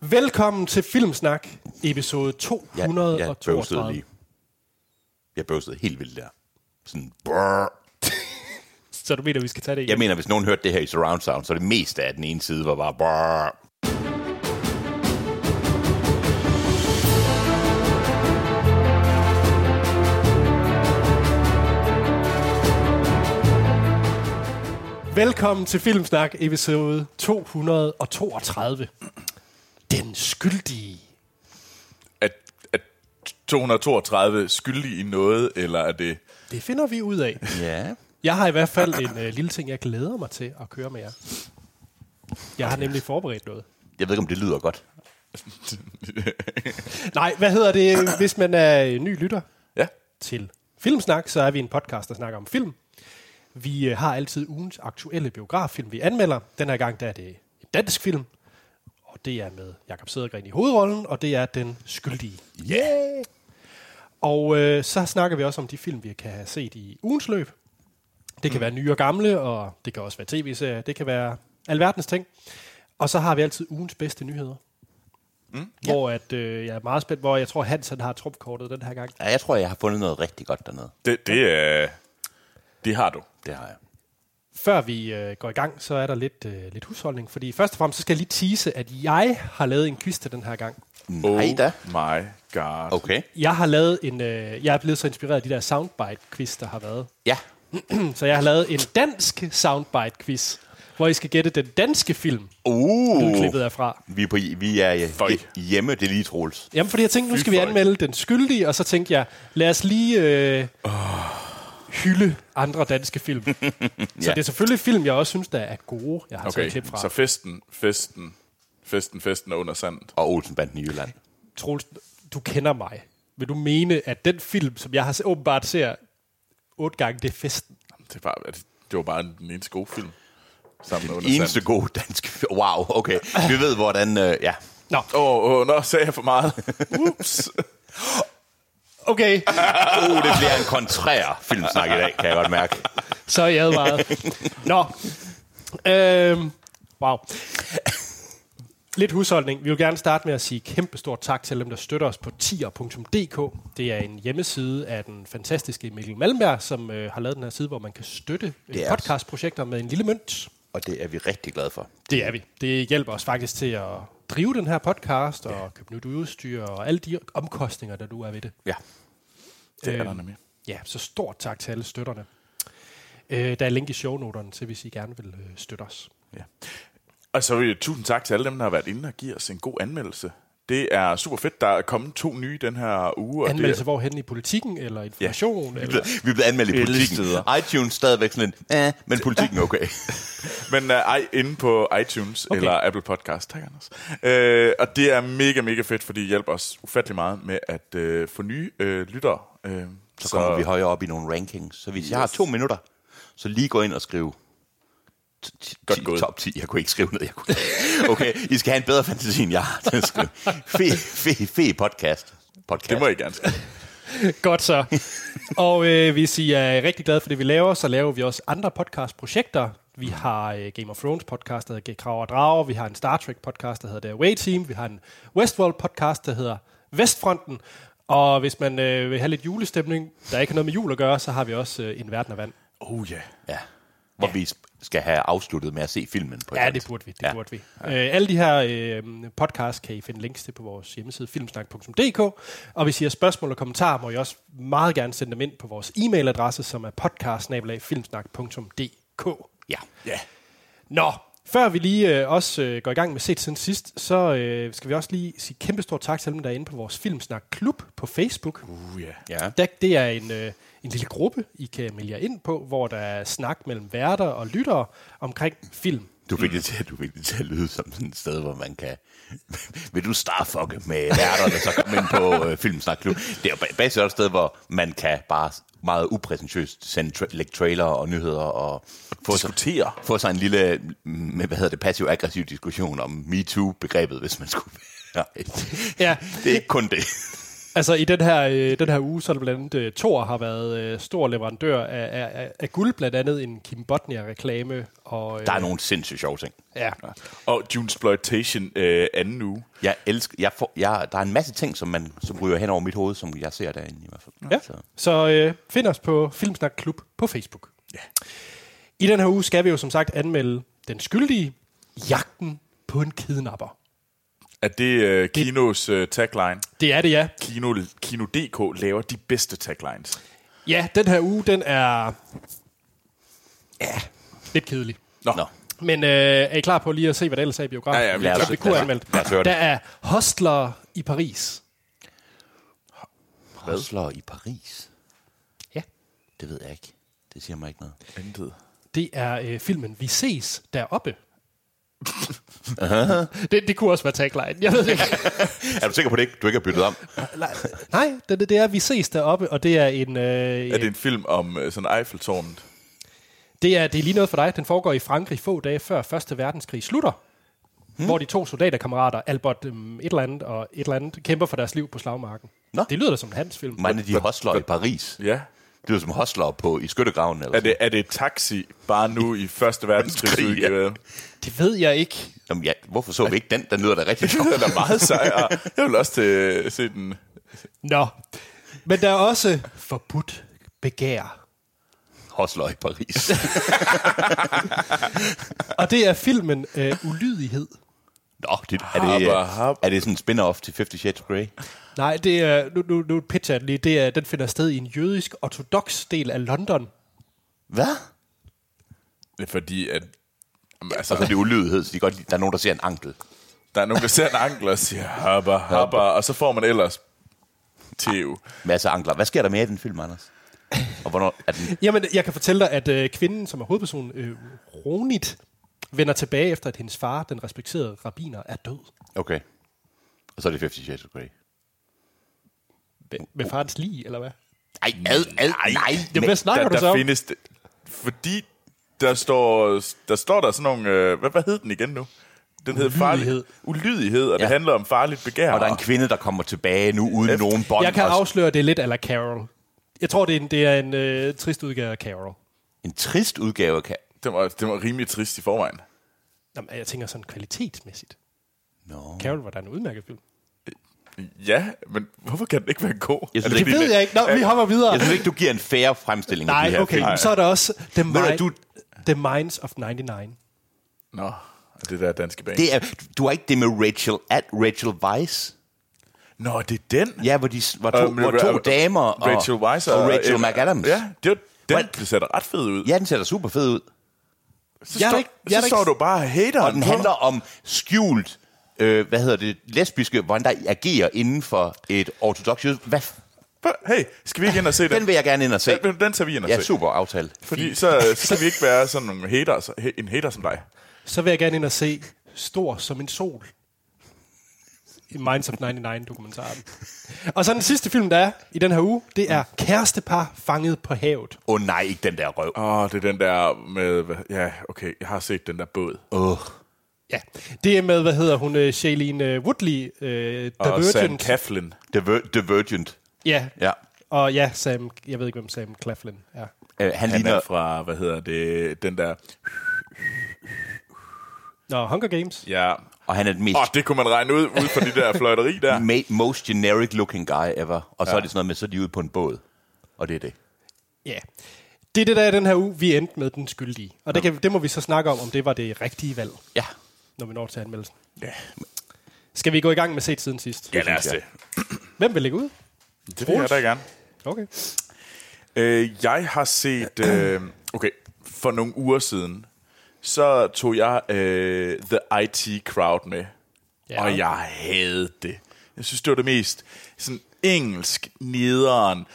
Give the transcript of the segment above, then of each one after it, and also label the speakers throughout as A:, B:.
A: Velkommen til Filmsnak, episode
B: Jeg,
A: 232.
B: jeg bøvsede lige. Jeg bøvsede helt vildt der. Sådan, brrr.
A: Så du mener, vi skal tage det igen?
B: Jeg mener, hvis nogen hørte det her i surround sound, så det meste af den ene side var bare brrr.
A: Velkommen til Filmsnak, episode 232. Den skyldige.
C: at, at 232 skyldig i noget, eller er det...
A: Det finder vi ud af.
B: Ja.
A: Jeg har i hvert fald en øh, lille ting, jeg glæder mig til at køre med jer. Jeg har nemlig forberedt noget.
B: Jeg ved ikke, om det lyder godt.
A: Nej, hvad hedder det, hvis man er øh, ny lytter
C: Ja,
A: til Filmsnak, så er vi en podcast, der snakker om film. Vi øh, har altid ugens aktuelle biograffilm, vi anmelder. Den her gang der er det en dansk film, og det er med Jakob Sædergren i hovedrollen, og det er Den Skyldige.
B: Yeah.
A: Og øh, så snakker vi også om de film, vi kan have set i ugens løb. Det kan være nye og gamle, og det kan også være tv-serier, det kan være alverdens ting. Og så har vi altid ugens bedste nyheder. Mm, hvor at, øh, jeg er meget spændt, hvor jeg tror, Hansen har trumfkortet den her gang.
B: Ja, jeg tror, jeg har fundet noget rigtig godt dernede.
C: det, det er... Det har du.
B: Det har jeg.
A: Før vi øh, går i gang, så er der lidt, øh, lidt husholdning. Fordi først og fremmest, så skal jeg lige tease, at jeg har lavet en quiz til den her gang.
B: Nej da.
C: Oh my god.
B: Oh. Okay.
A: Jeg har lavet en, øh, jeg er blevet så inspireret af de der soundbite-quiz, der har været.
B: Ja.
A: så jeg har lavet en dansk soundbite-quiz, hvor I skal gætte den danske film,
B: Uh.
A: udklippet er fra.
B: Vi er, på, vi er øh,
C: Føj.
B: hj- hjemme, det er lige Troels.
A: Jamen, fordi jeg tænkte, nu skal vi
C: for
A: anmelde den skyldige, og så tænkte jeg, lad os lige øh, hylde andre danske film. Så
B: Ja.
A: det er selvfølgelig film, jeg også synes, der er gode, jeg har okay. taget
C: Okay,
A: klip fra.
C: så festen, festen, festen, festen er under sandet.
B: Og Olsenbanden i Jylland.
A: Troels, du kender mig. Vil du mene, at den film, som jeg har se- åbenbart ser otte gange, det er festen?
C: Det, er bare, er det, det var bare den eneste gode film. Sammen med under
B: Eneste
C: sandet.
B: god dansk... fi- Wow, okay. Vi ved, hvordan... Øh, ja.
A: Nå,
C: Åh, oh, oh, nå, sagde jeg for meget. Ups.
A: okay,
B: Uh, det bliver en kontrær filmsnak i dag, kan jeg godt mærke.
A: så er jeg advaret. Nå, øhm, wow. Lidt husholdning. Vi vil gerne starte med at sige kæmpe stort tak til dem, der støtter os på tier.dk. Det er en hjemmeside af den fantastiske Mikkel Malmberg, som øh, har lavet den her side, hvor man kan støtte øh,
B: er os.
A: podcastprojekter med en lille mønt.
B: Og det er vi rigtig glade for.
A: Det er vi. Det hjælper os faktisk til at drive den her podcast og købe nyt udstyr og alle de omkostninger, der nu er ved det.
B: Ja.
C: Det er der
A: Øhm.
C: nemlig.
A: Ja, så stort tak til alle støtterne. Øh, der er link i shownoterne til, hvis I gerne vil øh, støtte os.
C: Ja. Og så vil jeg tusind tak til alle dem, der har været inde og giver os en god anmeldelse. Det er super fedt. Der er kommet to nye den her uge. og det er-
A: Anmeldelse hvorhen i politikken eller information? Ja.
B: Vi
A: Eller?
B: blev, vi blev anmeldt i
C: Alle
B: politikken.
C: steder.
B: iTunes stadigvæk sådan en, eh, men politikken okay.
C: Men uh, ej, inde på iTunes
A: Okay.
C: okay. eller Apple Podcast. Tak, Anders. Øh, og det er mega, mega fedt, fordi det hjælper os ufattelig meget med at øh, få nye øh, lyttere. Øh,
B: Så kommer vi højere op i nogle rankings. Så hvis yes. jeg har to minutter, så lige gå ind og skrive t- t-
C: Godt
B: ti-
C: gået.
B: top 10. Jeg kunne ikke skrive noget. Jeg kunne. Okay, I skal have en bedre fantasi, end jeg har til at skrive. Fe, fe, fe podcast. podcast.
C: Det må I gerne skrive.
A: Godt så. og øh, hvis I er rigtig glade for det, vi laver, så laver vi også andre podcastprojekter. Vi har øh, Game of Thrones podcast, der hedder Krav og Drager. Vi har en Star Trek podcast, der hedder The Away Team. Vi har en Westworld podcast, der hedder Vestfronten. Og hvis man øh, vil have lidt julestemning, der ikke har noget med jul at gøre, så har vi også øh, En Verden af Vand.
C: Oh ja. Yeah.
B: Ja. Hvor ja. vi skal have afsluttet med at se filmen. På et
A: Ja,
B: eller
A: det
B: andet.
A: burde vi. Det ja.
B: Ja.
A: burde vi. Øh, alle de her øh, podcasts kan I finde links til på vores hjemmeside filmsnak.dk. Og hvis I har spørgsmål og kommentarer, må I også meget gerne sende dem ind på vores e-mailadresse, som er podcast-filmsnak.dk.
B: Ja.
C: Yeah.
A: Nå, før vi lige øh, også øh, går i gang med set siden sidst, så øh, skal vi også lige sige kæmpestor tak til dem, der er inde på vores Filmsnak-klub på Facebook.
C: Uh, yeah.
B: ja.
A: Der, det er en, øh, en lille gruppe, I kan melde jer ind på, hvor der er snak mellem værter og lyttere omkring film.
B: Du fik, det til, du fik det til at lyde som sådan et sted, hvor man kan... Vil du starfucke med værterne, så kom ind på øh, Filmsnakklub. Det er jo ba- basically også et sted, hvor man kan bare meget upræsentøst sende tra- lægge trailer og nyheder og få sig,
C: Diskutere.
B: få sig en lille, mm, hvad hedder det, passiv-aggressiv diskussion om MeToo-begrebet, hvis man skulle være.
A: Ja.
B: Det er ikke kun det.
A: Altså i den her, øh, den her uge, så er det blandt andet, øh, Thor har været øh, stor leverandør af, af, af, af guld, blandt andet en Kim Bodnia-reklame. Og, øh,
B: Der er nogle sindssygt sjove ting.
A: Ja.
C: Og Junesploitation øh, anden uge.
B: Jeg elsker, jeg får, jeg, der er en masse ting, som, man, som ryger hen over mit hoved, som jeg ser derinde i hvert fald.
A: ja. Så øh, find os på Filmsnak Klub på Facebook. Ja. I den her uge skal vi jo som sagt anmelde den skyldige jagten på en kidnapper.
C: Er det øh, Kinos øh, tagline?
A: Det er det, ja.
C: Kino, Kino.dk laver de bedste taglines.
A: Ja, den her uge, den er... Ja, lidt kedelig.
C: Nå.
B: Nå.
A: Men øh, er I klar på lige at se, hvad der ellers er i biografen?
C: Ja, ja,
B: lad os-
A: Som vi kunne
B: lad os-
A: have anmeldt.
B: lad os høre det.
A: Der er Hostler i Paris.
B: Hustler i Paris.
A: Ja.
B: Det ved jeg ikke. Det siger mig ikke noget.
C: Intet.
A: Det er øh, filmen Vi ses deroppe. det, det kunne også være tagline. Jeg ved det ikke.
B: Er du sikker på det ikke? Du ikke har byttet om?
A: Nej, det, det, det er Vi ses deroppe, og det er en... Øh,
C: Er det en film om øh, sådan Eiffeltårnet?
A: Det er, det er lige noget for dig. Den foregår i Frankrig få dage før Første Verdenskrig slutter. Hmm. Hvor de to soldaterkammerater, Albert øhm, et eller andet og et eller andet, kæmper for deres liv på slagmarken.
B: Nå.
A: Det lyder da som en hans film.
B: Mange af de hostler i Paris.
C: Ja.
B: Det er jo som hostler på i skyttegraven. Eller
C: Er det, er det taxi bare nu i Første Verdenskrig
B: Krig, ja.
C: udgivet?
A: Det ved jeg ikke.
B: sådan. Jamen, ja, hvorfor så vi ikke den? Den lyder da rigtig sjov.
C: Den er meget sej. og Jeg vil også til, se den.
A: Nå. Men der er også forbudt begær.
B: Hostler i Paris.
A: Og det er filmen øh, Ulydighed.
B: Nå, det, er, det,
C: Habba, habba.
B: øh, er det sådan en spin-off til Fifty Shades of Grey?
A: Nej, det er, nu, nu, nu pitcher jeg den lige. Det er, den finder sted i en jødisk ortodox del af London.
B: Hvad?
C: Det er fordi, at jamen,
B: Så er
C: altså,
B: det ulydighed, så de godt, lide- der er nogen, der ser en ankel.
C: der er nogen, der ser en ankel og siger, habba, habba, og så får man ellers E tv.
A: Ah,
B: Masser af ankler. Hvad sker der mere i den film, Anders? Og hvornår er den...
A: Jamen, jeg kan fortælle dig, at øh, kvinden, som er hovedpersonen, øh, Ronit, vender tilbage efter, at hendes far, den respekterede rabbiner, er død.
B: Okay. Og så er det Fifty Shades of Grey.
A: Med, med farens lig, eller hvad?
B: Ej, ad, ad, nej.
A: Jamen, hvad snakker
C: der,
A: du så
C: der
A: om?
C: findes det, fordi der står, der står der sådan nogle, øh, hvad, hvad hed den igen nu? Den hed farlig,
A: Ulydighed.
C: ulydighed, og ja.
B: Ja.
C: det handler om farligt begær.
B: Og der er en kvinde, der kommer tilbage nu uden
C: Efter-
B: nogen bånd.
A: Jeg kan
B: og-
A: afsløre, at det er lidt ala Carol. Jeg tror, det er en, det er en øh, trist udgave af Carol.
B: En trist udgave kan...
C: den, var, den var rimelig trist i forvejen.
A: Jamen, jeg tænker sådan kvalitetsmæssigt.
B: Nå.
A: Carol var da en udmærket film.
C: Ja, men hvorfor kan den ikke være god?
B: Jeg synes
C: Er
B: ikke- Øh,
A: Det
C: fordi,
A: ved jeg ikke. Nå, vi hopper videre.
B: Jeg synes ikke, du giver en fair fremstilling af de
A: Nej,
B: her
A: okay.
B: film.
A: Så er der også The, Mind,
B: du-
A: The Minds of 99.
C: Nå, og det der danske band.
B: Det er, du har ikke det med Rachel at Rachel Weisz?
C: Nå, det er den.
B: Ja, hvor, de, hvor to,
C: Øh, men-
B: hvor to
C: øh,
B: damer og,
C: Rachel Weisz
B: og Rachel
C: øh,
B: McAdams.
C: Ja, det var, den
B: Hvad?
C: det ser da ret fed ud.
B: ja, den ser da super fed ud.
C: så
A: jeg er
C: står,
A: da ikke- jeg er
C: så
A: da
C: står
A: ikke-
C: du bare og hater
B: Og den handler om skjult, øh, hvad hedder det, lesbiske, hvordan der agerer inden for et ortodox jøde. Hvad? f-
C: Hey, skal vi ikke ind og se den?
B: Den vil jeg gerne ind og se.
C: Den, den tager vi ind og
B: Ja,
C: se.
B: super aftale.
C: Fordi så, så kan vi ikke være sådan nogle haters, he- en hater som dig.
A: Så vil jeg gerne ind og se Stor som en sol. I Minds of 99-dokumentaren. Og så den sidste film, der er i den her uge, det er Kærestepar fanget på havet.
B: Åh oh, nej, ikke den der røv.
C: Åh, oh, det er den der med... hvad- Ja, okay, jeg har set den der båd.
B: Oh.
A: Ja, det er med, hvad hedder hun, øh, Shailene øh, Woodley, øh,
C: Og Sam
A: Divergent.
C: Kaflin.
B: Diver- Divergent.
A: ja.
B: Ja.
A: og ja, Sam, jeg ved ikke, hvem Sam Claflin er.
B: Øh, han,
C: Han
B: ligner...
C: er fra, hvad hedder det, den der...
A: Nå, Hunger Games.
C: Ja.
B: Og han er den mest
C: Åh, oh, det kunne man regne ud, ud fra de der fløjteri der.
B: ma- most generic looking guy ever. Og så er det sådan noget med, så er de ude på en båd. Og det er det.
A: Ja. Det er det, der er den her uge, vi endte med den skyldige. Og det, kan, det må vi så snakke om, om det var det rigtige valg,
B: Ja.
A: når vi når til anmeldelsen.
C: Ja,
A: Skal vi gå i gang med set siden sidst?
C: ja lad os
B: synes
C: det.
B: jeg.
A: Hvem vil lægge ud?
C: Det vil jeg da gerne.
A: Okay.
C: Øh, jeg har set... Øh, okay, for nogle uger siden, så tog jeg øh, The IT Crowd med.
A: Ja.
C: Ja. Og jeg havde det. Jeg synes, det var det mest sådan engelsk, nederen,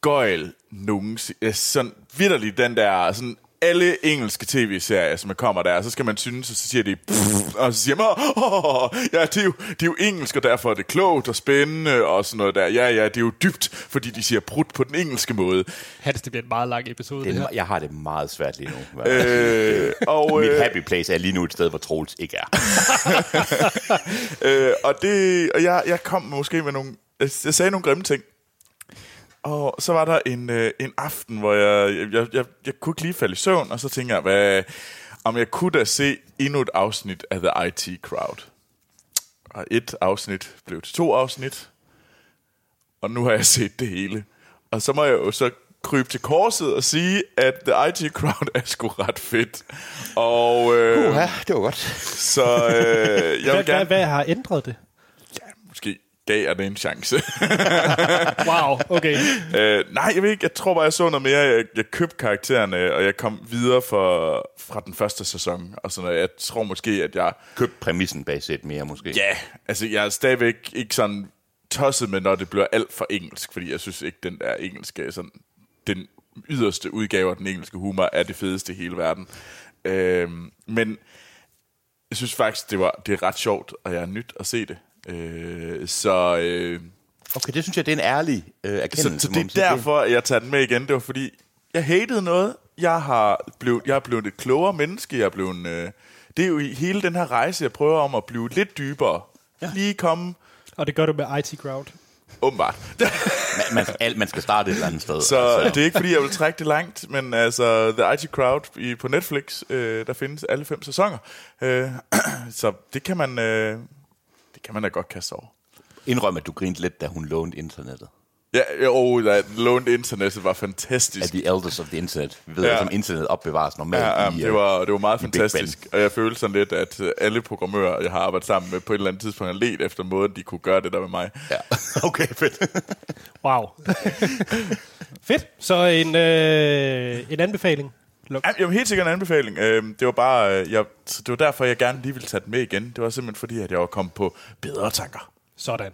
C: gøjl nogensinde. Ja, Sådan vidderligt den der, sådan alle engelske tv-serier, som kommer der, så skal man synes, og så siger de, "Pff," og så siger man, oh, ja, det er, jo, det er jo engelsk, og derfor er det klogt og spændende, og sådan noget der. Ja, ja, det er jo dybt, fordi de siger brudt på den engelske måde.
A: Hans, det bliver en meget lang episode.
B: Det
A: Det
B: er,
A: her.
B: jeg har det meget svært lige nu.
C: Øh, og,
B: Mit
C: øh,
B: happy place er lige nu et sted, hvor Troels ikke er.
C: øh, og det, og jeg, jeg kom måske med nogle Jeg, jeg sagde nogle grimme ting. Og så var der en, øh, en aften, hvor jeg, jeg, jeg, jeg, jeg kunne ikke lige falde i søvn, og så tænkte jeg, hvad, om jeg kunne da se endnu et afsnit af The IT Crowd. Og et afsnit blev til to afsnit, og nu har jeg set det hele. Og så må jeg jo så krybe til korset og sige, at The IT Crowd er sgu ret fedt. Og øh,
B: Uha, det var godt.
C: så øh, jeg
A: Hvad,
C: vil
A: hvad,
C: gerne...
A: hvad har ændret det?
C: Måske gav jeg det en chance.
A: Wow, okay.
C: Øh, nej, jeg ved ikke. Jeg tror bare, jeg så noget mere. Jeg, jeg købte karaktererne, og jeg kom videre fra, fra den første sæson. Og sådan noget. Jeg tror måske, at jeg...
B: Køb præmissen bag set mere, måske.
C: Ja, altså jeg er stadigvæk ikke sådan tosset med, når det bliver alt for engelsk. Fordi jeg synes ikke, den der engelske... er Sådan, den yderste udgave af den engelske humor er det fedeste i hele verden. Øh, men jeg synes faktisk, det, var, det er ret sjovt, og jeg er nyt at se det. Øh, så... Øh,
B: Okay, det synes jeg, det er en ærlig øh,
C: så,
B: erkendelse.
C: så
B: må
C: det
B: man sige.
C: er derfor, at jeg tager den med igen. Det var fordi, jeg hatede noget. Jeg, har blevet, jeg er blevet et klogere menneske. Jeg er blevet, øh, det er jo i hele den her rejse, jeg prøver om at blive lidt dybere. Ja. Lige komme,
A: Og det gør du med IT Crowd.
C: åbenbart.
B: Man, man, alt, man skal starte et eller andet sted. altså.
C: Så det er ikke fordi, jeg vil trække det langt, men altså, The IT Crowd i, på Netflix, øh, der findes alle fem sæsoner. Øh, så det kan man... Øh, det kan man da godt kaste over.
B: Indrøm, at du grinte lidt, da hun lånte internettet.
C: Ja, jo, da lånt internettet var fantastisk.
B: At the elders of the internet. Vi ved,
C: Ja.
B: ja. som internet opbevares normalt
C: Ja, ja
B: i... øh,
C: det, var, det var meget
B: Big Ben.
C: fantastisk, og jeg følte sådan lidt, at øh, alle programmører, jeg har arbejdet sammen med, på et eller andet tidspunkt har let efter måden, de kunne gøre det der med mig.
B: Ja. Okay, fedt.
A: Wow. Fedt. Så en, øh, en anbefaling. Luk.
C: Ej, Jamen, helt sikkert en anbefaling. Øhm, Det var bare, øh, jeg, så det var derfor, jeg gerne lige ville tage den med igen. Det var simpelthen fordi, at jeg var kommet på bedre tanker.
A: Sådan.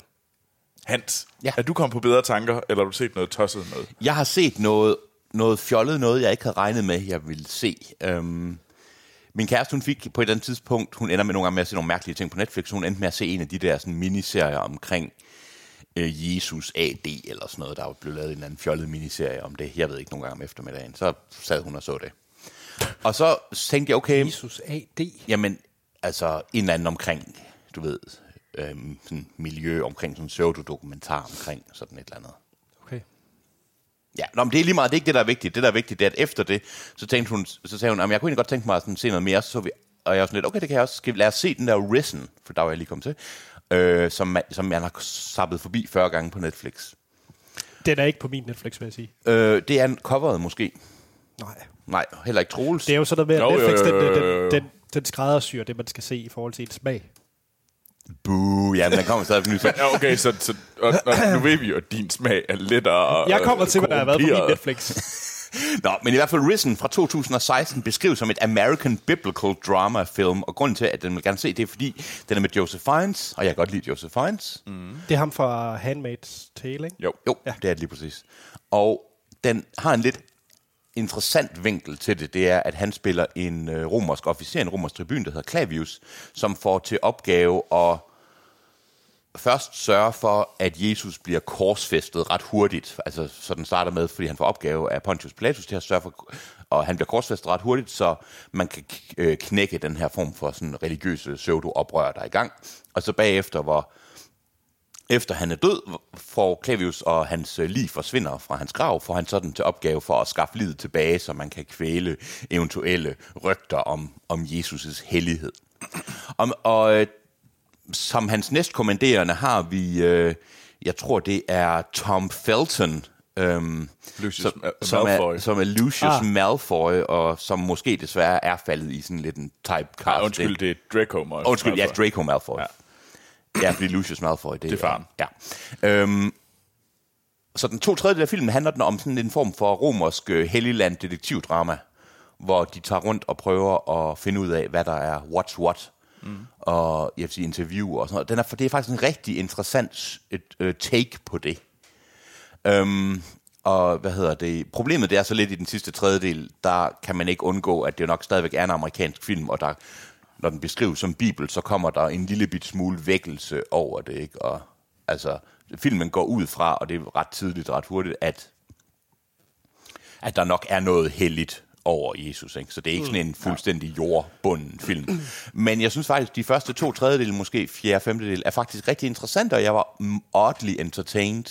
C: Hans,
B: Ja.
C: er du kommet på bedre tanker, eller har du set noget tosset noget?
B: Jeg har set noget, noget fjollet, noget jeg ikke havde regnet med, jeg ville se. Øhm, min kæreste, hun fik på et eller andet tidspunkt, hun ender med nogle gange med at se nogle mærkelige ting på Netflix, hun endte med at se en af de der sådan, miniserier omkring øh, Jesus AD eller sådan noget, der blev lavet en eller anden fjollet miniserie om det. Jeg ved ikke, nogle gange om eftermiddagen. Så sad hun og så det. Og så tænkte jeg, okay,
A: Jesus AD.
B: Jamen, altså en eller anden omkring, du ved, øhm, sådan miljø omkring, sådan en pseudodokumentar omkring sådan et eller andet.
A: Okay.
B: Ja, nå, men det er lige meget, det er ikke det, der er vigtigt. Det, der er vigtigt, det er, at efter det, så, tænkte hun, så sagde hun, at jeg kunne egentlig godt tænke mig at sådan, se noget mere, så så vi, og jeg var sådan lidt, okay, det kan jeg også, skal vi, lad os se den der Risen, for der var jeg lige kommet til, øh, som, man, som jeg har sappet forbi 40 gange på Netflix.
A: Den er ikke på min Netflix, vil jeg sige.
B: Øh, det er en coveret måske.
A: Nej.
B: Nej, heller ikke Troels.
A: Det er jo sådan noget med, at
C: Jo, jo,
A: Netflix,
C: jo, jo,
A: den,
C: jo, jo.
A: den, den, den skræddersyr det, man skal se i forhold til ens smag.
B: Boo, ja, men der kommer stadig en ny film.
C: Ja, okay, så, så og, og, nu ved vi jo, at din smag er lettere
A: Jeg kommer til, hvad der har været på min
C: korrumperet.
A: Netflix.
B: Nå, men i hvert fald Risen fra 2016 beskrives som et American Biblical Drama film, og grunden til, at den vil gerne se, det er fordi, den er med Joseph Fiennes, og jeg kan godt lide Joseph Fiennes. Mm.
A: Det er ham fra Handmaid's Tale, ikke?
C: Jo.
B: Jo, ja. det er det lige præcis. Og den har en lidt interessant vinkel til det, det er, at han spiller en øh, romersk officer, en romersk tribun, der hedder Clavius, som får til opgave at først sørge for, at Jesus bliver korsfæstet ret hurtigt. Altså, så den starter med, fordi han får opgave af Pontius Pilatus til at sørge for, og han bliver korsfæstet ret hurtigt, så man kan k- øh, knække den her form for sådan religiøse pseudo-oprør, der er i gang. Og så bagefter, hvor efter han er død, får Clavius og hans øh, lig forsvinder fra hans grav, får han sådan til opgave for at skaffe livet tilbage, så man kan kvæle eventuelle rygter om, om Jesus' hellighed. Om, og øh, som hans næstkommanderende har vi, øh, jeg tror det er Tom Felton, øhm,
C: Lucius
B: som,
C: Ma-
B: som,
C: Malfoy.
B: er, som er Lucius
A: Ah.
B: ah. Malfoy, og som måske desværre er faldet i sådan lidt en typecast.
C: Ja, Ah, undskyld,
B: ikke?
C: det er altså. Draco Malfoy.
B: Undskyld, ja, Draco Malfoy. Ja. ja, fordi Lucius Malfoy, det, det
C: er faren.
B: Ja. Øhm, så den to tredjedel af filmen handler den om sådan en form for romersk øh, helligland detektivdrama, hvor de tager rundt og prøver at finde ud af, hvad der er what's what, mm. og jeg vil sige interview og sådan noget. Den er, for det er faktisk en rigtig interessant et, øh, take på det. Øhm, og hvad hedder det? Problemet det er så lidt i den sidste tredjedel, der kan man ikke undgå, at det jo nok stadigvæk er en amerikansk film, og der, når den beskrives som bibel, så kommer der en lille bit smule vækkelse over det, ikke? Og, altså, filmen går ud fra, og det er ret tidligt, ret hurtigt, at, at der nok er noget helligt over Jesus. Ikke? Så det er ikke sådan en fuldstændig jordbunden film. Men jeg synes faktisk, de første to tredjedele, måske fjerde femtedel, er faktisk rigtig interessante, og jeg var mm, oddly entertained.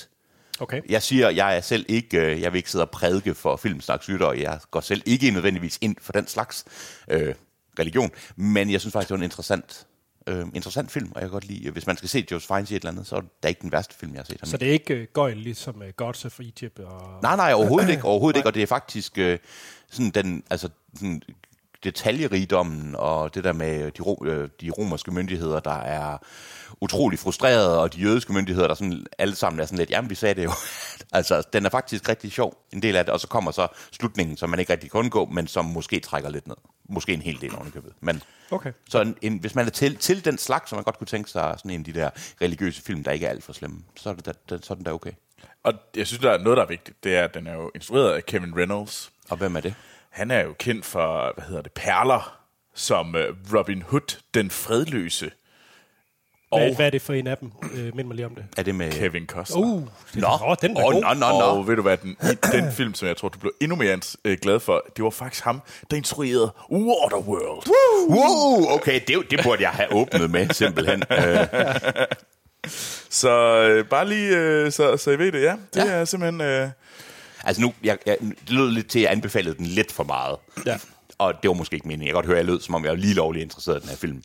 A: Okay.
B: Jeg siger, jeg er selv ikke, øh, jeg vil ikke sidde og prædike for filmsnakslytter, og jeg går selv ikke nødvendigvis ind for den slags øh, religion, men jeg synes faktisk, det var en interessant, øh, interessant film, og jeg kan godt lide, øh, hvis man skal se Joseph Fiennes i et eller andet, så er det ikke den værste film, jeg har set ham i.
A: Så det er ikke øh, gøjl, ligesom øh, Gods of Egypt og...
B: Nej, nej, overhovedet ikke, overhovedet ikke, og det er faktisk øh, sådan den, altså sådan detaljerigdommen og det der med de, ro, øh, de romerske myndigheder, der er utrolig frustrerede, og de jødiske myndigheder, der sådan alle sammen er sådan lidt, jamen vi sagde det jo. altså, den er faktisk rigtig sjov, en del af det, og så kommer så slutningen, som man ikke rigtig kan undgå, men som måske trækker lidt ned. Måske en hel del ovenikøbet. Men
A: Okay.
B: så en, en, hvis man er til, til den slags, som man godt kunne tænke sig, sådan en af de der religiøse film, der ikke er alt for slemme, så er, det da, så er den da okay.
C: Og jeg synes, der er noget, der er vigtigt. Det er, at den er jo instrueret af Kevin Reynolds.
B: Og hvem er det?
C: Han er jo kendt for, hvad hedder det, perler, som øh, Robin Hood, den fredløse, og
A: Hvad, hvad er det for en af dem? Øh, mind mig lige om det.
B: Er det med...
C: Kevin Costner.
A: Uh, det, nå. Nå, den var
B: Åh,
A: god.
B: nå, nå, nå.
C: Og ved du hvad, den, den film, som jeg tror, du blev endnu mere øh, glad for, det var faktisk ham, der instruerede Waterworld.
B: Wow, okay, det, det burde jeg have åbnet med, simpelthen. Øh,
C: Så øh, bare lige, øh, så, så I ved det, ja. Det ja. er simpelthen... Øh,
B: altså nu, jeg, jeg, det lød lidt til, at jeg anbefalede den lidt for meget.
A: Ja.
B: Og det var måske ikke meningen. Jeg kan godt høre, at jeg lød, som om jeg var lige lovlig interesseret i den her film.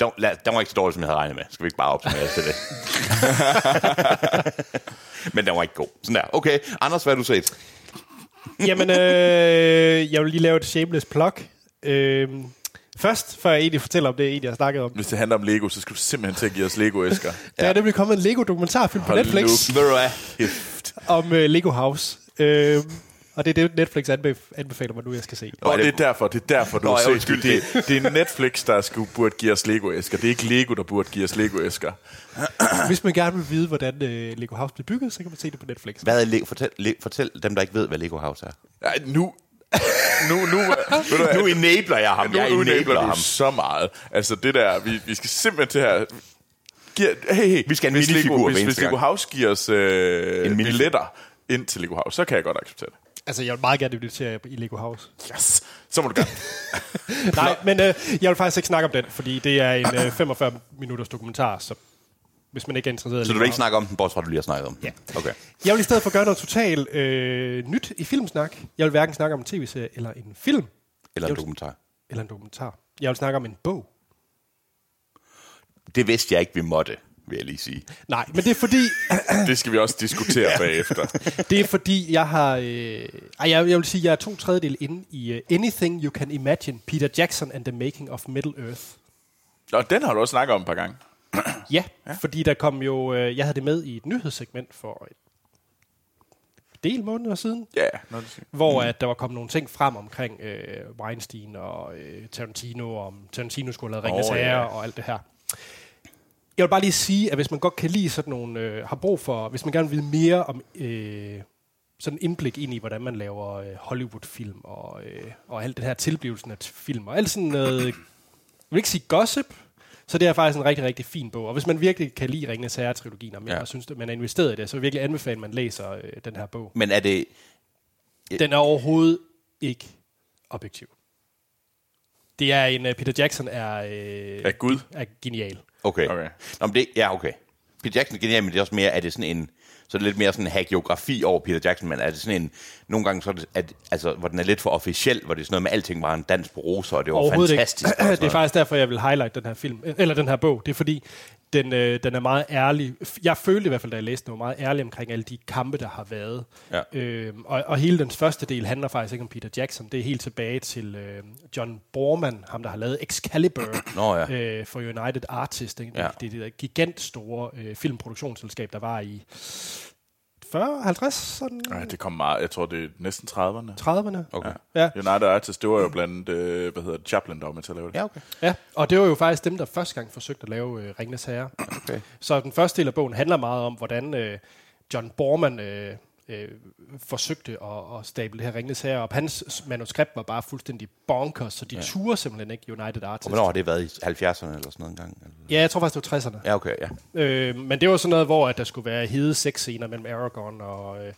B: Den, lad, den var ikke så dårlig, som jeg havde regnet med. Skal vi ikke bare opsummere os til det? Men den var ikke god. Sådan der. Okay, Anders, hvad har du set?
A: Jamen, øh, jeg vil lige lave et shameless plug. Øh, først, før jeg egentlig fortæller om det, jeg egentlig har snakket om.
C: hvis det handler om Lego, så skal du simpelthen til at give os Lego-æsker.
A: Ja. Der er nemlig kommet en Lego-dokumentarfilm på
C: Hold
A: Netflix.
C: nu
B: Ved du hvad?
A: om øh, Lego House. Øh, og det er det, Netflix anbef- anbefaler mig nu, jeg skal se.
C: Og
B: det-
C: det er derfor, det er derfor, du
B: Nå,
C: har
B: ja,
C: set
B: undskyld,
C: det. Det, det er Netflix, der skulle, burde give os Lego-æsker. Det er ikke Lego, der burde give os Lego-æsker.
A: Hvis man gerne vil vide, hvordan øh, Lego House blev bygget, så kan man se det på Netflix.
B: Hvad er Le- fortæl, Le- fortæl dem, der ikke ved, hvad Lego House er.
C: Ej, nu... Nu, nu, øh, ved du,
B: Nu
C: nu
B: enabler jeg ham. Jeg
C: nu enabler
B: enabler
C: du
B: ham.
C: så meget. Altså det der, vi, vi skal simpelthen til her... Giver, hey, hey,
B: Vi skal have en
C: hvis
B: minifigur
C: Lego,
B: hver
C: hvis,
B: eneste
C: hvis Lego
B: gang.
C: House giver os øh,
B: En
C: en
B: minif-
C: billetter ind til Lego House, så kan jeg godt acceptere det.
A: Altså, jeg vil meget gerne invitere i Lego House.
C: Yes. Så må du gerne.
A: Nej, men øh, jeg vil faktisk ikke snakke om den, fordi det er en øh, 45-minutters dokumentar, så hvis man ikke er interesseret
B: Så du vil ikke snakke om den, bortset fra, at du lige har snakket om den?
A: Ja.
B: Okay.
A: Jeg vil i stedet for gøre noget totalt øh, nyt i filmsnak. Jeg vil hverken snakke om en tv-serie eller en film.
B: Eller en
A: Jeg vil-
B: dokumentar.
A: Eller en dokumentar. Jeg vil snakke om en bog.
B: Det vidste jeg ikke, vi måtte, vil jeg lige sige.
A: Nej, men det er fordi,
C: Det skal vi også diskutere bagefter.
A: Det er fordi, jeg har... Øh, ej, jeg, jeg vil sige, jeg er to tredjedel inde i uh, Anything You Can Imagine, Peter Jackson and the Making of Middle Earth.
C: Og den har du også snakket om et par gange.
A: Ja, ja. fordi der kom jo... Øh, jeg havde det med i et nyhedssegment for et del måneder siden,
C: Ja, yeah.
A: hvor
C: Mm.
A: at der var kommet nogle ting frem omkring øh, Weinstein og øh, Tarantino, og om Tarantino skulle have lavet Ringens
C: Åh, ja.
A: Herre og alt det her. Jeg vil bare lige sige, at hvis man godt kan lide sådan nogle, øh, har brug for, hvis man gerne vil vide mere om øh, sådan indblik ind i, hvordan man laver øh, Hollywood-film og, øh, og alt det her tilblivelsen af t- film og alt sådan noget, jeg vil ikke sige gossip, så det er faktisk en rigtig, rigtig fin bog. Og hvis man virkelig kan lide Ringens Herre-trilogien, og man,
B: Ja.
A: ja. synes, at man er investeret i det, så vil jeg virkelig anbefale, at man læser øh, den her bog.
B: Men er det... Øh.
A: Den er overhovedet ikke objektiv. Det er en... øh, Peter Jackson er... Øh,
C: Er Gud?
A: Er genial.
B: Okay.
C: Okay.
B: Nå, men det, ja, okay. Peter Jackson er genial, men det er også mere, er det sådan en... Så er det lidt mere sådan en hagiografi over Peter Jackson, men er det sådan en... Nogle gange, så er det, at, altså, hvor den er lidt for officiel, hvor det er sådan noget med, at alting var en dans på roser, og det var
A: Overhovedet
B: fantastisk. og
A: ikke.
B: sådan
A: det er
B: noget.
A: faktisk derfor, jeg vil highlight den her film, øh, eller den her bog. Det er fordi, den, øh, den er meget ærlig. F- Jeg følte i hvert fald, da jeg læste den, var meget ærlig omkring alle de kampe, der har været.
B: Ja.
A: Øhm, og, og hele dens første del handler faktisk ikke om Peter Jackson. Det er helt tilbage til øh, John Borman, ham der har lavet Excalibur
B: Nå, ja.
A: øh, for United Artists. Det,
B: Ja.
A: ja. det, det der gigant store øh, filmproduktionsselskab, der var i 40, 50, sådan
C: Ej, det kom meget. Jeg tror, det er næsten 30'erne.
A: 30'erne.
B: Okay.
A: Ja.
C: United Artists, det var jo blandt, øh, hvad hedder det, Chaplin, der var med til at lave det.
B: Ja, okay.
A: Ja, og det var jo faktisk dem, der første gang forsøgte at lave øh, Ringnes Herre.
B: okay.
A: Så den første del af bogen handler meget om, hvordan øh, John Borman øh, øh, forsøgte at, at stable det her Ringnes Herre op. Hans manuskript var bare fuldstændig bonkers, så de ja. turde simpelthen ikke United
B: Og
A: Artists.
B: hvornår har det været i 70'erne eller sådan noget engang? eller?
A: Ja, jeg tror faktisk, det var 60'erne.
B: Ja, okay, ja.
A: Øh, men det var sådan noget, hvor at der skulle være hede sexscener mellem Aragorn og øh,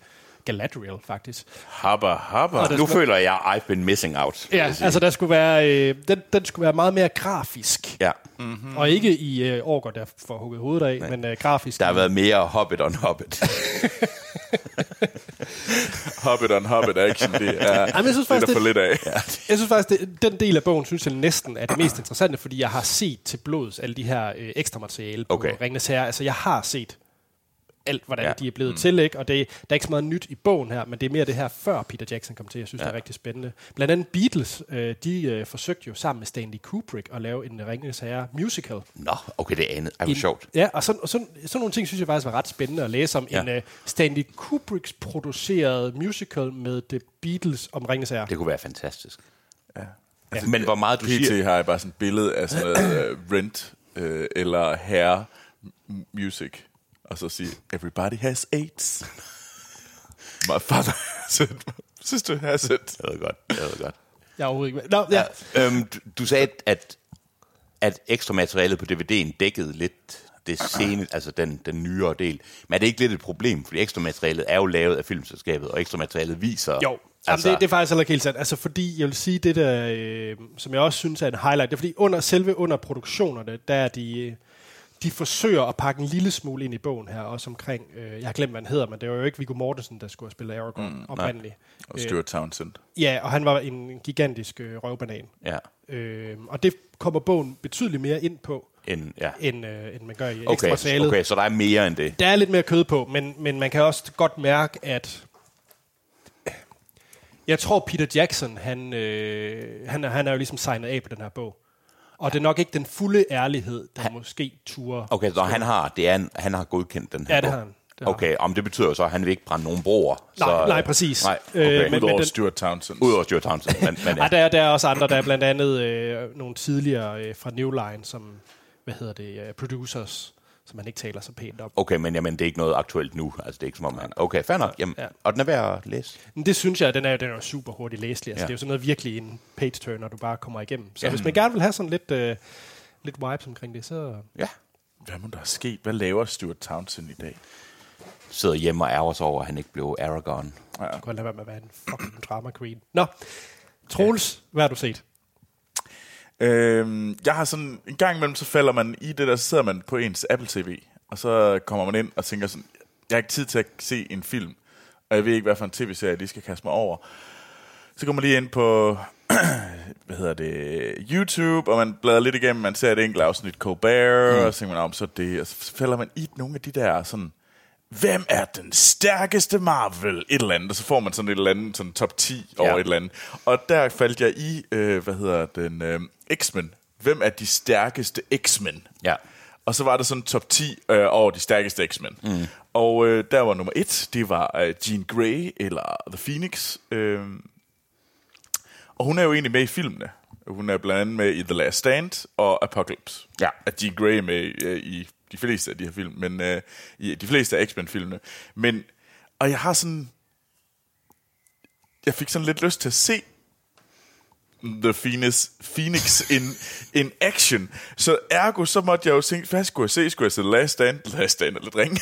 A: Galadriel, faktisk.
C: Habba, habba.
B: Nu føler jeg, I've been missing out. vil
A: Ja,
B: jeg sige.
A: altså der skulle være, øh, den, den skulle være meget mere grafisk.
B: ja.
A: Mm. Og ikke i øh, orker, der får hugget hovedet af, Nej. men øh, grafisk.
B: Der har været mere Hobbit on Hobbit.
C: Hobbit on Hobbit action, det er
A: Ej, men jeg synes
C: det, er
A: faktisk,
C: der for
A: det,
C: lidt af. Ja.
A: jeg synes faktisk det, den del af bogen, synes jeg næsten er det mest interessante, fordi jeg har set til blods alle de her øh, ekstra materiale på
B: Okay.
A: okay. Ringnes Herre. Altså, jeg har set alt, hvordan
B: Ja.
A: ja. de er blevet mm. til, ikke? Og det, der er ikke så meget nyt i bogen her, men det er mere det her, før Peter Jackson kom til, jeg synes, ja. det er rigtig spændende. Blandt andet Beatles, øh, de øh, forsøgte jo sammen med Stanley Kubrick at lave en Ringnes Herre musical.
B: Nå, okay, det er andet. Ej, hvor
A: En-
B: sjovt.
A: Ja, og sådan, og sådan, sådan nogle ting synes jeg faktisk var ret spændende at læse om.
B: Ja.
A: Ja. En uh, Stanley Kubricks produceret musical med The Beatles om Ringens Herre.
B: Det kunne være fantastisk.
C: Ja.
B: Altså, Men hvor meget du siger...
C: PT har jeg bare sådan et billede af sådan noget uh, Rent øh, eller Hair Music, og så sige, everybody has AIDS. My father has it. My sister has it.
B: Jeg ved godt, jeg ved godt.
A: Jeg er overhovedet ikke... Nå, ja.
B: Øhm, du, du sagde, at, at ekstra materialet på DVD'en dækkede lidt det sene, altså den, den nyere del. Men er det ikke lidt et problem? Fordi ekstra materialet er jo lavet af filmselskabet, og ekstra materialet viser...
A: Jo, altså,
B: altså,
A: Jamen, det, det er faktisk heller ikke helt sandt. Altså, fordi jeg vil sige, det der, øh, som jeg også synes er en highlight, det er fordi under, selve under produktionerne, der er de... Øh, de forsøger at pakke en lille smule ind i bogen her, også omkring, øh, jeg har glemt, hvad han hedder, men det var jo ikke Viggo Mortensen, der skulle have spillet Aragorn mm, oprindeligt. Øh,
C: Og Stuart Townsend.
A: Ja, og han var en gigantisk øh, røvbanan.
B: Ja,
A: Øh, og det kommer bogen betydeligt mere ind på,
B: en, ja.
A: end, øh, end man gør i
B: Okay,
A: okay, materialet.
B: okay, så der er mere end det.
A: Der er lidt mere kød på, men, men man kan også godt mærke, at øh, jeg tror, Peter Jackson, han, øh, han, er- han er jo ligesom signet af på den her bog. Og det er nok ikke den fulde ærlighed, der måske turer.
B: Okay, så han har, det er en, han har godkendt den her
A: Ja, det
B: bog.
A: har han. Det har
B: Okay, om det betyder jo så, at han vil ikke brænde nogen broer. så,
A: Nej, nej,
B: øh,
A: præcis.
B: Nej,
A: Øh,
B: okay.
A: men-
B: Øh,
C: Udover
A: den-
C: Stuart Townsend.
B: Udover Stuart Townsend, men, men
A: Ej,
B: ja.
A: der, er, der er også andre, der er blandt andet øh, nogle tidligere øh, fra Newline, som, hvad hedder det, øh, producers, som man ikke taler så pænt om.
B: Okay, men jamen, det er ikke noget aktuelt nu. Altså, det er ikke som om, han... Okay, fair nok. Jamen,
A: Ja.
B: Og den er værd at læse.
A: Men det synes jeg, den er, den er jo super hurtigt læselig. Altså,
B: Ja.
A: ja. Det er jo sådan noget virkelig en page-turner, du bare kommer igennem. Så ja. hvis man gerne vil have sådan lidt, øh, lidt vibes omkring det, så...
B: Ja.
C: Hvad må der ske? Hvad laver Stuart Townsend i dag?
B: Sidder hjemme og ærger sig over, at han ikke blev Aragorn.
A: Ja. kunne jeg lade være med at være en fucking drama queen. Nå, Troels, hvad har du set?
C: Øhm, jeg har sådan, en gang imellem så falder man i det der, så sidder man på ens Apple TV, og så kommer man ind og tænker sådan, jeg har ikke tid til at se en film, og jeg ved ikke, hvad for en tv-serie jeg lige skal kaste mig over. Så kommer man lige ind på, hvad hedder det, YouTube, og man bladrer lidt igennem, man ser et enkelt afsnit Colbert, mm. og så tænker man, om så er det, og så falder man i nogle af de der sådan, hvem er den stærkeste Marvel? Et eller andet, og så får man sådan et eller andet, sådan top 10 over
B: Ja.
C: et eller andet. Og der faldt jeg i, øh, hvad hedder den, øh, X-Men. Hvem er de stærkeste X-Men?
B: Ja.
C: Og så var der sådan top 10 øh, over de stærkeste X-Men. Mm. Og øh, der var nummer et, det var øh, Jean Grey, eller The Phoenix. Øh, og hun er jo egentlig med i filmene. Hun er blandt andet med i The Last Stand og Apocalypse.
B: Ja.
C: At Jean Grey er med øh, i de fleste af de her film, men øh, i de fleste af X-Men-filmene. Men, og jeg har sådan... Jeg fik sådan lidt lyst til at se The Phoenix, Phoenix in, in action. Så ergo, så måtte jeg jo tænke, hvad skulle jeg se? Skulle jeg se The Last Stand? The Last Stand er lidt ringe.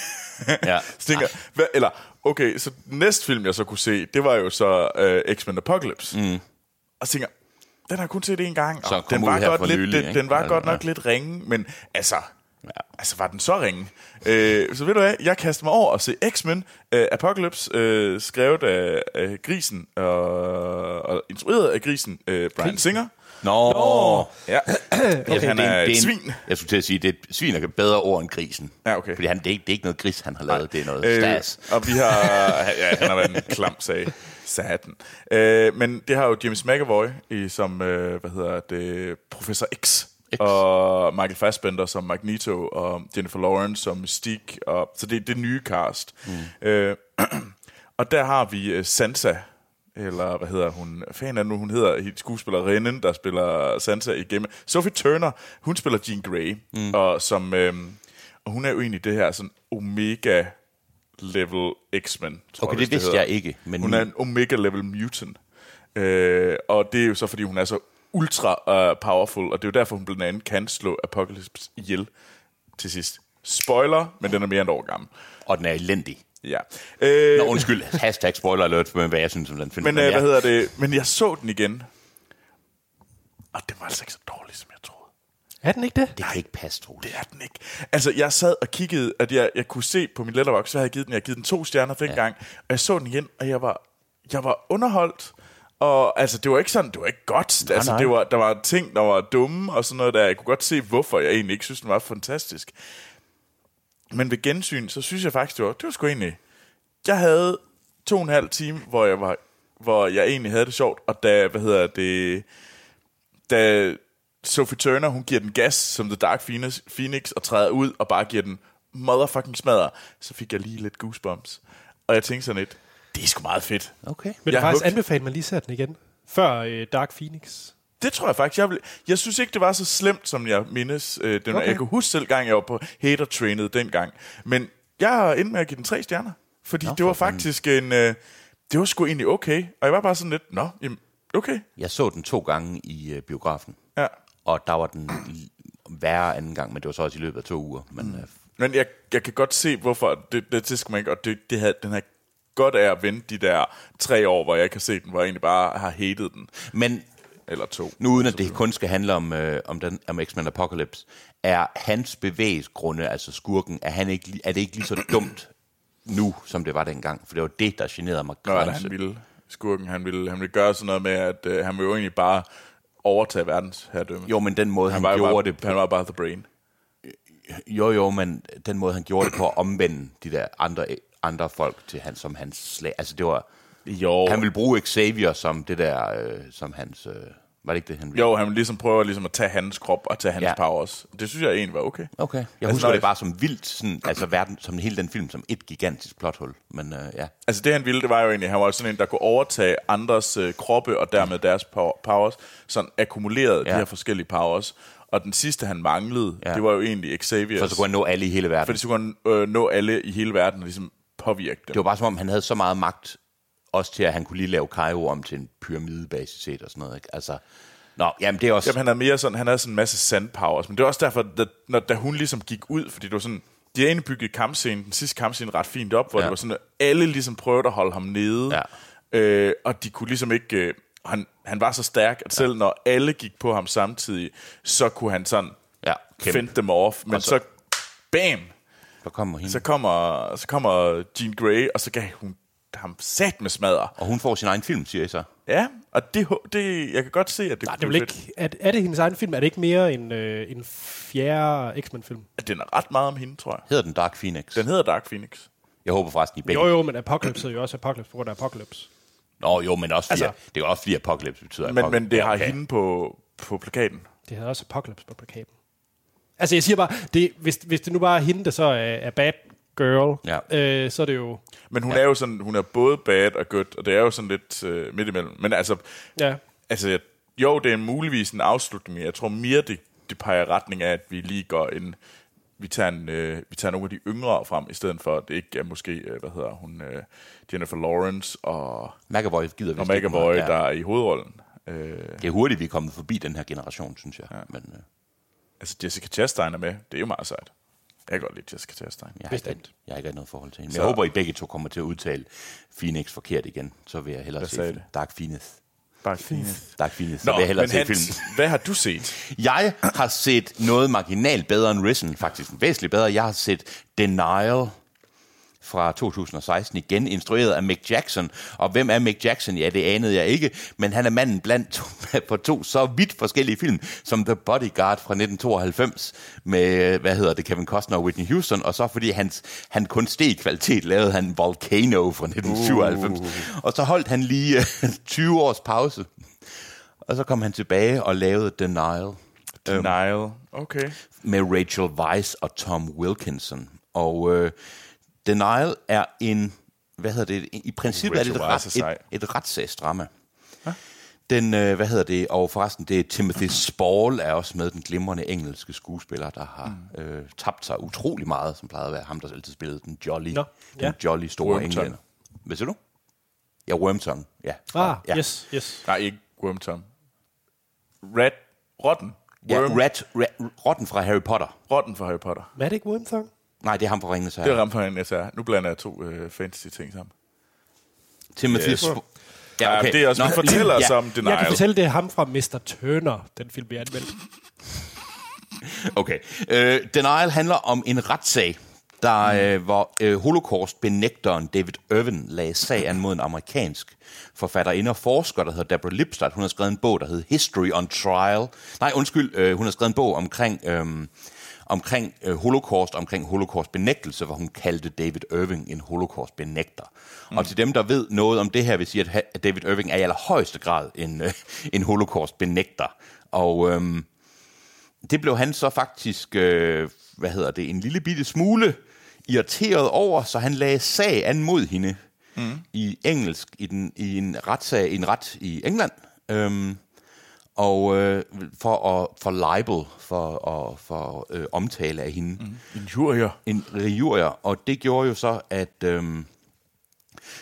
B: Ja.
C: så tænker, jeg, hvad, eller, okay, så den næste film, jeg så kunne se, det var jo så øh, X-Men Apocalypse. Mm. Og så tænker, jeg, den har jeg kun set én gang.
B: Så
C: og
B: kom
C: den
B: ud
C: var,
B: her for
C: godt, lidt,
B: nylig,
C: den,
B: ikke?
C: den var
B: Ja,
C: godt nok
B: ja.
C: lidt ringe, men altså, ja. altså var den så ringe? Øh, så ved du hvad, jeg kaster mig over og se X-Men øh, Apocalypse, øh, skrevet af, af Grisen og, og instrueret af Grisen, øh, Brian Singer.
B: Nå, Nå.
C: Ja,
B: Okay,
C: han er et svin.
B: Jeg skulle til at sige, det er et svin, der kan bedre ord end grisen.
C: Ja, okay.
B: Fordi han, det, er ikke, det er ikke noget gris, han har lavet. Det er noget øh,
C: Øh,
B: stas.
C: og vi har... Ja, han har været en klam sag. Satten. Øh, men det har jo James McAvoy i, som, øh, hvad hedder det, Professor X. X. Og Michael Fassbender som Magneto, og Jennifer Lawrence som Mystique. Og, så det, det er nye cast. Mm. Øh, og der har vi øh, Sansa, eller hvad hedder hun? Fanden er det nu, hun hedder hende skuespillerinden, der spiller Sansa igennem. Sophie Turner, hun spiller Jean Grey, mm. og som... Øh, og hun er jo egentlig det her sådan omega level X-Men, tror
B: Okay,
C: jeg,
B: det
C: vist,
B: vidste
C: hedder.
B: jeg ikke, men
C: Hun
B: nu-
C: er en omega-level mutant. Øh, og det er jo så, fordi hun er så ultra uh, powerful, og det er jo derfor, hun blandt andet kan slå Apocalypse ihjel til sidst. Spoiler, men den er mere end et år gammel.
B: Og den er elendig.
C: Ja. Øh,
B: Nå, undskyld. Hashtag spoiler alert for, hvad jeg synes om den film.
C: Men øh,
B: ja.
C: hvad hedder det? Men jeg så den igen. Og det var altså ikke så dårligt, som jeg troede.
A: Er den ikke det?
B: Det kan ikke passe, Troels.
C: Det er den ikke. Altså, jeg sad og kiggede, at jeg, jeg kunne se på min letterbox, så havde jeg givet den, jeg havde givet den to stjerner for en ja. gang, og jeg så den igen, og jeg var, jeg var underholdt. Og altså, det var ikke sådan, det var ikke godt. Nej, altså,
B: nej.
C: Det var, der var ting, der var dumme og sådan noget, der jeg kunne godt se, hvorfor jeg egentlig ikke synes, den var fantastisk. Men ved gensyn, så synes jeg faktisk, det var, det var sgu egentlig... Jeg havde to og en halv time, hvor jeg, var, hvor jeg egentlig havde det sjovt, og da, hvad hedder det, da Sophie Turner, hun giver den gas som The Dark Phoenix, Phoenix og træder ud og bare giver den motherfucking smadder, så fik jeg lige lidt goosebumps. Og jeg tænkte sådan lidt, det er sgu meget fedt.
B: Okay.
A: Vil du
C: Jeg er
A: faktisk
C: hooked.
A: anbefale, at man lige ser den igen? Før øh, Dark Phoenix?
C: Det tror jeg faktisk. Jeg, vil, jeg synes ikke, det var så slemt, som jeg mindes. Øh, den, okay.
A: Okay.
C: Jeg kan huske selv, gang jeg var på hater-trainet dengang. Men jeg endte med at give den tre stjerner. Fordi
B: Nå,
C: det var
B: for fanden.
C: faktisk en... Øh, det var sgu egentlig okay. Og jeg var bare sådan lidt, nå, jamen, okay.
B: Jeg så den to gange i øh, biografen.
C: Ja.
B: Og der var den l- værre anden gang, men det var så også i løbet af to uger. Men mm. øh,
C: Men jeg, jeg kan godt se, hvorfor det, det, det skulle man ikke, og det, det havde, den havde godt af at vente de der tre år, hvor jeg kan se den, hvor jeg egentlig bare har hated den.
B: Men
C: Eller to.
B: nu uden at det kun skal handle om, øh, om, den, om X-Men Apocalypse, er hans bevægelsesgrunde, altså skurken, er, han ikke, li- er det ikke lige så dumt nu, som det var dengang? For det var det, der generede mig
C: Nå, er det, han
B: grænse.
C: ville, skurken, han ville, han ville gøre sådan noget med, at øh, han ville jo egentlig bare overtage verdens herredømme.
B: Jo, men den måde, han,
C: var
B: han
C: jo bare,
B: gjorde det på,
C: Han var bare the brain.
B: jo, jo, men den måde, han gjorde det på at omvende de der andre, andre folk til han, som hans slag. Altså, det var,
C: Jo.
B: han ville bruge Xavier som det der, øh, som hans, øh, var det ikke det, han ville?
C: Jo, han ville ligesom prøve ligesom at tage hans krop og tage hans
B: Ja.
C: ja. powers. Det synes jeg egentlig var okay.
B: Okay. Jeg
C: Altså,
B: husker
C: når-
B: det bare som vildt, sådan, altså verden, som hele den film, som et gigantisk plothul. Men øh, ja,
C: Altså det han ville, det var jo egentlig, han var sådan en, der kunne overtage andres øh, kroppe og dermed deres pow- powers, sådan akkumulerede ja.
B: Ja.
C: de her forskellige powers. Og den sidste, han manglede,
B: Ja.
C: ja. det var jo egentlig Xavier.
B: for så kunne han nå alle i hele verden.
C: fordi så kunne han øh, nå alle i hele verden og ligesom påvirke dem.
B: Det var bare som om, han havde så meget magt, også til at han kunne lige lave Cairo om til en pyramide basis set og sådan noget. Ikke? Altså, nå, jamen det er også...
C: Jamen, han havde mere sådan, han havde sådan en masse sand powers, men det var også derfor, da, når, da hun ligesom gik ud, fordi det var sådan, de havde indbygget kampscenen, den sidste kampscene ret fint op, hvor
B: Ja.
C: ja. det var sådan, at alle ligesom prøvede at holde ham nede, ja. øh, og de kunne ligesom ikke, øh, han, han var så stærk, at selv ja. når alle gik på ham samtidig, så kunne han sådan
B: Ja, kæmpe.
C: fend dem off, men
B: Og
C: så,
B: så-
C: så bam,
B: Der kommer hende,
C: så kommer, så kommer Jean Grey, og så gav hun ham sat med smadre.
B: og hun får sin egen film, siger jeg så.
C: Ja, og det, det, jeg kan godt se, at det,
A: Nej, det er
C: kunne
A: vel
C: blive fedt.
A: ikke... Er, er det hendes egen film? Er det ikke mere en, øh, en fjerde X-Men-film?
C: At den er ret meget om hende, tror jeg.
B: Hedder den Dark Phoenix?
C: Den hedder Dark Phoenix.
B: Jeg håber forresten, I begge...
A: Jo, jo, men Apocalypse hedder jo også Apocalypse på grund af Apocalypse.
B: Nå, jo, men også fordi,
A: Altså-
B: altså, det er også fordi Apocalypse betyder
C: Men,
B: Apocalypse.
C: men det
B: Ja,
C: har
B: okay.
C: hende på, på plakaten.
A: Det hedder også Apocalypse på plakaten. Altså, jeg siger bare, det, hvis, hvis det nu bare er hende, der så er, er bad girl,
B: Ja.
A: øh, så er det jo...
C: Men hun ja. er jo sådan, hun er både bad og good, og det er jo sådan lidt øh, midt imellem. Men altså,
A: Ja.
C: altså jeg, jo, det er muligvis en afslutning, men jeg tror mere, det, det peger i retning af, at vi lige går en, vi tager, en, øh, vi tager nogle af de yngre frem, i stedet for, at det ikke er måske, øh, hvad hedder hun, øh, Jennifer Lawrence og,
B: McAvoy gider vist
C: og
B: ikke
C: McAvoy,
B: noget.
C: ja. der er i hovedrollen. Øh,
B: Det er hurtigt, vi er kommet forbi den her generation, synes jeg. Ja. Men, øh,
C: altså Jessica Chastain er med, det er jo meget sejt. Jeg kan godt lide Jessica Chastain.
B: Jeg har, ikke,
A: Bestemt.
B: rigtig- jeg har ikke rigtig noget forhold til hende. Men
C: Så-
B: jeg håber, I begge to kommer til at udtale Phoenix forkert igen. Så vil jeg hellere
C: Hvad
B: se
C: sagde
B: film.
C: det?
B: Dark Phoenix.
C: Bare fint.
B: Dark Phoenix. Så
C: Nå,
B: vil jeg hellere
C: men
B: se
C: Hans,
B: filmen.
C: hvad har du set?
B: Jeg har set noget marginalt bedre end Risen. Faktisk væsentligt bedre. Jeg har set Denial fra 2016, igen instrueret af Mick Jackson. Og hvem er Mick Jackson? Ja, det anede jeg ikke, men han er manden blandt to, på to så vidt forskellige film, som The Bodyguard fra 1992, med, hvad hedder det, Kevin Costner og Whitney Houston, og så fordi hans, han kun steg i kvalitet, lavede han Volcano fra 1997. Uh. Og så holdt han lige 20 års pause, og så kom han tilbage og lavede Denial øhm,
C: Denial. Okay.
B: med Rachel Weisz og Tom Wilkinson. Og øh, Denial er en, hvad hedder det, i princippet
C: Rachel
B: er det
C: Weisz er
B: et,
C: sej.
B: ret, et, et retssagsdrama. Den, øh, hvad hedder det, og forresten, det er Timothy Spall er også med, den glimrende engelske skuespiller, der har
C: Mm.
B: øh, tabt sig utrolig meget, som plejede at være ham, der altid spillede den jolly,
A: Nå,
B: den
A: ja.
B: jolly store
C: Wormtongue.
B: englænder. Hvad siger du? Ja, Wormtongue, ja.
A: Ah,
B: ja.
A: ja. yes, yes.
C: Nej, ikke Worm Tom. Rat. Rotten.
B: Ja,
C: Worm.
B: rat, rat, rotten fra Harry Potter.
C: Rotten for Harry Potter.
A: Men er det ikke Wormthong?
B: Nej, det er ham fra Ringnes Herre.
C: Det var ramt på en SR. Nu blander jeg to øh, fantasy-ting sammen.
B: Timothy
C: Yes.
B: Sp-
C: Ja, okay. Det er også,
B: Nå,
C: Nå, fortæller
B: ja.
C: os om
A: Jeg kan
C: Denial.
A: fortælle, det er ham fra Mr. Turner, den film, vi anmeldte.
B: Okay. Øh, Denial handler om en retssag, der, øh, hvor øh, holocaust-benægteren David Irvin lagde sag an mod en amerikansk forfatterinde og forsker, der hedder Deborah Lipstadt. Hun har skrevet en bog, der hedder History on Trial. Nej, undskyld, øh, hun har skrevet en bog omkring... Øh, omkring øh, holocaust, omkring holocaust-benægtelse, hvor hun kaldte David Irving en holocaust-benægter. Mm. Og til dem, der ved noget om det her, vil sige, at ha- at David Irving er i allerhøjeste grad en, øh, en holocaust-benægter. Og øhm, det blev han så faktisk, øh, hvad hedder det, en lille bitte smule irriteret over, så han lagde sag an mod hende mm. i engelsk, i, den, i en retssag, i en ret i England, øhm, og øh, for, at, for libel, for, og, for øh, omtale af hende. Mm
C: Injurier.
B: en rejurer, og det gjorde jo så, at, øhm,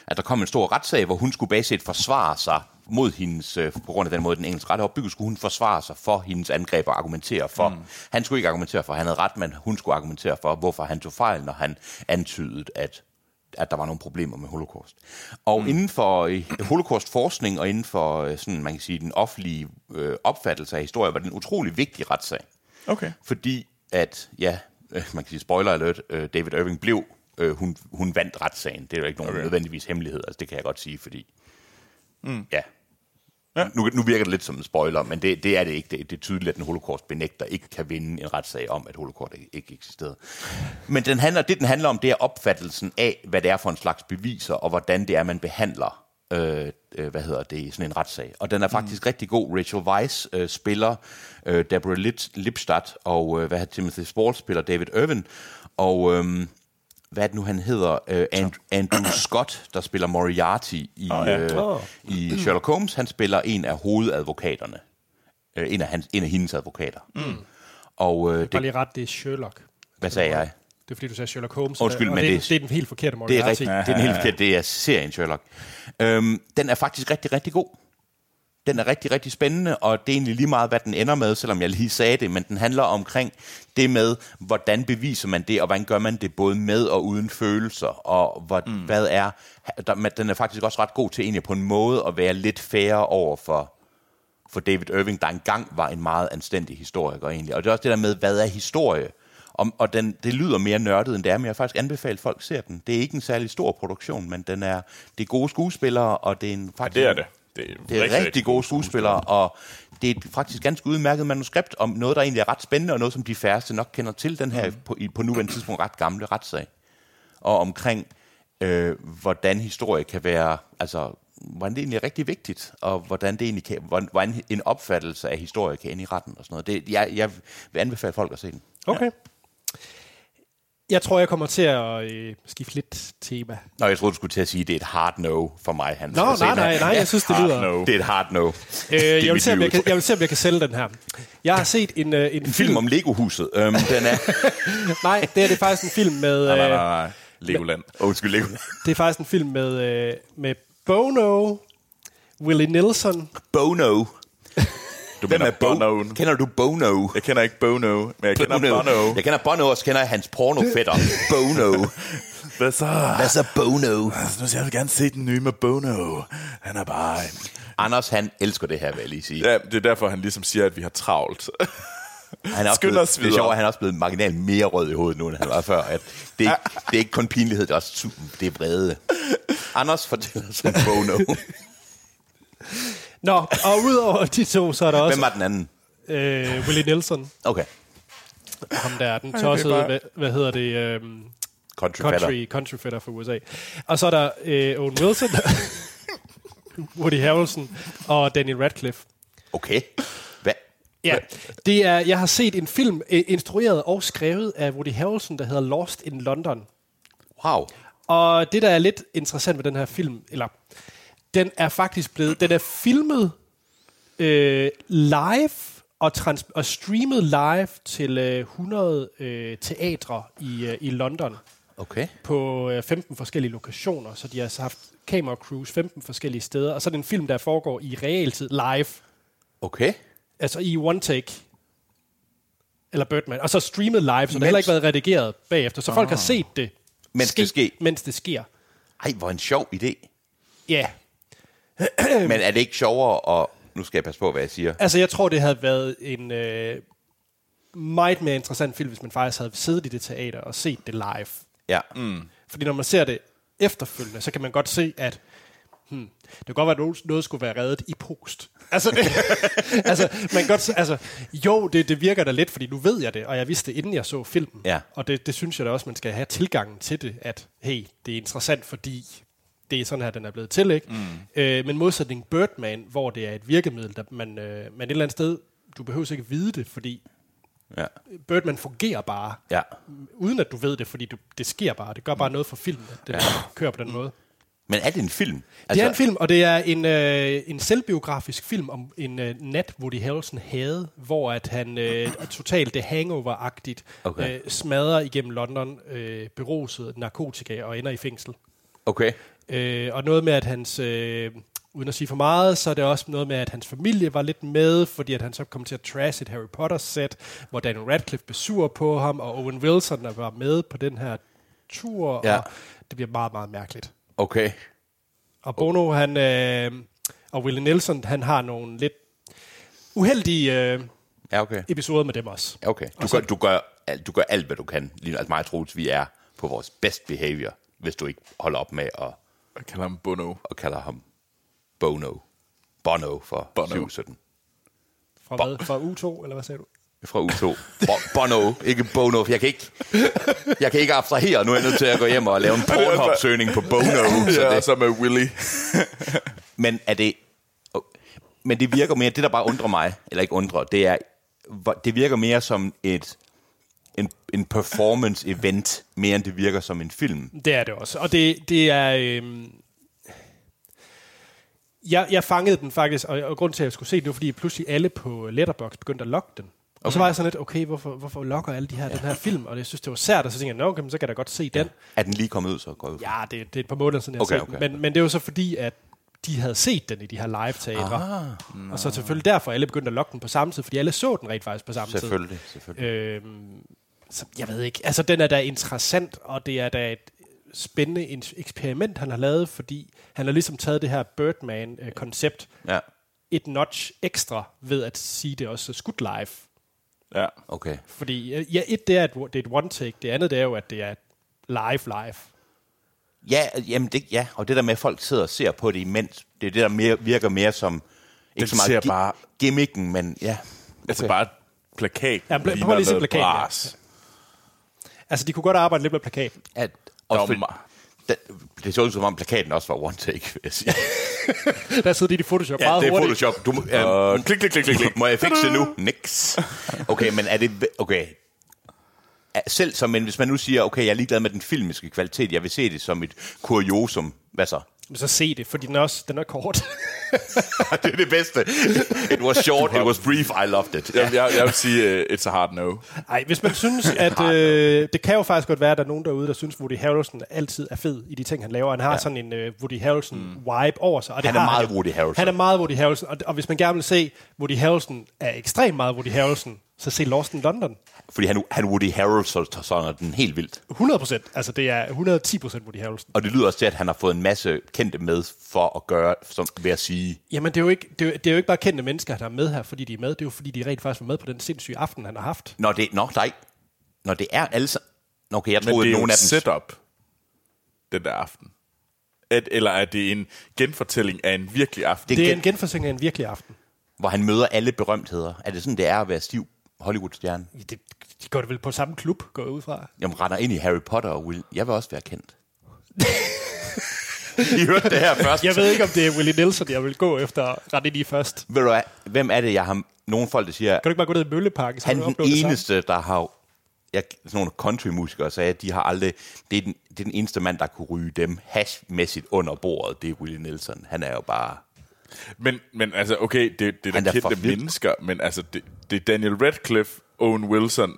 B: at der kom en stor retssag, hvor hun skulle baseret forsvare sig mod hendes, øh, på grund af den måde, den engelske ret er opbygget, skulle hun forsvare sig for hendes angreb og argumentere for. Mm. Han skulle ikke argumentere for, at han havde ret, men hun skulle argumentere for, hvorfor han tog fejl, når han antydede, at at der var nogle problemer med holocaust. Og mm. inden for øh, holocaustforskning og inden for øh, sådan, man kan sige, den offentlige øh, opfattelse af historie, var det en utrolig vigtig retssag
C: Okay.
B: fordi at, ja, øh, man kan sige spoiler alert, øh, David Irving blev, øh, hun, hun vandt retssagen. Det er jo ikke nogen okay. nødvendigvis hemmelighed, altså det kan jeg godt sige, fordi, mm. ja. ja. Nu, nu virker det lidt som en spoiler, men det, det er det ikke. Det, det er tydeligt, at en holocaust benægter ikke kan vinde en retssag om, at holocaust ikke, ikke eksisterede. Men den handler, det, den handler om, det er opfattelsen af, hvad det er for en slags beviser, og hvordan det er, man behandler øh, øh, hvad hedder det, i sådan en retssag. Og den er faktisk mm. rigtig god. Rachel Weisz øh, spiller øh, Deborah Lip- Lipstadt, og øh, hvad hedder Timothy Spall spiller David Irvin, og øh, hvad er det nu, han hedder? Øh, And- Andrew Scott, der spiller Moriarty i, oh, ja. øh,
A: Åh.
B: i Sherlock Holmes. Han spiller en af hovedadvokaterne. Øh, en, af hans, en af hendes advokater. Mm. Og øh,
A: Bare
B: det,
A: lige ret, det er Sherlock.
B: hvad sagde jeg?
A: Det er fordi, du sagde Sherlock Holmes.
B: Undskyld,
A: og
B: men
A: det, er-
B: det-
A: det er den helt forkerte Moriarty.
B: Det er rigtigt. Det er den helt forkerte. Det er serien Sherlock. Øhm, den er faktisk rigtig, rigtig god. Den er rigtig, rigtig spændende, og det er egentlig lige meget, hvad den ender med, selvom jeg lige sagde det, men den handler omkring det med, hvordan beviser man det, og hvordan gør man det både med og uden følelser, og hvor, mm. hvad er... Der, men den er faktisk også ret god til egentlig på en måde at være lidt færre over for, for David Irving, der engang var en meget anstændig historiker egentlig. Og det er også det der med, hvad er historie? Og, og den, det lyder mere nørdet, end det er, men jeg vil faktisk anbefale, at folk ser den. Det er ikke en særlig stor produktion, men den er, det er gode skuespillere, og det er en, faktisk...
C: Det er det. Det er,
B: Det er rigtig, rigtig gode skuespillere, og det er et faktisk ganske udmærket manuskript om noget, der egentlig er ret spændende, og noget, som de færreste nok kender til den her på, i, på nuværende tidspunkt ret gamle retssag. Og omkring, øh, hvordan historie kan være, altså, hvordan det egentlig er rigtig vigtigt, og hvordan, det egentlig kan, hvordan, hvordan en opfattelse af historie kan ende i retten og sådan noget. Det, jeg, jeg vil anbefale folk at se den.
A: Okay. Jeg tror, jeg kommer til at øh, skifte lidt tema.
B: Nå, jeg troede, du skulle til at sige, at det er et hard no for mig, Hans.
A: Nå,
B: At se
A: nej,
B: den her.
A: nej, nej, jeg synes, det lyder...
C: no.
B: Det er et hard no. Det er
A: Øh, jeg, vil
B: mit
A: se, om jeg, kan,
B: livudtryk.
A: jeg vil se, om jeg kan sælge den her. Jeg har set en, øh, en,
B: En film om Lego-huset. Øhm, den er...
A: Nej, det er, det er faktisk en film med...
C: Nej, nej,
A: Øh,
C: nej, nej. Legoland.
B: Undskyld, Lego.
A: det er faktisk en film med, øh, med Bono, Willie Nelson.
B: Bono.
C: Du
B: Hvem
C: mener
B: er
C: Bono?
B: Bono? Kender du Bono?
C: Jeg kender ikke Bono, men jeg kender Bono.
B: Jeg kender Bono, og så kender jeg hans pornofætter. Bono.
C: Hvad så?
B: Hvad så Bono?
C: Nu skal jeg vil gerne se den nye med Bono. Han er bare...
B: Anders, han elsker det her, vil jeg lige sige.
C: Ja, det er derfor, han ligesom siger, at vi har travlt.
B: Han er også
C: Skynd
B: blevet,
C: os
B: det er
C: videre.
B: sjovt, at han er også blevet marginalt mere rød i hovedet nu, end han var før. At det, er ikke, det er ikke kun pinlighed, det er også su- det er vrede. Anders fortæller os om Bono.
A: Nå, og udover de to, så er der også
B: Hvem var den anden?
A: øh, Willie Nelson.
B: Okay.
A: Ham der er den
C: det er
A: tossede,
C: bare-
A: hvad, hvad hedder det, øhm,
B: Country, country.
A: country, country fætter fra USA. Og så er der øh, Owen Wilson, Woody Harrelson og Daniel Radcliffe.
B: Okay. Hvad?
A: Ja, det er, jeg har set en film øh, instrueret og skrevet af Woody Harrelson, der hedder Lost in London.
B: Wow.
A: Og det, der er lidt interessant ved den her film, eller den er faktisk blevet, den er filmet øh, live og, trans- og streamet live til øh, 100 øh, teatre i, øh, i London
B: Okay.
A: på øh, 15 forskellige lokationer, så de har altså haft camera crews 15 forskellige steder, og så er det en film, der foregår i realtid live,
B: Okay.
A: altså i one take. Eller Birdman. Og så streamet live, så mens... det har heller ikke været redigeret bagefter. Så folk har set det
B: Mens det ske.
A: Mens det sker.
B: Ej, hvor en sjov idé.
A: Ja.
B: Men er det ikke sjovere at... Nu skal jeg passe på, hvad jeg siger.
A: Altså, jeg tror, det havde været en øh, meget mere interessant film, hvis man faktisk havde siddet i det teater og set det live.
B: Ja. Mm.
A: Fordi når man ser det efterfølgende, så kan man godt se, at hmm, det kan godt være, at noget- noget skulle være reddet i post. Altså, det, altså, man kan godt, se- altså jo, det, det virker da lidt, fordi nu ved jeg det, og jeg vidste det, inden jeg så filmen.
B: Ja.
A: Og det, det synes jeg da også, man skal have tilgangen til det, at hey, det er interessant, fordi det er sådan her, den er blevet til, ikke? Mm. Øh, men modsætning Birdman, hvor det er et virkemiddel, der man, øh, man et eller andet sted, du behøver ikke vide det, fordi
B: ja.
A: Birdman fungerer bare,
B: Ja.
A: uden at du ved det, fordi du, det sker bare. Det gør bare noget for filmen, at det ja. kører på den måde.
B: Men er det en film?
A: Altså, det er en film, og det er en, øh, en selvbiografisk film om en øh, nat, Woody Harrelson havde, hvor at han øh, er totalt det hangover-agtigt
B: Okay.
A: øh, smadrer igennem London øh, beruset narkotika og ender i fængsel.
B: Okay.
A: Øh, og noget med, at hans... Øh, uden at sige for meget, så er det også noget med, at hans familie var lidt med, fordi at han så kom til at trash et Harry Potter-sæt, hvor Daniel Radcliffe blev sur på ham, og Owen Wilson der var med på den her tur,
B: Ja.
A: og det bliver meget, meget mærkeligt.
B: Okay.
A: Og Bono, han, øh, og Willie Nelson, han har nogle lidt uheldige øh,
B: Ja, okay.
A: episoder med dem også.
B: Ja, okay. Du, gør, du, gør, alt- du gør alt, hvad du kan. Lige nu, altså mig og Troels, vi er på vores best behavior, hvis du ikke holder op med at,
C: Jeg kalder ham Bono.
B: at kalde ham Bono. Bono for
C: Bono.
B: 2017.
A: Fra, hvad? Fra U2, eller hvad sagde du?
B: Fra U2. Bo- Bono, ikke Bono. for Jeg kan ikke, jeg kan ikke abstrahere. Nu er jeg nødt til at gå hjem og lave en Pornhub-søgning på Bono. Så
C: Ja,
B: det,
C: og så med Willy.
B: Men er det... oh, Men det virker mere... Det, der bare undrer mig, eller ikke undrer, det er... hvor- Det virker mere som et en, en performance-event, mere end det virker som en film.
A: Det er det også. Og det, det er... Øhm, jeg, jeg fangede den faktisk, og, og grunden til, at jeg skulle se den, det var, fordi pludselig alle på Letterboxd begyndte at logge den. Og så var jeg sådan lidt, okay, hvorfor, hvorfor logger alle de her, ja. den her film? Og jeg synes, det var sært, og så tænkte jeg, nå, okay, men så kan jeg da godt se den.
B: Er den lige kommet ud, så går jeg ud. fra.
A: Ja, det, det er et par måneder siden, jeg
B: Okay,
A: okay, okay.
B: okay.
A: Men, men det var så fordi, at de havde set den i de her live-teatre. Ah, og så selvfølgelig derfor, alle begyndte at logge den på samme tid, fordi alle så den rent faktisk på samme tid.
B: Selvfølgelig, selvfølgelig.
A: Øhm, så jeg ved ikke. Altså, den er da interessant, og det er da et spændende in- eksperiment, han har lavet, fordi han har ligesom taget det her Birdman-koncept
C: Øh.
B: Ja,
A: et notch ekstra ved at sige det også skudt live.
C: Ja.
B: okay.
A: Fordi øh, ja, et det er, at det er et one-take, det andet det er jo, at det er et live-live.
B: Ja, jamen det, ja, og det der med, at folk sidder og ser på det imens, det er det, der mere, virker mere som... Ikke
C: Den
B: så meget
C: ser bare-
B: Gimmicken, men ja.
C: Altså bare plakat.
A: Ja, pla- prøv lige at se plakaten, ja. Altså, de kunne godt arbejde lidt med plakaten.
B: At, og
C: Dommer.
B: det, det så ud som om plakaten også var one take, vil jeg sige.
A: Der sidder de i Photoshop
B: Ja,
A: meget
B: det er
A: hurtigt.
B: Photoshop. Du, må-
C: Og
B: øh,
C: klik, klik, klik, klik, klik.
B: må jeg fikse nu? Nix. Okay, men er det... Okay. Er- Selv som, men hvis man nu siger, okay, jeg er ligeglad med den filmiske kvalitet, jeg vil se det som et kuriosum. Hvad så?
A: Men Så se det, fordi den er, også, den er kort.
B: det er det bedste. It was short, it was brief, I loved it.
C: Jamen, jeg, jeg vil sige, uh, it's a hard no.
A: Nej, hvis man synes, at øh, det kan jo faktisk godt være, at der er nogen derude, der synes, Woody Harrelson altid er fed i de ting, han laver. Han har ja. sådan en øh, Woody Harrelson-vibe over sig. Og det
B: Han er
A: har
B: meget
A: jo.
B: Woody Harrelson.
A: Han er meget Woody Harrelson, og, og hvis man gerne vil se, Woody Harrelson er ekstremt meget Woody Harrelson, så se Lost in London.
B: Fordi han, han Woody Harrelson tager sådan den helt vildt.
A: 100 procent. Altså, det er 110 procent Woody Harrelson.
B: Og det lyder også til, at han har fået en masse kendte med for at gøre, som, ved at sige,
A: Jamen, det er, jo ikke, det, er, jo- det er jo ikke bare kendte mennesker, der er med her, fordi de er med. Det er jo, fordi de rent faktisk var med på den sindssyge aften, han har haft.
B: Nå, det, nå, nej. Nå, det er alle sammen. Nå, Okay, jeg
C: Men
B: troede,
C: det
B: at
C: er jo
B: nogen af
C: et
B: dem...
C: setup, den der aften. At, eller er det en genfortælling af en virkelig aften?
A: Det er
B: gen-
A: en genforsikring af en virkelig aften.
B: hvor han møder alle berømtheder. Er det sådan, det er at være stiv Hollywood-stjerne?
A: Ja, Det, de går det vel på samme klub, går jeg ud fra.
B: Jamen, render ind i Harry Potter og Will. Jeg vil også være kendt. I hørte det her først.
A: Jeg ved ikke, om det er Willie Nelson, jeg vil gå efter ret ind i først.
B: Ved du hvad, hvem er det, jeg har... Nogle folk, der siger,
A: Kan du ikke bare gå ned i Mølleparken? Så
B: han
A: kan
B: er
A: du
B: den
A: opleve det samme?
B: eneste, der har... Jeg, sådan nogle countrymusikere sagde, at de har aldrig... Det er, den, det er den eneste mand, der kunne ryge dem hashmæssigt under bordet. Det er Willie Nelson. Han er jo bare...
C: Men, men altså, okay, det, det er
B: Han
C: da
B: er for
C: kendte
B: vild.
C: mennesker, men altså, det, det er Daniel Radcliffe, Owen Wilson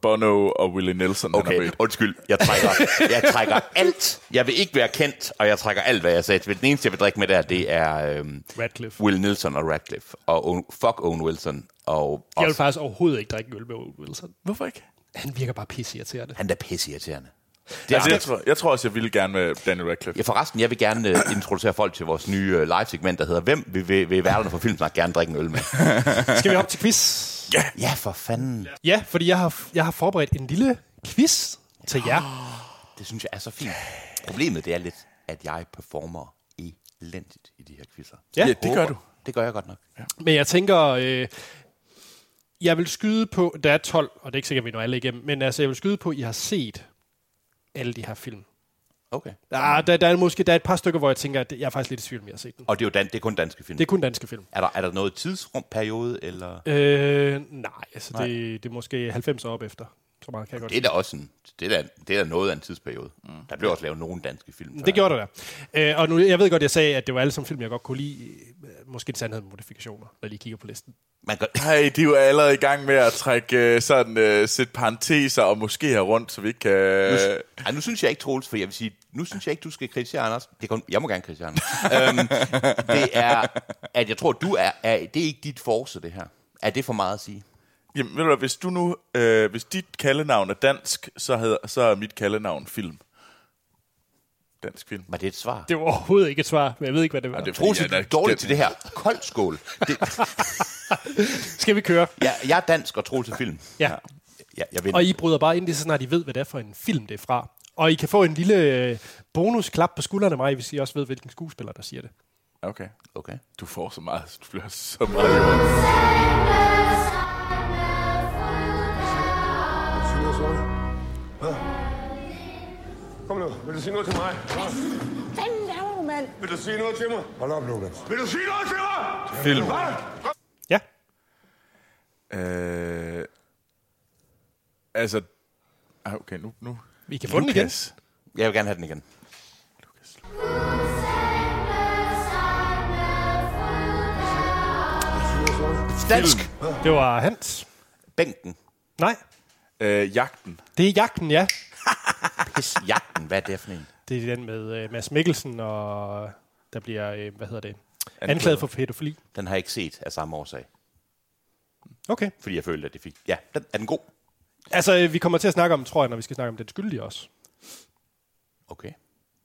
C: Bono og Willie Nelson, han har
B: Okay,
C: mødt.
B: undskyld. Jeg trækker, jeg trækker alt. Jeg vil ikke være kendt, og jeg trækker alt, hvad jeg sagde. Den eneste, jeg vil drikke med der, det er øhm,
A: Radcliffe.
B: Will Nelson og Radcliffe. Og Owen- fuck Owen Wilson. Og
A: Jeg vil
B: også,
A: faktisk overhovedet ikke drikke en øl med Owen Wilson.
C: Hvorfor ikke?
A: Han virker bare pisseirriterende.
B: han er pisseirriterende. Det
C: Det
B: er
C: altså, jeg,
B: Anders.
C: tror, jeg tror også, jeg ville gerne med Daniel Radcliffe.
B: Ja, forresten, jeg vil gerne øh, introducere folk til vores nye øh, live-segment, der hedder Hvem vil, vil, vil værterne for Filmsnak gerne drikke en øl med?
A: Skal vi op til quiz?
B: ja, for fanden.
A: Ja, fordi jeg har, jeg har forberedt en lille quiz til jer.
B: Det synes jeg er så fint. Problemet det er lidt, at jeg performer elendigt i de her quizzer.
A: Ja,
C: det gør du.
B: Det gør jeg godt nok. Ja.
A: Men jeg tænker, øh, jeg vil skyde på, der er 12, og det er ikke sikkert, at vi når alle igennem, men altså, jeg vil skyde på, at I har set alle de her film.
B: Okay.
A: Ah, der, der, er måske der er et par stykker, hvor jeg tænker, at det- jeg er faktisk lidt i tvivl, om jeg har set dem.
B: Og det er jo dan- det er kun danske film.
A: Det er kun danske film.
B: Er, der, er der noget tidsrum, periode, eller...
A: Øh, nej, altså nej. Det, det er måske 90 og op efter. Så meget kan jeg godt
B: Det er da også en, det er da, det er da noget af en tidsperiode. Mm. Der blev også lavet nogle danske film.
A: Det gjorde der da. Øh, og nu, jeg ved godt, jeg sagde, at det var alle som film, jeg godt kunne lide. Øh, Måske en sandhed med modifikationer, når jeg lige kigger på listen.
B: Man gør,
C: Nej, de er jo allerede i gang med at trække øh, sådan øh, sætte parenteser og måske her rundt, så vi ikke kan... Øh,
B: Ej, nu synes jeg ikke, Troels, for jeg vil sige, nu synes jeg ikke, du skal kritisere Anders. Det kan, jeg må gerne kritisere Anders. øhm, det er, at jeg tror, du er, er, det er ikke dit force, det her. Er det for meget at sige?
C: jamen, ved du hvad, hvis du nu... Øh, hvis dit kaldenavn er dansk, så, hedder, så er mit kaldenavn film. Dansk film.
B: Var det et svar? Det
A: Det var overhovedet ikke et svar, men jeg ved ikke, hvad det var.
C: det-
B: Troels,
C: fordi
B: du
C: jeg
B: er
C: er
B: dårlig
C: den-
B: til det her. Kold skål. Det,
A: Skal vi køre?
B: jeg, jeg er dansk og Troels til film.
A: Ja.
B: Jeg, jeg vinder.
A: Og I bryder bare ind i det, så snart I ved, hvad det er for en film, det er fra. Og I kan få en lille øh, bonusklap på skuldrene af mig, hvis I også ved, hvilken skuespiller, der siger det.
C: Okay.
B: Okay.
C: Du får så meget. Du bliver så meget jord.
D: Vil du sige noget, Sorte? Hvad? Kom nu, vil du sige noget til mig?
E: fanden laver du, mand?
D: Vil du sige noget til mig? Hold op, Lukas. Vil du sige noget til mig?
C: Film.
D: Hvad?
A: Ja.
C: Øh, altså... Ej, okay, nu... nu.
A: I kan få den igen.
B: Jeg vil gerne have den igen. Dansk.
A: Det var Hans.
B: Bænken.
A: Nej,
C: Øh, jagten.
A: det er Jagten, ja.
B: Pis. Jagten. Hvad er det for en?
A: Det er den med øh, Mads Mikkelsen, og der bliver, øh, hvad hedder det, anklaget
C: Anklaget.
A: for pædofili.
B: Den har jeg ikke set af samme årsag.
A: Okay.
B: Fordi jeg følte, at det fik... Ja, den, er den god?
A: Altså, øh, vi kommer til at snakke om, tror jeg, når vi skal snakke om den skyldige også.
B: Okay.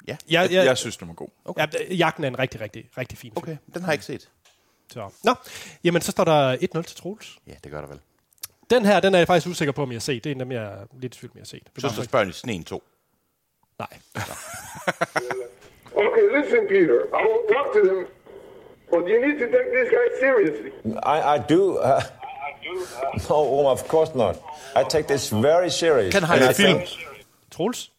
B: Ja,
A: Jeg,
C: Jeg, jeg synes, den var god.
A: Okay. Ja, jagten er en rigtig, rigtig, rigtig fin film.
B: okay. Den har jeg ikke set.
A: Så. Nå, jamen så står der 1-0 til Troels.
B: Ja, det gør der vel.
A: Den her, den er jeg faktisk usikker på, om jeg har set. Det er en af dem, jeg er lidt i tvivl, om jeg har set. Det
B: Så,
A: var
B: så spørger de sneen to.
A: Nej.
F: Okay, listen, Peter. I won't talk to them, but you need to take this guy seriously.
G: I, I do. Uh, no, Omar, of course not. I take this very serious.
B: Kan han
G: And
B: have
G: I
B: film?
G: think-
A: Troels?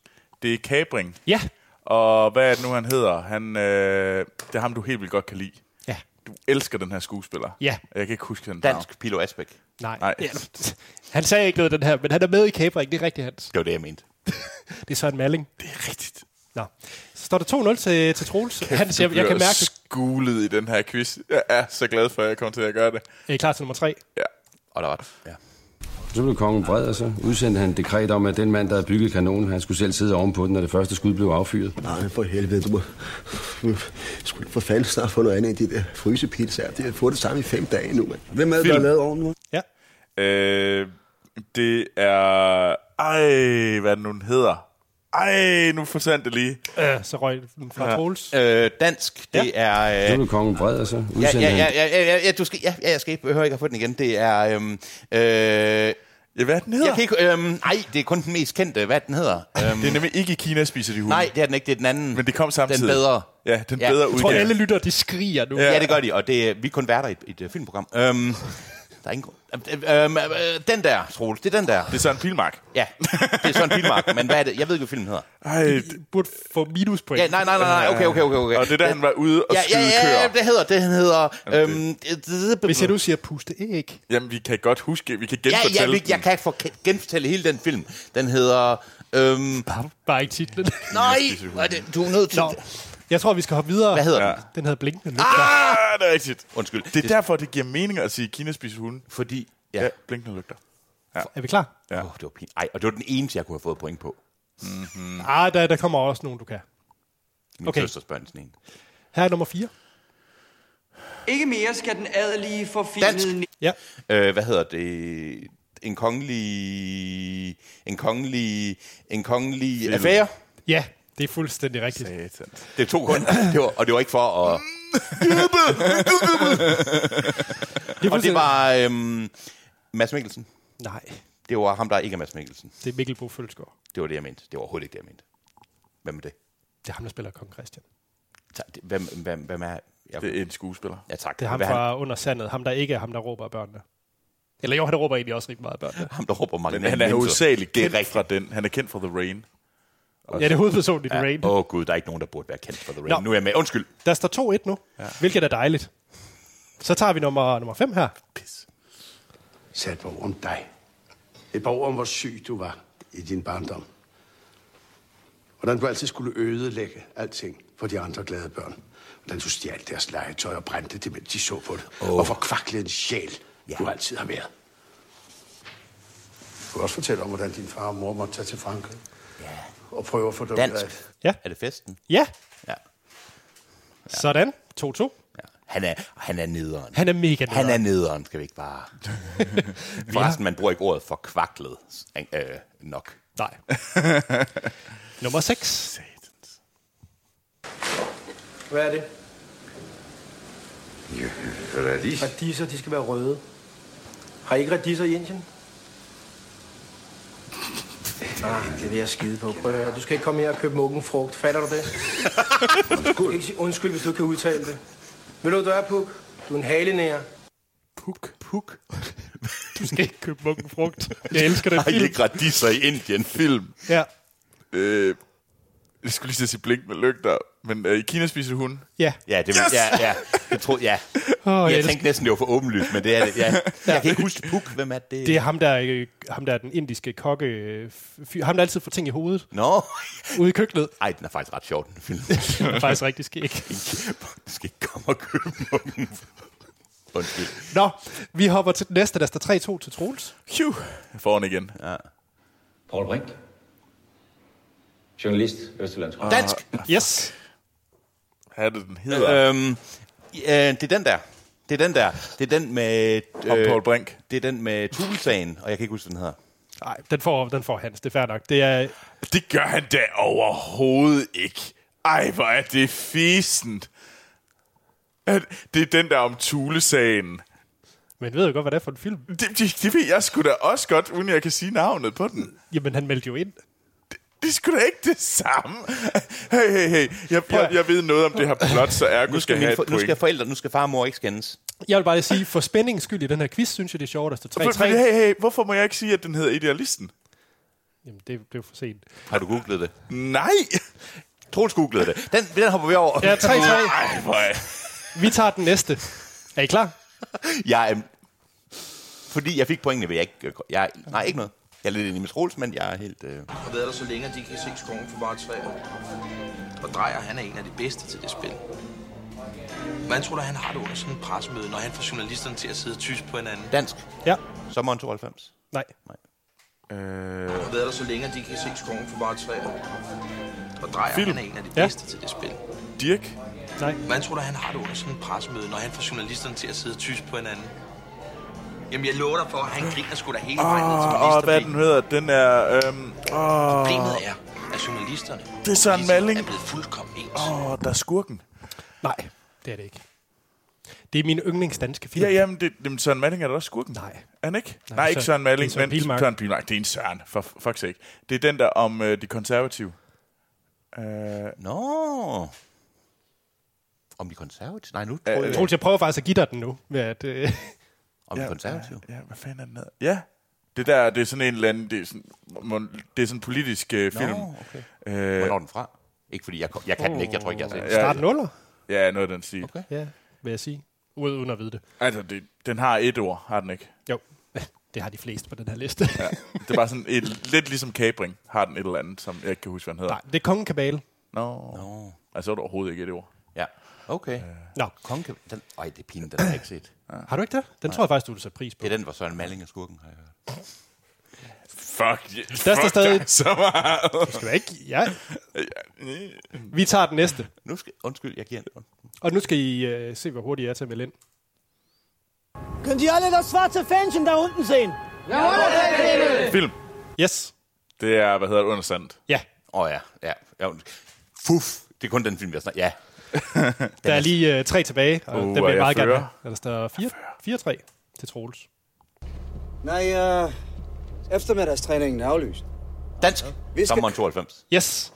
C: Det er Kabring.
A: Ja.
C: Og hvad er det nu, han hedder? Han, øh, det er ham, du helt vildt godt kan lide.
A: Ja.
C: Du elsker den her skuespiller.
A: Ja.
C: Jeg kan ikke huske hans navn.
B: Dansk Pilo Asbæk.
A: Nej.
C: Nej.
A: Ja, han sagde ikke noget den her, men han er med i Kabring. Det er rigtigt, Hans.
B: Det var det, jeg mente.
A: Det er Søren Malling.
C: Det er rigtigt.
A: Nå. Så står der 2-0 til, til Troels. Hans, jeg,
C: Du
A: jeg kan
C: bliver
A: mærke,
C: skulet i den her quiz. Jeg er så glad for, at jeg kommer til at gøre det.
A: er I klar til nummer 3?
C: Ja.
B: Og der var det. Ja.
H: Så blev kongen vred, og så udsendte han et dekret om, at den mand, der havde bygget kanonen, han skulle selv sidde ovenpå den, når det første skud blev affyret.
I: Nej, for helvede, du må... Du skulle for fanden snart få noget andet end de der frysepizzaer. Det har fået det samme i fem dage nu, mand. Hvem er det, der har
C: Film.
I: lavet ovnen nu?
A: Ja.
C: Øh, det er... Ej, hvad er det nu, den hedder? Ej, nu forsvandt det lige.
A: Øh, så røg den fra Troels.
B: Øh, dansk, det ja. er...
H: Så
B: Øh,
H: blev kongen vred, og så
B: ja,
H: udsendte
B: ja, ja,
H: han...
B: ja, ja, ja, ja, du skal, ja, ja, jeg skal ikke behøver ikke at få den igen. Det er... Øhm, øh,
C: Ja, hvad er den hedder?
B: jeg kan ikke... Øhm, nej, det er kun den mest kendte. Hvad den hedder? Øhm,
C: Det er nemlig ikke i Kina, spiser de hunde.
B: nej, det er den ikke. Det er den anden.
C: Men det kom samtidig.
B: Den bedre.
C: Ja, den
B: Ja.
C: bedre
B: Jeg
A: Jeg tror,
C: udgave.
A: alle lytter, de skriger nu.
B: Ja, det gør de, og det, er- vi er kun værter i et, et øh, filmprogram. Øhm, der er ingen... gru- Øhm, øh, øh, den der, Troels, det er den der.
C: Det er sådan en filmark.
B: Ja, det er sådan en filmark, men hvad er det? Jeg ved ikke, hvad filmen hedder.
C: Ej,
A: I burde få minuspoint.
B: Ja, nej, nej, nej, nej, okay, okay, okay. okay.
C: og det er der, han var ude og
B: ja,
C: skyde
B: ja, ja, ja,
C: køer.
B: det hedder, det han hedder... Øhm, det- det-
A: Hvis jeg nu siger puste æg.
C: Jamen, vi kan godt huske, vi kan
B: Ja,
C: genfortælle
B: ja, vi,
C: den.
B: jeg kan for, genfortælle hele den film. Den hedder... Øhm,
A: Bare ikke titlen.
B: nej, hvor er det, du er nødt til...
A: Nå. Jeg tror, vi skal hoppe videre.
B: Hvad hedder ja. den?
A: Den hedder Blinkende Lygter.
C: Ah, det er rigtigt.
B: Undskyld.
C: Det er derfor, det giver mening at sige, at Kina spiser hunde.
B: Fordi...
C: Ja.
B: Ja.
C: ja blinkende lygter.
A: Ja. Er vi klar?
B: Ja. Oh, det var pinligt. Ej, og det var den eneste, jeg kunne have fået point på.
A: Mm. Ah, der, der kommer også nogen, du kan.
B: Min
A: Okay.
B: okay. søsters børn sådan en.
A: Her er nummer 4.
J: Ikke mere skal den adelige
B: Dansk.
J: forfinede...
A: Ja.
B: Øh, hvad hedder det? En kongelig... En kongelig... En kongelig affære.
A: Ja, det er fuldstændig rigtigt.
C: Satan.
B: Det tog kun. Det var, og det var ikke for at...
A: Det er
B: Og det
A: fuldstændig-
B: var øhm, Mads Mikkelsen.
A: Nej,
B: Det var ham, der ikke er Mads Mikkelsen.
A: det er Mikkel Bo Følsgaard.
B: Det var det, jeg mente. Det var overhovedet ikke det, jeg mente. Hvem er det?
A: Det er ham, der spiller Kong Christian.
B: Tak. Det- Hvem, hvem, hvem er... Jeg,
C: Det er en skuespiller.
B: ja, tak.
A: Det er ham
B: Hvad
A: fra Under Sandet. Ham, der ikke er ham, der råber af børnene. Eller jo, han råber egentlig også rigtig meget af børnene.
B: ham, der råber mange
C: Men han er hovedsageligt
B: Det er
C: kendt
B: rigtigt.
C: fra den. Han er kendt fra The Rain.
A: Ja, det er hovedpersonen i The Rain.
B: Åh ja. oh, gud, der er ikke nogen, der burde være kendt for The Rain.
A: Nå.
B: Nå. Nu er jeg med. Undskyld.
A: Der står 2-1 nu, ja. hvilket er dejligt. Så tager vi nummer, nummer 5 her.
K: Sæt et par ord om dig. Et par ord om, hvor syg du var i din barndom. Hvordan du altid skulle ødelægge alting for de andre glade børn. Hvordan du stjal deres legetøj og brændte det, mens de så på det. Oh. Og forkvaklede en sjæl, ja. du altid har været. Du kan også fortælle om, hvordan din far og mor måtte tage til Frankrig. Ja. Og prøve at få dem
B: Dansk.
A: Ja.
B: Er det festen?
A: Ja,
B: Ja.
A: sådan. 2-2.
B: ja. Han, er, han er nederen.
A: Han er mega
B: Han er nederen, skal vi ikke bare... Forresten, man bruger ikke ordet for kvaklet øh, nok.
A: Nej. nummer 6.
J: Hvad er det?
G: Ja, hvad er det?
J: Radiser, de skal være røde. Har I ikke radiser i Indien? Ah, det vil jeg skide på. Prøv at høre. Du skal ikke komme her og købe mukken frugt. Fatter du det? Undskyld. Ikke sige undskyld, hvis du ikke kan udtale det. Ved du, hvad du er, Puk? Du er en halenærer.
B: Puk. Puk.
A: Du skal ikke købe mukken frugt. Jeg elsker den
B: Der er
A: film.
B: ikke radiser i Indien. Film.
A: Ja.
C: Øh, jeg skulle lige til at sige blink med lygter, men øh, i Kina spiser hun.
A: ja.
B: Ja, det, yes! ja, ja. Jeg, tror, ja.
A: jeg
B: Oh, jeg
A: elsker-
B: tænkte næsten, det var for åbenlyst, men det er det. Ja. Jeg kan ikke huske Puk. Hvem er det?
A: Det er ham der, øh, ham der er den indiske kokke. øh, fyr. Ham der altid får ting i hovedet
B: Nå.
A: ude i køkkenet.
B: Ej, den er faktisk ret sjov, den film.
A: Det er faktisk rigtig skæg.
B: du skal ikke komme og købe munden. Undskyld.
A: Nå, vi hopper til den næste. Der står 3-2 til Troels.
C: Phew, jeg får den igen. Ja.
K: Paul Brink. Journalist, Østjyllands.
B: Dansk.
A: Ah, Yes.
C: Hvad er det, den hedder? Øh,
B: Øhm, øh, det er den der. Det er den der. Det er den med... øh,
C: Om Poul Brink.
B: Det er den med Tulsagen, og jeg kan ikke huske, hvad den hedder.
A: Nej, den får, den får Hans. Det er fair nok. Det er,
C: Det gør han da overhovedet ikke. Ej, hvor er det fisent. At- Det er den der om Thule-sagen.
A: men ved jo godt, hvad det er for en film.
C: Det, det, det ved jeg sgu da også godt, uden jeg kan sige navnet på den.
A: Jamen, han meldte jo ind.
C: Det er sgu da ikke det samme. Hey, hey, hey. Jeg, jeg, jeg ved noget om det her plot, så ergo
B: Nu skal,
C: skal have
B: mine,
C: et
B: for, nu skal
C: point.
B: forældre, nu skal far og mor ikke skændes.
A: Jeg vil bare lige sige, for spændingens skyld i den her quiz, synes jeg, det er sjovt, at der står
C: Men- men
A: 3-3.
C: Hey, hey, hvorfor må jeg ikke sige, at den hedder Idealisten?
A: Jamen, det blev for sent.
B: Har du googlet det?
C: Nej!
B: Troels googlede det. Den, den hopper vi over.
A: Ja, 3-3.
C: Ej, hvor er...
A: Vi tager den næste. Er I klar?
B: Jeg, øhm, fordi jeg fik pointene, vil jeg ikke... Jeg, nej, ikke noget. Jeg er lidt inde i med Troels, men jeg er helt... Øh,
J: har været der så længe, at de kan se skoven for bare træer. Og Drejer, han er en af de bedste til det spil. Man tror da, han har det under sådan en pressemøde, når han får journalisterne til at sidde og tyse på hinanden.
B: dansk.
A: Ja.
B: Sommeren 92.
A: Nej.
B: Nej.
J: Jeg har været der så længe, at de kan se skoven for bare træer. Og Drejer,
C: Film.
J: han er en af de
A: Ja.
J: bedste til det spil.
C: Dirk?
A: Nej.
J: Man tror da, han har det under sådan en pressemøde, når han får journalisterne til at sidde og tyse på hinanden. Jamen, jeg lover dig for, at han griner sgu da hele vejen ned til
C: Åh, oh, hvad den
J: ministerbilen.
C: hedder? Den er... Øhm, åh,
J: Problemet er, at journalisterne
C: Det er Søren
J: ligesom
C: Malling.
J: er blevet fuldkommen ens.
C: åh, der er skurken.
A: Nej, det er det ikke. Det er min yndlingsdanske film.
C: Ja, jamen, det, jamen, Søren Malling er da også skurken.
A: Nej.
C: Er han ikke? Nej,
A: Søren-
C: ikke Søren
A: det
C: Malling,
A: er Søren
C: men
A: Pilmark.
C: Søren Pilmark. Det er en Søren, for fuck's sake. Det er den der om øh, de konservative.
B: Nå. Om de konservative? Nej, nu tror jeg...
A: Troels, jeg prøver faktisk at give dig den nu. Med at, øh,
B: Om de konservative?
C: Ja, ja, hvad fanden er den hedder? Ja. Det der, det er sådan en eller anden, det er sådan, mon- det er sådan en politisk øh, film.
B: Nå, okay.
C: Øh,
B: Hvornår er den fra? Ikke fordi jeg, jeg kan den ikke, jeg tror ikke, jeg har set den.
A: start nuller,
C: ja, noget af den stil. Okay.
A: ja. vil jeg sige. Ude, uden at vide det.
C: Altså, det, den har et ord, har den ikke?
A: Jo, det har de fleste på den her liste. Ja.
C: Det er bare sådan, et, lidt ligesom Cabring har den et eller andet, som jeg ikke kan huske, hvad den hedder.
A: Nej, det er Kongen Kabale.
C: Nå. No. Altså, det var overhovedet ikke et ord.
B: Ja. Okay.
C: Øh.
A: Nå,
B: Konke... Den, øj, det er pinligt, den har jeg ikke set.
A: har du ikke det? Den tror jeg faktisk, du vil sætte pris på.
B: Det er den, hvor Søren Malling er skurken, har jeg hørt.
C: Fuck,
A: Der står
C: fuck
A: stadig-
C: dig så meget.
A: Du skal da ikke... Ja. Vi tager den næste.
B: Nu skal, undskyld, jeg giver en.
A: Og nu skal I øh, se, hvor hurtigt jeg er til at melde ind.
L: Können Sie alle das schwarze Fähnchen da unten sehen? Jawohl, Herr Klingel!
C: Film.
A: Yes.
C: Det er, hvad hedder det, undersandt.
A: Ja.
B: Åh oh, ja, ja. ja. Fuf, det er kun den film, jeg snakker. Ja.
A: Der er lige øh, tre tilbage, og
B: Uh,
A: uh, den
B: og
A: bliver
B: jeg
A: meget
B: fører.
A: gerne. Ja, Der står 4-3 til Troels.
M: Nej, øh, eftermiddagstræningen er aflyst.
B: Dansk.
M: Vi skal...
B: Sommeren 92.
A: Yes.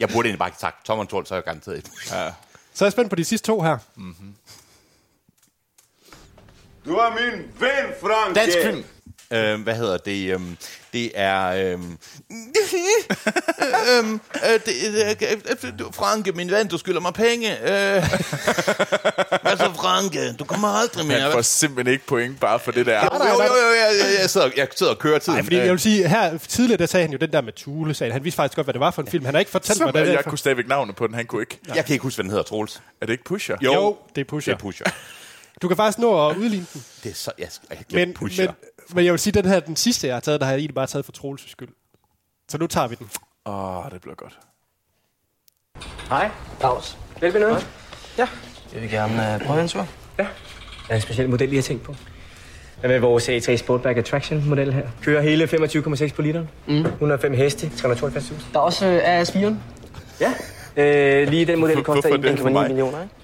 B: jeg burde egentlig bare ikke sagt, sommeren 92, så er jeg garanteret et. Ja.
A: Så er jeg spændt på de sidste to her.
B: Mm-hmm.
D: Du er min ven, Frank.
B: Dansk film. Øhm, hvad hedder det? Øhm, det er... Øhm, øhm, øh, det, øh, øh, du- Franke, min ven, du skylder mig penge. Øh. Hvad så, Franke? Du kommer aldrig mere.
C: Han får simpelthen ikke point bare for det der.
B: Jo, jo, jo, jo, jeg, jeg, jeg, sidder, jeg sidder og kører tiden. Øh,
A: Nej, fordi jeg vil sige, her tidligere der sagde han jo den der med Thule, sagde han. han vidste faktisk godt, hvad det var for en film. Han har ikke fortalt
C: Som,
A: mig, hvad det
C: jeg
A: er for...
C: kunne stadigvæk navnet på den, han kunne ikke.
B: Jeg kan ikke huske, hvad den hedder, Troels.
C: Er det ikke Pusher?
A: Jo, Jo, det er Pusher.
B: Det er Pusher.
A: Du kan faktisk nå at udligne den.
B: Det er så... Jeg, jeg, jeg
A: Men,
B: pusher.
A: men, men jeg vil sige, at den her, den sidste, jeg har taget, der har jeg egentlig bare taget for Troels' skyld. Så nu tager vi den.
C: Åh, oh, det bliver godt.
N: Hej. Claus. Vil vi noget? Ja. Jeg vil gerne uh, prøve en tur. Ja. Der er en speciel model, jeg har tænkt på. Den med vores A3 Sportback Attraction model her. Kører hele 25,6 på literen. Mm. 105 heste, 372.000. Der er også uh, AS4'en. Ja. Øh, lige den model
M: Hvor-
N: koster
M: hvorfor er den for mig?
N: 1,9 millioner, ikke?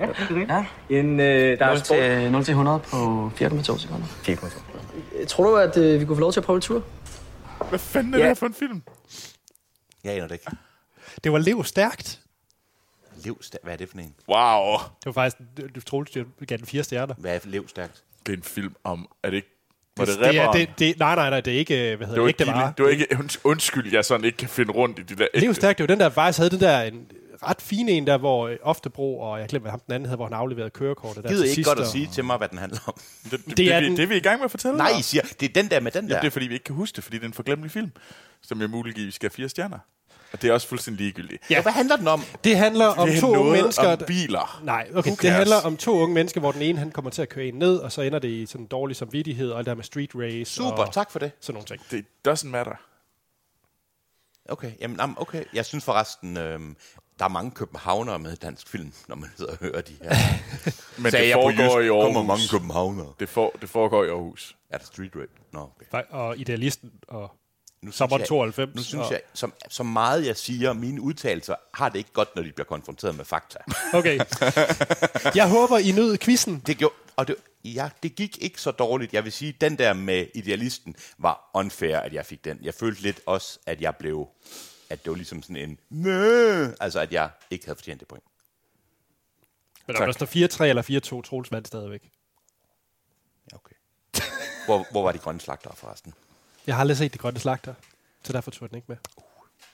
N: Ja, det er det. Ja. En, øh, der 0 er til, 0 til 100 på 4,2 sekunder. 4,2. Tror du, at øh, vi kunne få lov til at prøve en tur?
C: Hvad fanden er
N: Ja.
C: det her for en film?
B: Jeg aner det ikke.
A: Det var Lev Stærkt.
B: Lev stærkt. Hvad er det for en?
C: Wow.
A: Det var faktisk, du Troels du gav den fire stjerner.
B: Hvad er Lev Stærkt?
C: Det er en film om... Er det ikke... Var
A: Det,
C: det,
A: det, det, er,
C: rapperen?
A: det, det, nej, nej, nej, det er ikke, øh, hvad
C: det
A: hedder
C: var
A: det,
C: ikke,
A: ægte varer.
C: din, det var ikke unds- undskyld, jeg sådan ikke kan finde rundt i de der...
A: Lev Stærk, det var den der faktisk havde det der en ret fine en der, hvor øh, Oftebro og jeg glemte, hvad ham den anden havde, hvor han afleverede kørekortet. Der
B: Gider
A: til
B: I ikke
A: sidst,
B: godt at
A: og-
B: sige til mig, hvad den handler om?
C: Det, det,
A: Det er
C: vi,
A: den-
C: det, vi er i gang med at fortælle
B: Nej,
C: dig.
B: I siger, det er den der med den
C: Jamen,
B: der.
C: det er, fordi vi ikke kan huske det, fordi det er en forglemmelig film, som jeg muligvis skal have fire stjerner. Og det er også fuldstændig ligegyldigt.
B: Ja. Hvad handler den om?
A: Det handler om
C: Det er
A: to
C: noget
A: unge mennesker...
C: om biler.
A: Nej, okay,
C: Who
A: det
C: cares?
A: handler om to unge mennesker, hvor den ene han kommer til at køre en ned, og så ender det i sådan en dårlig samvittighed, og alt det her med street race.
B: Super,
A: og
B: tak for det.
A: Sådan nogle ting.
C: Det doesn't matter.
B: Okay, jamen, jamen okay. Jeg synes forresten, øhm, der er mange københavnere med i dansk film, når man sidder og hører de her.
C: Men
B: Sagde
C: det
B: jeg på
C: foregår
B: jysk,
C: i Aarhus.
B: Kommer mange københavnere.
C: Det, for, det foregår i Aarhus.
B: Er der street rape? Nå, okay.
A: Fej- Og idealisten og
B: Nu synes
A: sommeren
B: jeg-
A: 92.
B: Nu synes
A: og,
B: jeg, som, så meget jeg siger, mine udtalelser har det ikke godt, når de bliver konfronteret med fakta.
A: Okay. Jeg håber, I nød quizzen.
B: Det gjorde, og det, ja, det gik ikke så dårligt. Jeg vil sige, den der med idealisten var unfair, at jeg fik den. Jeg følte lidt også, at jeg blev, at det var ligesom sådan en, Møh! altså at jeg ikke havde fortjent det point.
A: Men om
B: Tak.
A: der står 4-3 eller 4-2, Troels vandt stadigvæk.
B: Hvor, hvor var de grønne slagtere forresten?
A: Jeg har aldrig set de grønne slagter, så derfor tog jeg den ikke med.
B: Uh.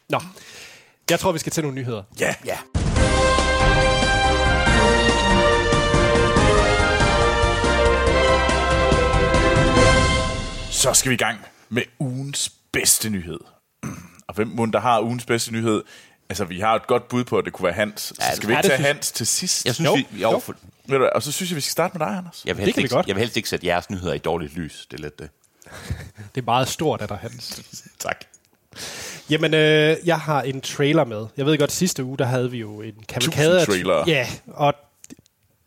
A: Nå, jeg tror, vi skal til nogle nyheder.
B: Ja. ja.
C: Så skal vi i gang med ugens bedste nyhed. Og hvem mund der har ugens bedste nyhed? Altså, vi har et godt bud på, at det kunne være Hans. Så
B: Ja,
C: skal vi
B: ja,
C: ikke
B: det
C: tage
B: synes-
C: Hans til sidst?
B: Jeg synes, vi- jo.
C: Ved du hvad, Og så synes jeg, vi skal starte med dig, Anders.
B: Jeg vil, helst ikke, jeg vil helst ikke sætte jeres nyheder i dårligt lys. Det er lidt det.
A: Det er meget stort af dig, Hans.
B: tak.
A: Jamen, øh, jeg har en trailer med. Jeg ved godt, sidste uge, der havde vi jo en kavalkade. af-
C: trailere.
A: Ja, og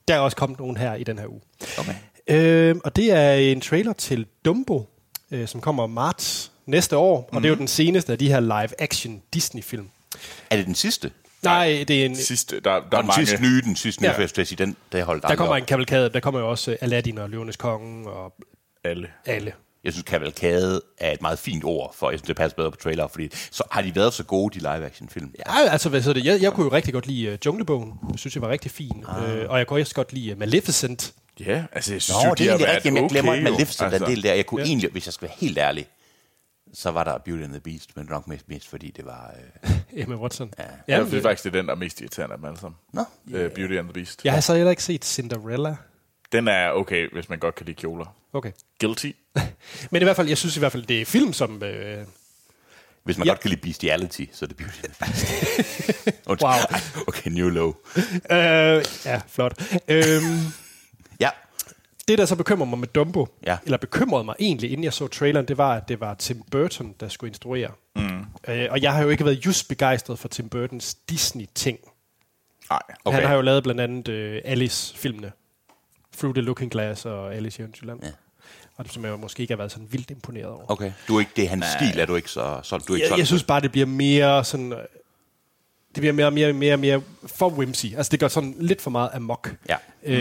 A: der er også kommet nogen her i den her uge. Okay. Øh, og det er en trailer til Dumbo, øh, som kommer marts næste år. Og det er jo
B: Mhm.
A: den seneste af de her live-action Disney-film.
B: Er det den sidste?
A: Nej, det er en...
C: Sidste, der,
B: Nå,
C: der
B: den sidste nye, den sidste nye,
A: Ja.
B: ja. først, sige, den, der holdt
A: Der
B: aldrig
A: kommer
B: op.
A: en kavalkade. Der kommer jo også øh, Aladdin og Løvenes Konge og
C: Alle.
A: alle.
B: Jeg synes, kavalkade er et meget fint ord, for jeg synes, det passer bedre på trailer, fordi så har de været så gode, de live-action-film. Ja.
A: Ja, altså, hvad så det? Jeg, jeg kunne jo rigtig godt lide uh, Junglebogen. Jeg synes, det var rigtig fin. Ah.
B: Ah.
A: Øh, og jeg kunne også godt lide øh, Maleficent.
C: Ja, altså, jeg synes
B: Nå,
C: jo,
B: det er
C: har
B: egentlig
C: været
B: rigtigt, men jeg glemmer
C: okay,
B: okay,
C: jo.
B: Maleficent altså.
C: Altså.
B: den del der. Jeg kunne
C: Ja.
B: ja. egentlig, hvis jeg skal være helt ærlig, så var der Beauty and the Beast, men nok mest, mest fordi det var... Øh...
A: Emma Watson. Ja.
C: Ja, jeg synes faktisk, det er den, der er mest irriterende af dem alle sammen.
B: Nå.
C: Øh, Beauty and the Beast.
A: Jeg har så heller ikke set Cinderella.
C: Den er okay, hvis man godt kan lide kjoler.
A: Okay.
C: Guilty.
A: Men i hvert fald, jeg synes i hvert fald, det er film, som... Øh,
B: Hvis man ja. godt kan lide bestiality, så er det Beauty and the Beast. Undskyld.
A: Wow.
B: Ej, okay, new low.
A: øh, ja, flot. Øhm,
B: ja.
A: det, der så bekymrer mig med Dumbo,
B: ja.
A: eller bekymrede mig egentlig, inden jeg så traileren, det var, at det var Tim Burton, der skulle instruere.
B: Mm.
A: Øh, og jeg har jo ikke været just begejstret for Tim Burtons Disney-ting.
B: Nej,
A: Okay. Han har jo lavet blandt andet øh, Alice-filmene. Through the Looking Glass og Alice i Eventyrland. Ja. Og det, som jeg måske ikke har været sådan vildt imponeret over.
B: Okay. Du er ikke, det er hans
A: Nej.
B: stil, er du ikke så... så du er ikke
A: Jeg,
B: sådan,
A: jeg synes bare, det bliver mere sådan... øh, Det bliver mere og mere, mere, mere for whimsy. Altså, det går sådan lidt for meget amok.
B: Ja.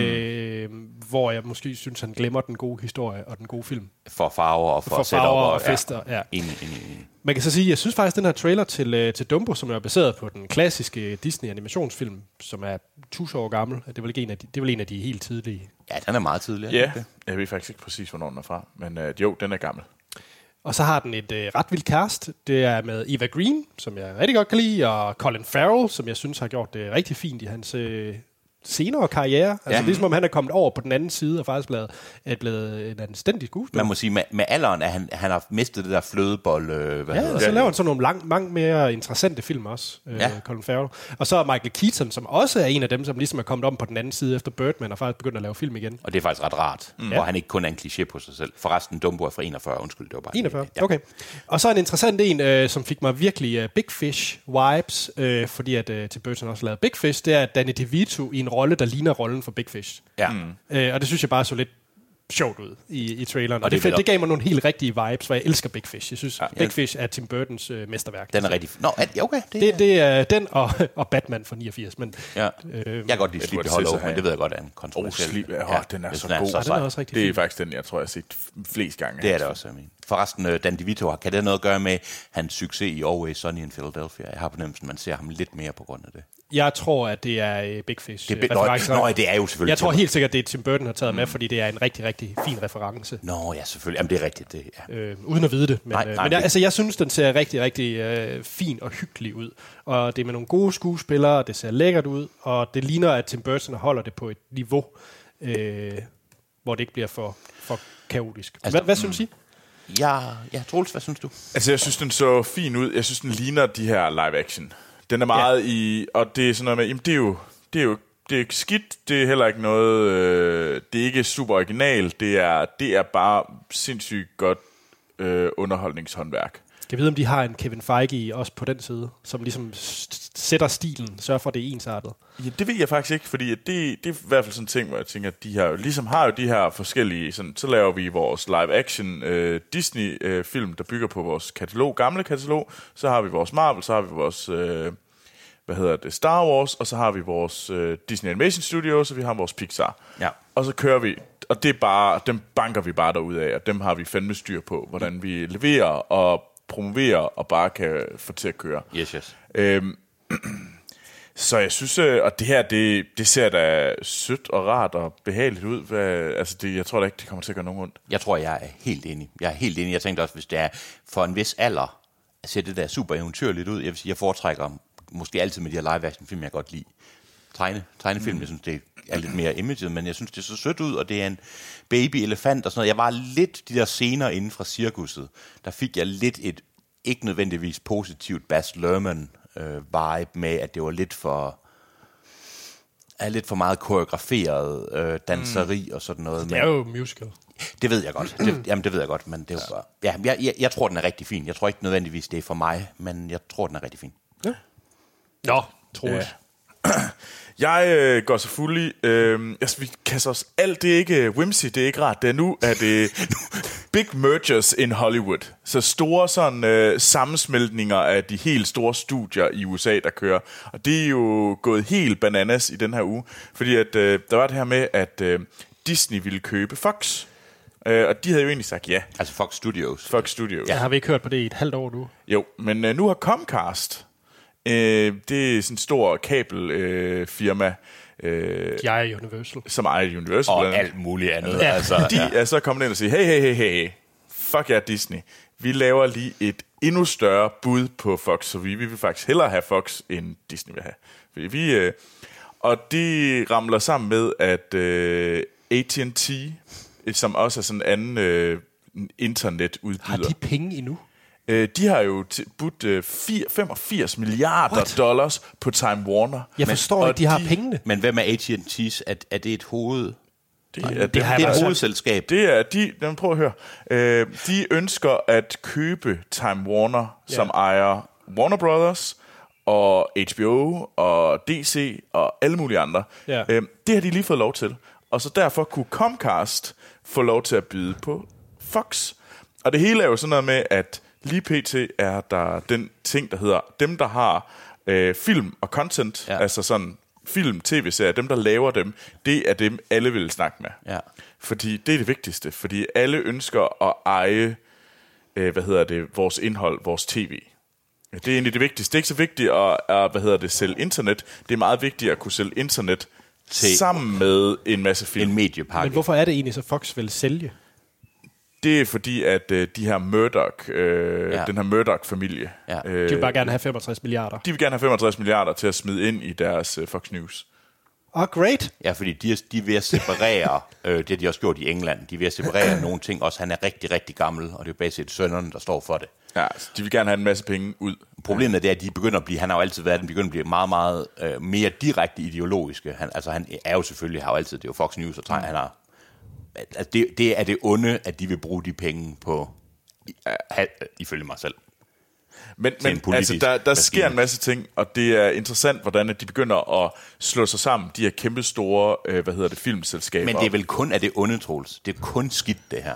A: Øh, hvor jeg måske synes, han glemmer den gode historie og den gode film.
B: For farver og for,
A: For
B: setup
A: farver og fester, ja.
B: Enig, enig, enig.
A: Man kan så sige, jeg synes faktisk, den her trailer til, øh, til Dumbo, som er baseret på den klassiske Disney-animationsfilm, som er 1000 år gammel, det er vel ikke en af de, det er vel en af de helt tidlige.
B: Ja, den er meget tidlig. er den
C: Ja,
B: ikke det?
C: jeg ved faktisk ikke præcis, hvornår den er fra, men øh, jo, den er gammel.
A: Og så har den et øh, ret vildt cast. Det er med Eva Green, som jeg rigtig godt kan lide, og Colin Farrell, som jeg synes har gjort det rigtig fint i hans øh, senere karriere. Altså,
B: Ja.
A: ja. Det er som om, han er kommet over på den anden side og faktisk blevet, er blevet en anstændig skuespiller.
B: Man må sige, med, med alderen, at han, han har mistet det der flødebold... Øh, hvad
A: Ja, altså-
B: hedder
A: og så
B: det?
A: laver han sådan nogle lang, mange mere interessante film også, øh,
B: Ja.
A: ja. Colin Farrell. Og så er Michael Keaton, som også er en af dem, som ligesom er kommet om på den anden side efter Birdman, og faktisk begyndt at lave film igen.
B: Og det er faktisk ret rart, mm.
A: Mm.
B: hvor
A: Ja.
B: han ikke kun er en kliché på sig selv. Forresten, Dumbo er fra 41, undskyld, det var bare...
A: 41, ja. okay. Og så en interessant en, øh, som fik mig virkelig øh, Big Fish vibes, øh, fordi at øh, Tim Burton også lavede Big Fish, det er Danny DeVito i en rolle, der ligner rollen for Big Fish.
B: Ja. Mm.
A: Øh, og det synes jeg bare så lidt sjovt ud i, i traileren.
B: Og
A: Og, og
B: det er
A: det, det,
B: vel
A: det gav mig nogle helt rigtige vibes, for jeg elsker Big Fish. Jeg synes, ja, Big Fish er Tim Burtons øh, mesterværk.
B: Den er rigtig... Nå, er, ja, okay.
A: Det, det er den og, og Batman fra 89. Men,
B: Ja.
A: øh,
B: Jeg kan godt lide Sleepy Hollow, men det ved jeg godt er en
C: Oh,
B: kontroversiel.
C: Sleep, ja,
B: Ja,
C: oh, den er
B: jeg
C: så
B: synes, den er
C: god.
B: så sej. Den er også rigtig
C: det er
B: fin.
C: faktisk den, jeg tror, jeg har set f- flest gange.
B: Det er det også, jeg mener. Forresten, øh, Dan DeVito, har- kan det have noget at gøre med hans succes i Always Sunny in Philadelphia? Jeg har fornemmelsen, man ser ham lidt mere på grund af det.
A: Jeg tror, at det er øh, Big Fish.
B: Det er
A: øh,
B: Big- Nå,
A: referencer.
B: nå, ja, det er jo selvfølgelig
A: Jeg tror
B: Tim-
A: helt sikkert, det er Tim Burton har taget mm. med, fordi det er en rigtig, rigtig fin reference.
B: Nå ja, selvfølgelig. Jamen, det er rigtigt. Det, ja.
A: Øh, uden at vide det. Men,
B: Nej,
A: nej, øh,
B: nej,
A: men
B: det-
A: jeg, altså, jeg synes, den ser rigtig, rigtig øh, fin og hyggelig ud. Og det er med nogle gode skuespillere, og det ser lækkert ud, og det ligner, at Tim Burton holder det på et niveau, øh, hvor det ikke bliver for, for kaotisk. Altså, hvad, hvad synes I?
B: Ja, ja, Troels, hvad synes du?
C: Altså, jeg synes, den så fin ud. Jeg synes, den ligner de her live-action. Den er meget ja. i... Og det er sådan noget med... Jamen, det er jo... Det er jo det er ikke skidt, det er heller ikke noget, øh, det er ikke super original, det er, det er bare sindssygt godt øh, underholdningshåndværk.
A: Kan vide, om de har en Kevin Feige i, også på den side, som ligesom s- s- sætter stilen, sørger for, at det er ensartet.
C: Ja, det ved jeg faktisk ikke, fordi at det, det er i hvert fald sådan en ting, hvor jeg tænker, at de her, ligesom har jo de her forskellige, sådan, så laver vi vores live-action øh, Disney-film, der bygger på vores katalog, gamle katalog, så har vi vores Marvel, så har vi vores, øh, hvad hedder det, Star Wars, og så har vi vores øh, Disney Animation Studios, og vi har vores Pixar.
B: Ja.
C: Og så kører vi, og det er bare, dem banker vi bare derud af, og dem har vi fandme styr på, hvordan vi leverer og promoverer, og bare kan få til at køre.
B: Yes, yes.
C: Øhm, så jeg synes, øh, og det her, det, det ser da sødt og rart og behageligt ud. Hvad, altså, det, jeg tror da ikke, det kommer til at gøre nogen ondt.
B: Jeg tror, jeg er helt enig. Jeg er helt enig. Jeg tænkte også, hvis det er for en vis alder, ser det der super eventyrligt ud. Jeg vil sige, jeg foretrækker måske altid med de her live action film, jeg godt lide. Tegne, tegnefilm, mm. jeg synes, det er lidt mere imaget, men jeg synes, det ser sødt ud, og det er en baby-elefant og sådan noget. Jeg var lidt de der scener inden fra cirkuset. Der fik jeg lidt et ikke nødvendigvis positivt Bas Lerman øh, vibe med, at det var lidt for er lidt for meget koreograferet øh, danseri mm. og sådan noget.
A: Altså, Det er jo musical.
B: Det ved jeg godt. Det, jamen, det ved jeg godt, men det er jo bare... Ja, jeg, jeg, jeg tror, den er rigtig fin. Jeg tror ikke nødvendigvis, det er for mig, men jeg tror, den er rigtig fin.
A: Nå, Troels.
C: Jeg øh, går så fuld i. Øh, altså, vi kaster os alt. Det er ikke øh, whimsy, det er ikke rart. Det er nu, at det big mergers in Hollywood. Så store sådan, øh, sammensmeltninger af de helt store studier i USA, der kører. Og det er jo gået helt bananas i den her uge. Fordi at, øh, der var det her med, at øh, Disney ville købe Fox. Øh, og de havde jo egentlig sagt ja.
B: Altså Fox Studios.
C: Fox Studios.
A: Ja. Har vi ikke hørt på det i et halvt år nu?
C: Jo, men øh, nu har Comcast, øh, det er sådan en stor kabelfirma, øh, firma, øh,
A: De ejer Universal.
C: som ejer Universal.
B: Og
C: blandt andet.
B: alt muligt andet,
C: Ja.
B: altså,
C: Altså, de
B: ja.
C: er så kommet ind og siger, hey, hey, hey, hey, hey, fuck jer yeah, Disney. Vi laver lige et endnu større bud på Fox, så vi, vi vil faktisk hellere have Fox, end Disney vil have. Vi, vi, øh, og de ramler sammen med, at øh, AT&T, øh, som også er sådan en anden øh, internetudbyder.
A: Har de penge endnu?
C: Øh, de har jo t- budt øh, fir- 85 milliarder What? dollars på Time Warner.
A: Jeg forstår ikke, de har pengene.
B: Men hvem er AT&T's? Er, er det et hoved?
C: Det,
B: Nej, det har jeg bare sagt.
C: Det er de, jamen, prøv at høre. Øh, de ønsker at købe Time Warner,
B: Ja.
C: som ejer Warner Brothers og HBO og DC og alle mulige andre.
A: Ja.
C: Øh, det har de lige fået lov til. Og så derfor kunne Comcast få lov til at byde på Fox. Og det hele er jo sådan noget med, at lige pt. er der den ting, der hedder dem, der har øh, film og content, ja. altså sådan film, tv-serier, dem, der laver dem, det er dem, alle vil snakke med.
B: Ja.
C: Fordi det er det vigtigste, fordi alle ønsker at eje, øh, hvad hedder det, vores indhold, vores tv. Det er egentlig det vigtigste. Det er ikke så vigtigt at, at hvad hedder det, sælge internet. Det er meget vigtigt at kunne sælge internet
B: Til-
C: sammen med en masse film. En
B: mediepakke.
A: Men hvorfor er det egentlig så Fox vil sælge?
C: Det er fordi, at øh, de her Murdoch, øh,
A: Ja.
C: ja. den her Murdoch-familie, ja.
A: De
B: Øh,
A: vil bare gerne have 65 milliarder.
C: de vil gerne have 65 milliarder til at smide ind i deres øh, Fox News.
A: Oh, great.
B: Ja, fordi de er, de er ved at separere, øh, det har de også gjort i England, de er ved at separere nogle ting også. Han er rigtig, rigtig gammel, og det er jo basalt sønnerne, der står for det.
C: Ja, de vil gerne have en masse penge ud.
B: Problemet er, det, at de begynder at blive, han har jo altid været, den begynder at blive meget, meget øh, mere direkte ideologiske. Han, altså han er jo selvfølgelig, har jo altid, det er jo Fox News, og tegn, han har, altså det, det er det onde, at de vil bruge de penge på, i- ha- ifølge mig selv.
C: Men,
B: Til en
C: men
B: politisk
C: altså, der, der sker en
B: maskine.
C: masse ting, og det er interessant, hvordan at de begynder at slå sig sammen, de her kæmpe store, øh, hvad hedder det, filmselskaber.
B: Men det er vel kun af det onde, Troels. Det er kun skidt, det her.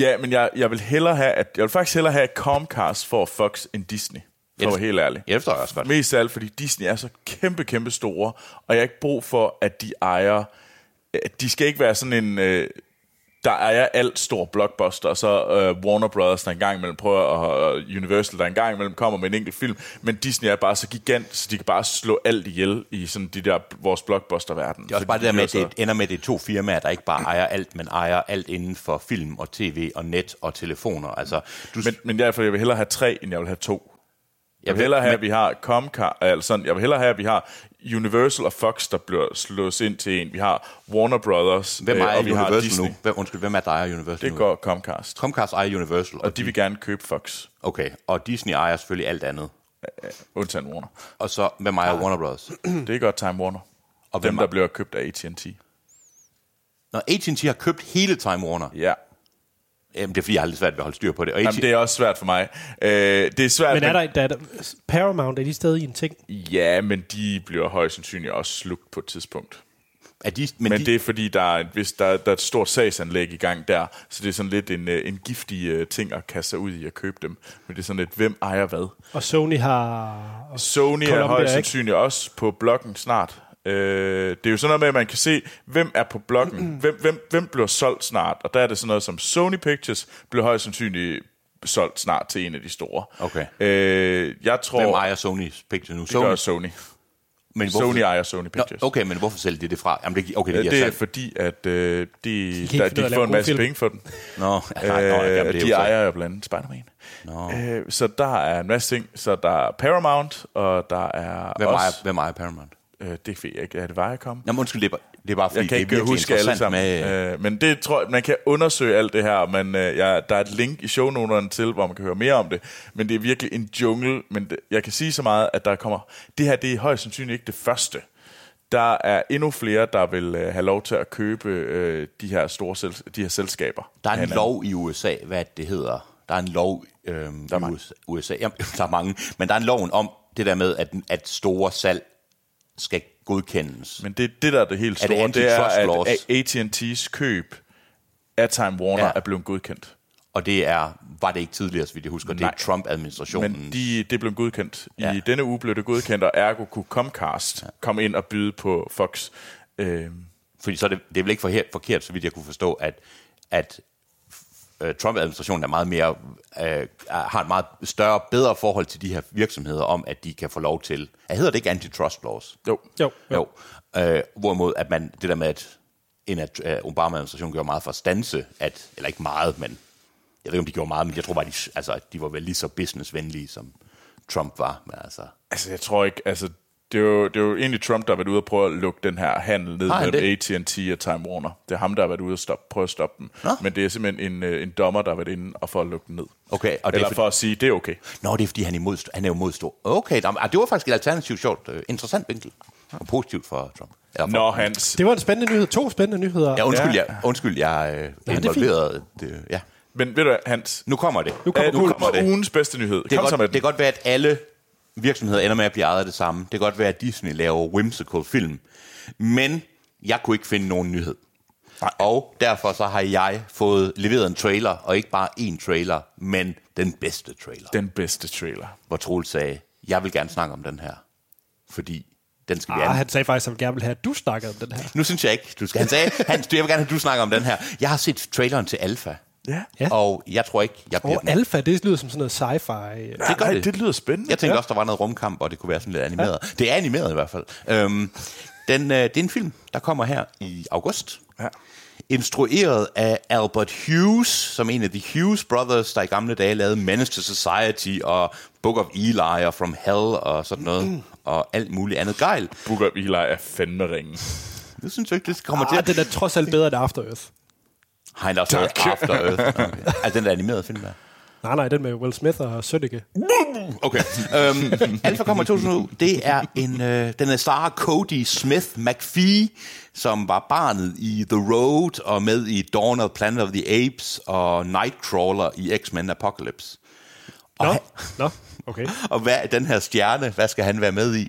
C: Ja, men jeg, jeg vil hellere have, at, jeg vil faktisk hellere have, at Comcast får Fox end Disney. For
B: Ja,
C: at
B: det-
C: være helt ærlig.
B: Ja, det forstår jeg også godt.
C: Mest af alt, fordi Disney er så kæmpe, kæmpe store, og jeg har ikke brug for, at de ejer... at De skal ikke være sådan en... Øh, der ejer alt stor blockbuster, og så øh, Warner Brothers, der engang imellem prøver, og øh, Universal, der engang imellem kommer med en enkelt film, men Disney er bare så gigant, så de kan bare slå alt ihjel i sådan de der vores blockbuster-verden.
B: Det er også bare det der med, at det ender med, at det er to firmaer, der ikke bare ejer alt, men ejer alt inden for film og tv og net og telefoner. Altså,
C: Du... Men, men derfor, jeg vil hellere have tre, end jeg vil have to. Jeg vil
B: vil-
C: hellere have,
B: men-
C: at vi har Comcast, altså sådan, jeg vil hellere have, at vi har Universal og Fox, der bliver slået ind til en. Vi har Warner Brothers,
B: Hvem
C: øh,
B: ejer
C: og vi har
B: Universal
C: Disney.
B: nu? Hvem, undskyld, hvem er der ejer Universal
C: Det
B: nu?
C: går Comcast.
B: Comcast ejer Universal. Og,
C: de vil gerne købe Fox. øh,
B: Okay, og Disney ejer selvfølgelig alt andet.
C: Undtagen Warner.
B: Og så, hvem
C: Ah.
B: ejer Warner Bros.?
C: Det er godt Time
B: Hmm.
C: Warner.
B: Og
C: Og
B: hvem
C: dem,
B: er-
C: der bliver købt af AT&T.
B: Når AT&T har købt hele Time Warner.
C: Ja.
B: Jamen, det er fordi, jeg har lidt svært ved at holde styr på det. Og
C: Jamen, det er også svært for mig. Øh, det er svært,
A: Men er der, der, er der Paramount, er de stadig i en ting?
C: Ja, men de bliver højst sandsynligt også slugt på et tidspunkt.
B: Er de,
C: men men de... det er fordi, der er, et, hvis der, der er et stort sagsanlæg i gang der, så det er sådan lidt en, øh, en giftig øh, ting at kaste sig ud i at købe dem. Men det er sådan lidt, hvem ejer hvad?
A: Og Sony har... og
C: Sony er
A: Columbia,
C: højst
A: ikke?
C: sandsynligt også på blokken snart. Øh, det er jo sådan noget med, at man kan se, hvem er på blokken, hvem, hvem, hvem bliver solgt snart. Og der er det sådan noget som Sony Pictures bliver højst sandsynligt solgt snart til en af de store.
B: Okay.
C: Øh, jeg tror...
B: Hvem ejer Sony's Pictures nu?
C: Det gør Sony.
B: Men
C: Sony ejer Sony Pictures.
B: Nå, okay, men hvorfor sælger de det fra? Jamen, det, gi- okay, det, giver
C: det, det er
B: salg.
C: fordi, at øh, de,
B: kan
C: der,
B: ikke finde ud af
C: de
B: at
C: kan
B: lave
C: få en
B: gode
C: masse
B: film.
C: penge for den.
B: Nå, nej, nej, nå, jamen, det er jo
C: Øh,
B: så-
C: de ejer jo blandt andet Spider-Man.
B: Nå.
C: Øh, så der er en masse ting. Så der er Paramount, og der er
B: Hvem
C: også...
B: ejer, hvem ejer Paramount?
C: Øh, det ved jeg ikke. Er det Viacom?
B: Nå, men undskyld, det er, bare- det er bare fordi,
C: jeg kan
B: det er
C: ikke
B: virkelig
C: huske alle
B: interessant
C: sammen.
B: med-
C: Med... Øh, men det tror jeg, man kan undersøge alt det her. Men øh, jeg, der er et link i shownoterne til, hvor man kan høre mere om det. Men det er virkelig en jungle. Men det, jeg kan sige så meget, at der kommer... Det her, det er højst sandsynligt ikke det første. Der er endnu flere, der vil øh, have lov til at købe øh, de her store sel- de her selskaber.
B: Der er en
C: Hinanden.
B: lov i USA, hvad det hedder. Der er en lov øhm, der er i USA. USA. Jamen, der er mange. Men der er en loven om det der med, at, at store salg skal godkendes.
C: Men det, det der er det helt
B: Er
C: store,
B: det
C: det, det er,
B: antitrust laws?
C: at AT&T's køb af Time Warner ja. er blevet godkendt.
B: Og det er, var det ikke tidligere, så vidt jeg husker, Nej. det er Trump-administrationen.
C: Men de, det blev godkendt. I denne uge blev det godkendt, og ergo kunne Comcast ja. komme ind og byde på Fox. Øhm,
B: Fordi så er det, det er vel ikke for, forkert, så vidt jeg kunne forstå, at, at øh, Trump-administrationen er meget mere, øh, har et meget større, bedre forhold til de her virksomheder om, at de kan få lov til, at hedder det ikke antitrust laws?
C: Jo.
A: Jo.
B: jo. Øh, hvorimod, at man, det der med, at en af øh, Obama-administrationen gjorde meget for at stanse, at, eller ikke meget, men jeg ved ikke, om de gjorde meget, men jeg tror bare, de, altså, at de var vel lige så businessvenlige, som Trump var. Men altså,
C: altså, jeg tror ikke... Altså, det er, jo, det er jo egentlig Trump, der har været ude og prøve at lukke den her handel ned
B: Har han
C: mellem AT&T og Time Warner. Det er ham, der har været ude og stoppe, prøve at stoppe den. Nå? Men det er simpelthen en, øh, en dommer, der har været inde og for at lukke den ned.
B: okay, og det
C: Eller
B: er for,
C: for at sige, det er okay.
B: Nå, det er fordi, han er, imod, han er jo modstor. Okay, nå, men, ah, det var faktisk et alternativ sjovt, øh, interessant vinkel. Og positivt for Trump. Eller
C: Nå, Hans.
A: Det var en spændende nyhed. To spændende nyheder.
B: Ja, undskyld, jeg, undskyld, jeg øh,
A: det er
B: involverede det. Ja.
C: Men ved du Hans? Øh,
B: Nu kommer det.
C: Nu kommer guld på ugens bedste nyhed.
B: Det kan,
C: Kom så
B: godt,
C: med
B: det kan godt være, at alle virksomheder ender med at blive ejet af det samme. Det kan godt være, at Disney laver whimsical film. Men jeg kunne ikke finde nogen nyhed. Nej. Og derfor så har jeg fået leveret en trailer, og ikke bare én trailer, men den bedste trailer.
C: Den bedste trailer.
B: Hvor Troel sagde, jeg vil gerne snakke om den her, fordi den skal vi
A: Ah, han sagde faktisk, at han gerne ville have, at du snakkede om den her.
B: nu synes jeg ikke, du skal. Han sagde, Hans, jeg vil gerne have, at du snakker om den her. Jeg har set traileren til Alpha.
C: Ja.
A: Ja.
B: Og jeg tror ikke, jeg bliver
A: Og alfa, det lyder som sådan noget sci-fi.
B: Det gør det.
C: det lyder spændende.
B: Jeg tænkte
A: Ja.
B: også, der var noget rumkamp, og det kunne være sådan lidt animeret. Ja. Det er animeret i hvert fald. Øhm, den, øh, det er en film, der kommer her i august.
C: Ja.
B: Instrueret af Albert Hughes, som en af de Hughes Brothers, der i gamle dage lavede Menace to Society og Book of Eli og From Hell og sådan noget. Mm. Og alt muligt andet gejl.
C: Book of Eli er fandme ringen.
B: Det synes jeg ikke, det kommer til
A: Ah, den er trods alt bedre end After Earth.
B: Har han også lavet
A: Tak.
B: After Earth? Okay. Altså den der animerede film der.
A: Nej, nej, den med Will Smith og Sønneke.
B: Okay. øhm, Alpha kommer i 2000. Det er en, øh, den er Sarah Cody Smith McPhee, som var barnet i The Road og med i Dawn of Planet of the Apes og Nightcrawler i X-Men Apocalypse. Og, no.
A: Nå, okay.
B: og hvad er den her stjerne? Hvad skal han være med i?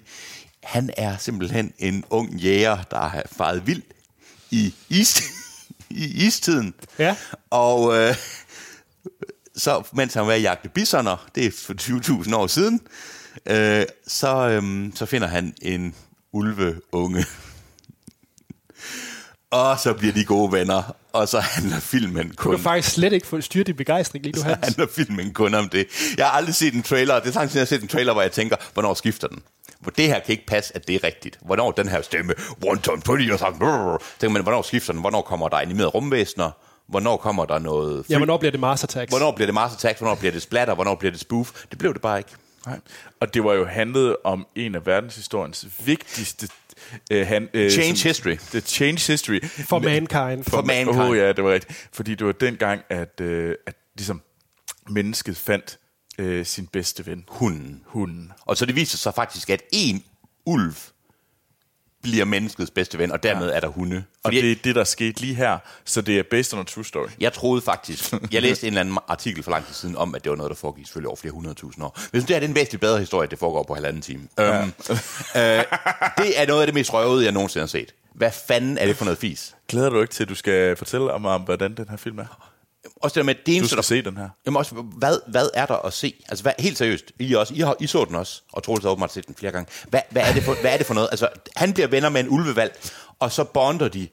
B: Han er simpelthen en ung jæger, der har faret vildt i, is, i istiden.
A: Ja.
B: Og øh, så mens han var i jagte bisoner, det er for 20.000 år siden, øh, så, øhm, så finder han en ulveunge. og så bliver de gode venner, og så handler filmen
A: Du
B: kun
A: kan faktisk slet ikke få styre din begejstring lige nu,
B: så
A: Hans.
B: handler filmen kun om det. Jeg har aldrig set en trailer, det er lang tid, jeg har set en trailer, hvor jeg tænker, hvornår skifter den? Hvor det her kan ikke passe, at det er rigtigt. Hvornår den her stemme, one ton pretty, og så brrr. tænker man, hvornår skifter den? Hvornår kommer der animerede rumvæsener? Hvornår kommer der noget...
A: Ja, hvornår bliver det Mars Attacks?
B: Hvornår bliver det Mars Attacks? Hvornår bliver det splatter? Hvornår bliver det spoof? Det blev det bare ikke.
C: Nej. Og det var jo handlet om en af verdenshistoriens vigtigste... Øh, han, øh,
B: Change history.
C: The change history.
A: For mankind.
B: For mankind.
C: Oh, ja, det var rigtigt. Fordi det var dengang, at, øh, at ligesom, mennesket fandt øh, sin bedste ven.
B: Hunden.
C: Hunden.
B: Og så det viser sig faktisk, at en ulv bliver menneskets bedste ven, og dermed er der hunde.
C: Og det er det, der skete lige her. Så det er based on a true story.
B: Jeg troede faktisk, jeg læste en eller anden artikel for lang tid siden om, at det var noget, der foregik selvfølgelig over flere hundredtusind år. Men jeg synes, det er en væsentlig bedre historie, at det foregår på halvanden time. Ja. Øhm, øh, det er noget af det mest røvede, jeg nogensinde har set. Hvad fanden er det for noget fis?
C: Glæder du ikke til, at du skal fortælle om, om hvordan den her film er?
B: Også det med, det eneste,
C: Du skal
B: der...
C: se den her.
B: Jamen også, hvad, hvad er der at se? Altså, hvad, helt seriøst, I, også, I, har, I så den også, og Troels har åbenbart set den flere gange. Hvad, hvad, er det for, hvad er det for noget? Altså, han bliver venner med en ulvevalg, og så bonder de,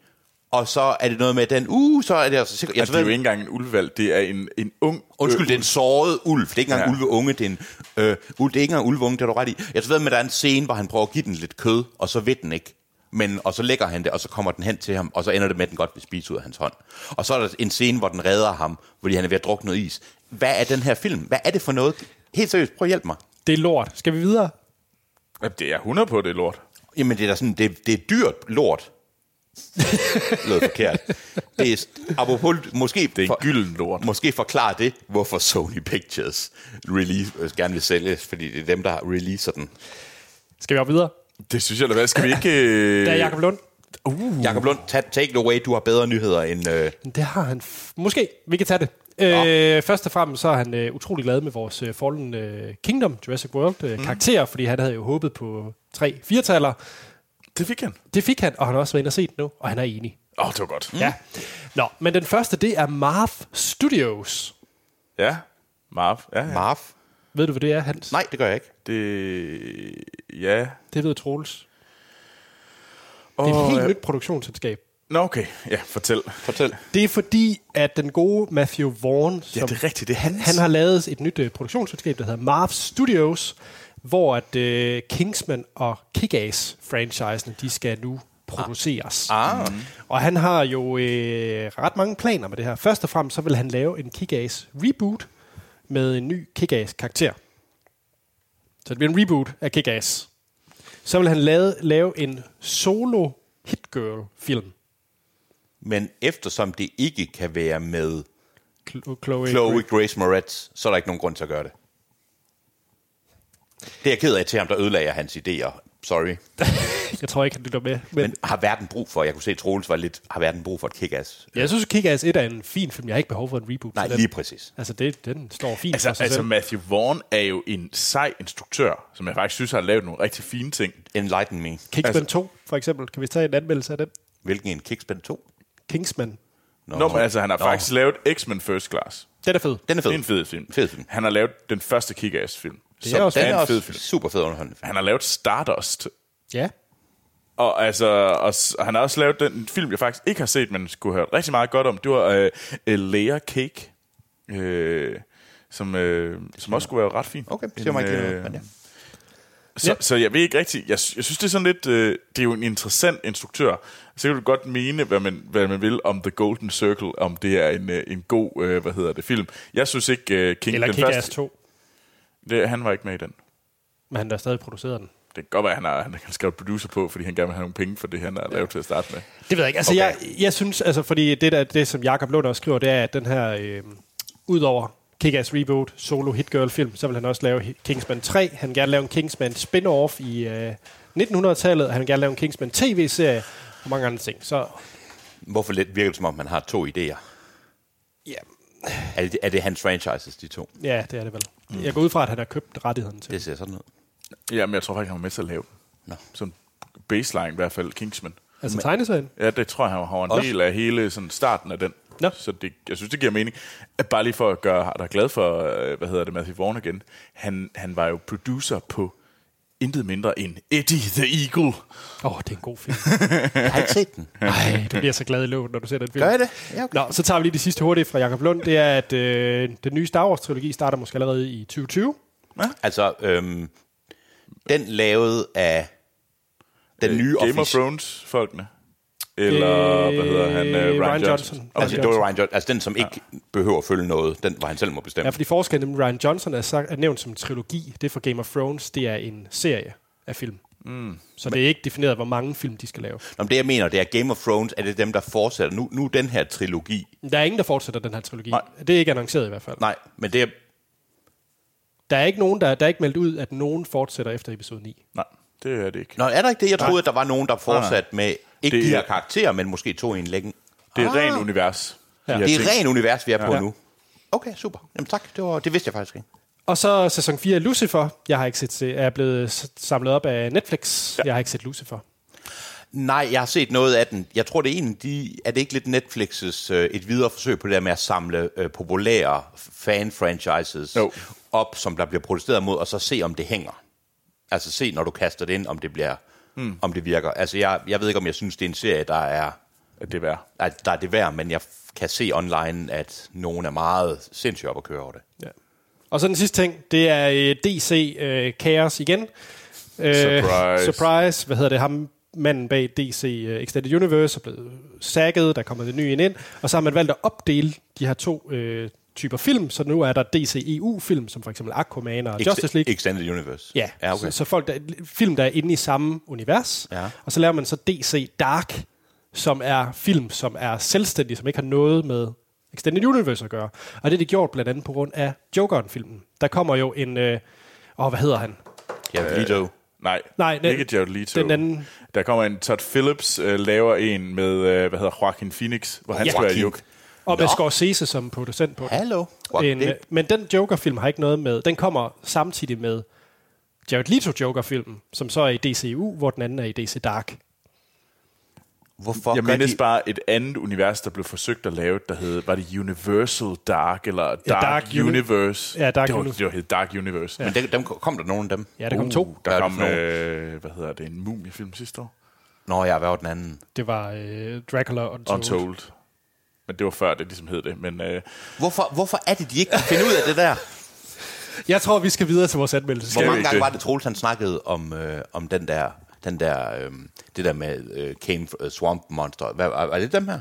B: og så er det noget med den, uh, så er det altså sikkert...
C: Jeg det er jo ikke engang en ulvevalg, det er en, en ung...
B: Undskyld,
C: øh,
B: det er en såret ulv. Det er ikke engang
C: Ja.
B: ja. ulveunge. Det er, en, øh, ulv, det er ikke engang ulveunge, det har du ret i. Jeg ved, at der er en scene, hvor han prøver at give den lidt kød, og så ved den ikke. Men, og så lægger han det, og så kommer den hen til ham, og så ender det med, at den godt vil spise ud af hans hånd. Og så er der en scene, hvor den redder ham, fordi han er ved at drukke noget is. Hvad er den her film? Hvad er det for noget? Helt seriøst, prøv at hjælpe mig.
A: Det er lort. Skal vi videre?
C: Jamen, det er 100 på det lort.
B: Jamen, det er da sådan, det, det er dyrt lort. Lød forkert. Det er, apropos, måske, det
C: er gylden lort.
B: Måske forklare det, hvorfor Sony Pictures release, øh, gerne vil sælges, fordi det er dem, der releaser den.
A: Skal vi op videre?
C: Det synes jeg da, hvad skal vi ikke... Øh...
A: Der er Jacob Lund.
B: Uh. Jakob Lund, ta- take it away. Du har bedre nyheder end... Øh,
A: Men Det har han... F- Måske. Vi kan tage det. Øh, først og fremmest så er han øh, utrolig glad med vores øh, Fallen øh, Kingdom, Jurassic World, øh, karakterer, fordi han havde jo håbet på tre firetaller.
C: Det fik han.
A: Det fik han, og han har også været inde og set den nu, og han er enig.
C: Åh, oh, det var godt.
A: Ja. Nå, men den første, det er Marv Studios.
C: Ja. Marv. Ja, ja.
B: Marv?
A: Ved du, hvad det er, Hans?
B: Nej, det gør jeg ikke.
C: Det... Ja.
A: Det ved Troels. Det er
C: Åh,
A: et helt
C: ja.
A: nyt produktionsselskab.
C: Nå, okay. Ja, fortæl.
B: Fortæl.
A: Det er fordi, at den gode Matthew Vaughn, som
C: Ja, det er rigtigt. Det er hans.
A: Han har lavet et nyt øh, produktionsselskab, der hedder Marv Studios, hvor at øh, Kingsman og Kick-Ass franchisen, de skal nu produceres. Mm.
B: Ah.
A: Og han har jo øh, ret mange planer med det her. Først og fremmest så vil han lave en Kick-Ass reboot med en ny Kick-Ass karakter. Så det bliver en reboot af Kick-Ass. Så vil han lave, lave en solo Hit Girl film.
B: Men eftersom det ikke kan være med
A: Chloe, Chloe,
B: Chloe Grace Moretz, så er der ikke nogen grund til at gøre det. Det er jeg ked af til ham, der ødelagde hans idéer. Sorry.
A: Jeg tror ikke, han lytter med.
B: Men, men har verden brug for, jeg kunne se, at Troels var lidt, har verden brug for et kick-ass?
A: Jeg synes, Kick-Ass 1 er en fin film. Jeg har ikke behov for en reboot.
B: Nej,
A: Så den,
B: lige præcis.
A: Altså, det, den står fint
C: Altså,
A: for sig
C: altså
A: selv.
C: Matthew Vaughn er jo en sej instruktør, som jeg faktisk synes har lavet nogle rigtig fine ting.
B: Enlighten me. Altså,
A: Kingsman 2, for eksempel. Kan vi tage en anmeldelse af den?
B: Hvilken en? Kingsman 2?
A: Kingsman.
C: Nå, Nå men altså, han har
A: Nå.
C: Nå. faktisk lavet X-Men First Class.
A: Den er fed.
B: Den er fed.
C: Det er en fed film.
B: Fed film.
C: Han har lavet den første Kick-Ass-film.
B: Det
C: som
B: er også- den er
C: en
B: også
C: fed film.
B: super fed underholdende film.
C: Han har lavet Stardust.
A: Ja.
C: Og altså, og, s- og han har også lavet den film, jeg faktisk ikke har set, men skulle have hørt rigtig meget godt om. Det var øh, øh, Layer Cake, øh, som, øh, som også skulle være ret fin. øh,
B: Okay, det siger mig ikke lige noget, men ja.
C: Så, ja. så jeg ved ikke rigtigt, jeg, jeg synes det er sådan lidt, øh, det er jo en interessant instruktør. Så kan du godt mene, hvad man, hvad man vil om The Golden Circle, om det er en, øh, en god, øh, hvad hedder det, film. Jeg synes ikke, øh, King,
A: Eller
C: den
A: Kick-Ass
C: første,
A: 2,
C: det, han var ikke med i den.
A: men han der stadig produceret den.
C: Det kan godt være, at han har, han har skrevet producer på, fordi han gerne vil have nogle penge for det, han har lavet til at starte med.
A: Det ved jeg ikke. Altså, okay. jeg, jeg synes, altså, fordi det, der, det som Jakob Lund også skriver, det er, at den her, øh, udover Kick-Ass Reboot, solo hit girl film, så vil han også lave Hi- Kingsman 3. Han vil gerne lave en Kingsman spin-off i øh, 1900-tallet, og han vil gerne lave en Kingsman tv-serie, og mange andre ting. Så
B: Hvorfor lidt virker det, som om man har to idéer?
A: Ja.
B: Er det, er det hans franchises, de to?
A: ja, det er det vel.
B: Mm.
A: Mm. Jeg går ud fra, at han har købt rettigheden til.
B: Det ser sådan ud.
C: Ja, men jeg tror faktisk, han var med til at lave den.
B: Nå.
C: Sådan baseline i hvert fald, Kingsman.
A: Altså tegneserien?
C: Ja, det tror jeg, han var
A: Nå.
C: en del af hele sådan, starten af den.
A: Nå.
C: Så det, jeg synes, det giver mening. At Bare lige for at gøre dig glad for, øh, hvad hedder det, Matthew Vaughn igen. Han, han var jo producer på intet mindre end Eddie the Eagle.
A: Åh, oh, det er en god film.
B: jeg har ikke set den.
A: Nej, du bliver så glad i løven, når du ser den film.
B: Gør jeg det? Ja,
A: okay. Nå, så tager vi lige det sidste hurtigt fra Jakob Lund. Det er, at øh, den nye Star Wars-trilogi starter måske allerede i 2020.
B: Altså, øhm, den lavet af den nye
C: Øh, Game of
B: offici-
C: Thrones-folkene. Eller, hvad hedder han? øh, Ryan, Johnson. Okay.
B: Altså, det var Ryan Johnson. Altså, den, som ikke behøver at følge noget, den var han selv må bestemme.
A: Ja, fordi forskellen mellem Ryan Johnson er, sagt, er nævnt som trilogi. Det er for Game of Thrones. Det er en serie af film.
B: Mm.
A: Så det er ikke defineret, hvor mange film de skal lave.
B: Nå, men det, jeg mener, det er Game of Thrones, er det dem, der fortsætter. Nu, nu er den her trilogi.
A: Der er ingen, der fortsætter den her trilogi. Nej. Det er ikke annonceret i hvert fald.
B: Nej, men det er...
A: Der er ikke nogen, der, der er ikke meldt ud, at nogen fortsætter efter episode 9.
C: Nej, det er det ikke.
B: Nå, er der ikke det? Jeg
A: Nej.
B: troede, at der var nogen, der fortsatte
A: Nej, nej.
B: med... Ikke
A: Det
B: det, de her
A: er-
B: karakterer, men måske to i en længe.
C: Det er ren univers.
B: Ja.
C: Ja.
B: Det er
C: Ja.
B: ren univers, vi er på
C: Ja.
B: nu. Okay, super. Jamen tak, det, var, det vidste jeg faktisk ikke.
A: Og så sæson 4 af Lucifer. Jeg har ikke set se- er blevet s- samlet op af Netflix. Ja. Jeg har ikke set Lucifer.
B: Nej, jeg har set noget af den. Jeg tror, det er en af de... Er det ikke lidt Netflix's øh, et videre forsøg på det der med at samle øh, populære fan-franchises op, som der bliver protesteret mod, og så se, om det hænger? Altså se, når du kaster det ind, om det bliver...
C: Hmm.
B: Mm. Om det virker. Altså, jeg, jeg ved ikke, om jeg synes, det er en serie, der er...
C: At det er værd.
B: At der er det værd, men jeg f- kan se online, at nogen er meget sindssygt op at køre over det.
A: Ja. Og så den sidste ting, det er øh, DC øh, Chaos igen. Øh,
B: Surprise.
A: surprise. Hvad hedder det? Ham manden bag DC øh, Extended Universe er blevet sækket, der er kommet det nye ind, ind, og så har man valgt at opdele de her to øh, typer film, så nu er der DC EU-film, som for eksempel Aquaman og
B: Ex-
A: Justice League.
B: Extended Universe.
A: Ja,
B: ja
A: så,
B: okay.
A: så folk der, film, der er inde i samme univers,
B: Ja.
A: og så laver man så DC Dark, som er film, som er selvstændig, som ikke har noget med Extended Universe at gøre. Og det er det gjort blandt andet på grund af Jokeren-filmen. Der kommer jo en... Øh, åh, hvad hedder han?
B: Ja,
C: Øh,
B: Vito.
C: Nej,
A: Nej, den-
C: ikke Jared Leto.
A: den anden.
C: Der kommer en Todd Phillips, øh, laver en med, øh, hvad hedder Joaquin Phoenix, hvor han
A: Ja.
C: spiller
A: Joaquin.
C: Juk.
A: Og med
C: Nå.
A: Scorsese som producent på den.
B: Hallo.
A: En,
B: det-
A: øh, men den Joker-film har ikke noget med... Den kommer samtidig med Jared Leto Joker-filmen, som så er i DCU, hvor den anden er i DC Dark.
B: Hvorfor
C: Jeg
B: gør
C: mindes
B: de-
C: bare et andet univers, der blev forsøgt at lave, der hed, var det Universal Dark, eller Dark, ja,
A: Dark
C: Dark
A: Uni-
C: Universe.
A: Ja, Dark
C: det var,
A: Universe.
C: Det var hed Dark Universe.
B: Ja. Men der, dem, kom der nogen af dem?
A: Ja, der kom to.
B: Hvad er det
C: Der kom,
B: for nogle?
C: øh, hvad hedder det, en mumiefilm sidste år?
B: Nå ja, hvad var den anden?
A: Det var øh, Dracula Untold.
C: Untold. Men det var før, det ligesom hed det. Men, øh,
B: Hvorfor, hvorfor er det, de ikke kan finde ud af det der?
A: Jeg tror, vi skal videre til vores anmeldelse.
B: Hvor mange gange var det, Troels han snakkede om, øh, om den der, den der, øh, det der med øh, Kane øh, Swamp Monster? Hvad, er, er det dem her?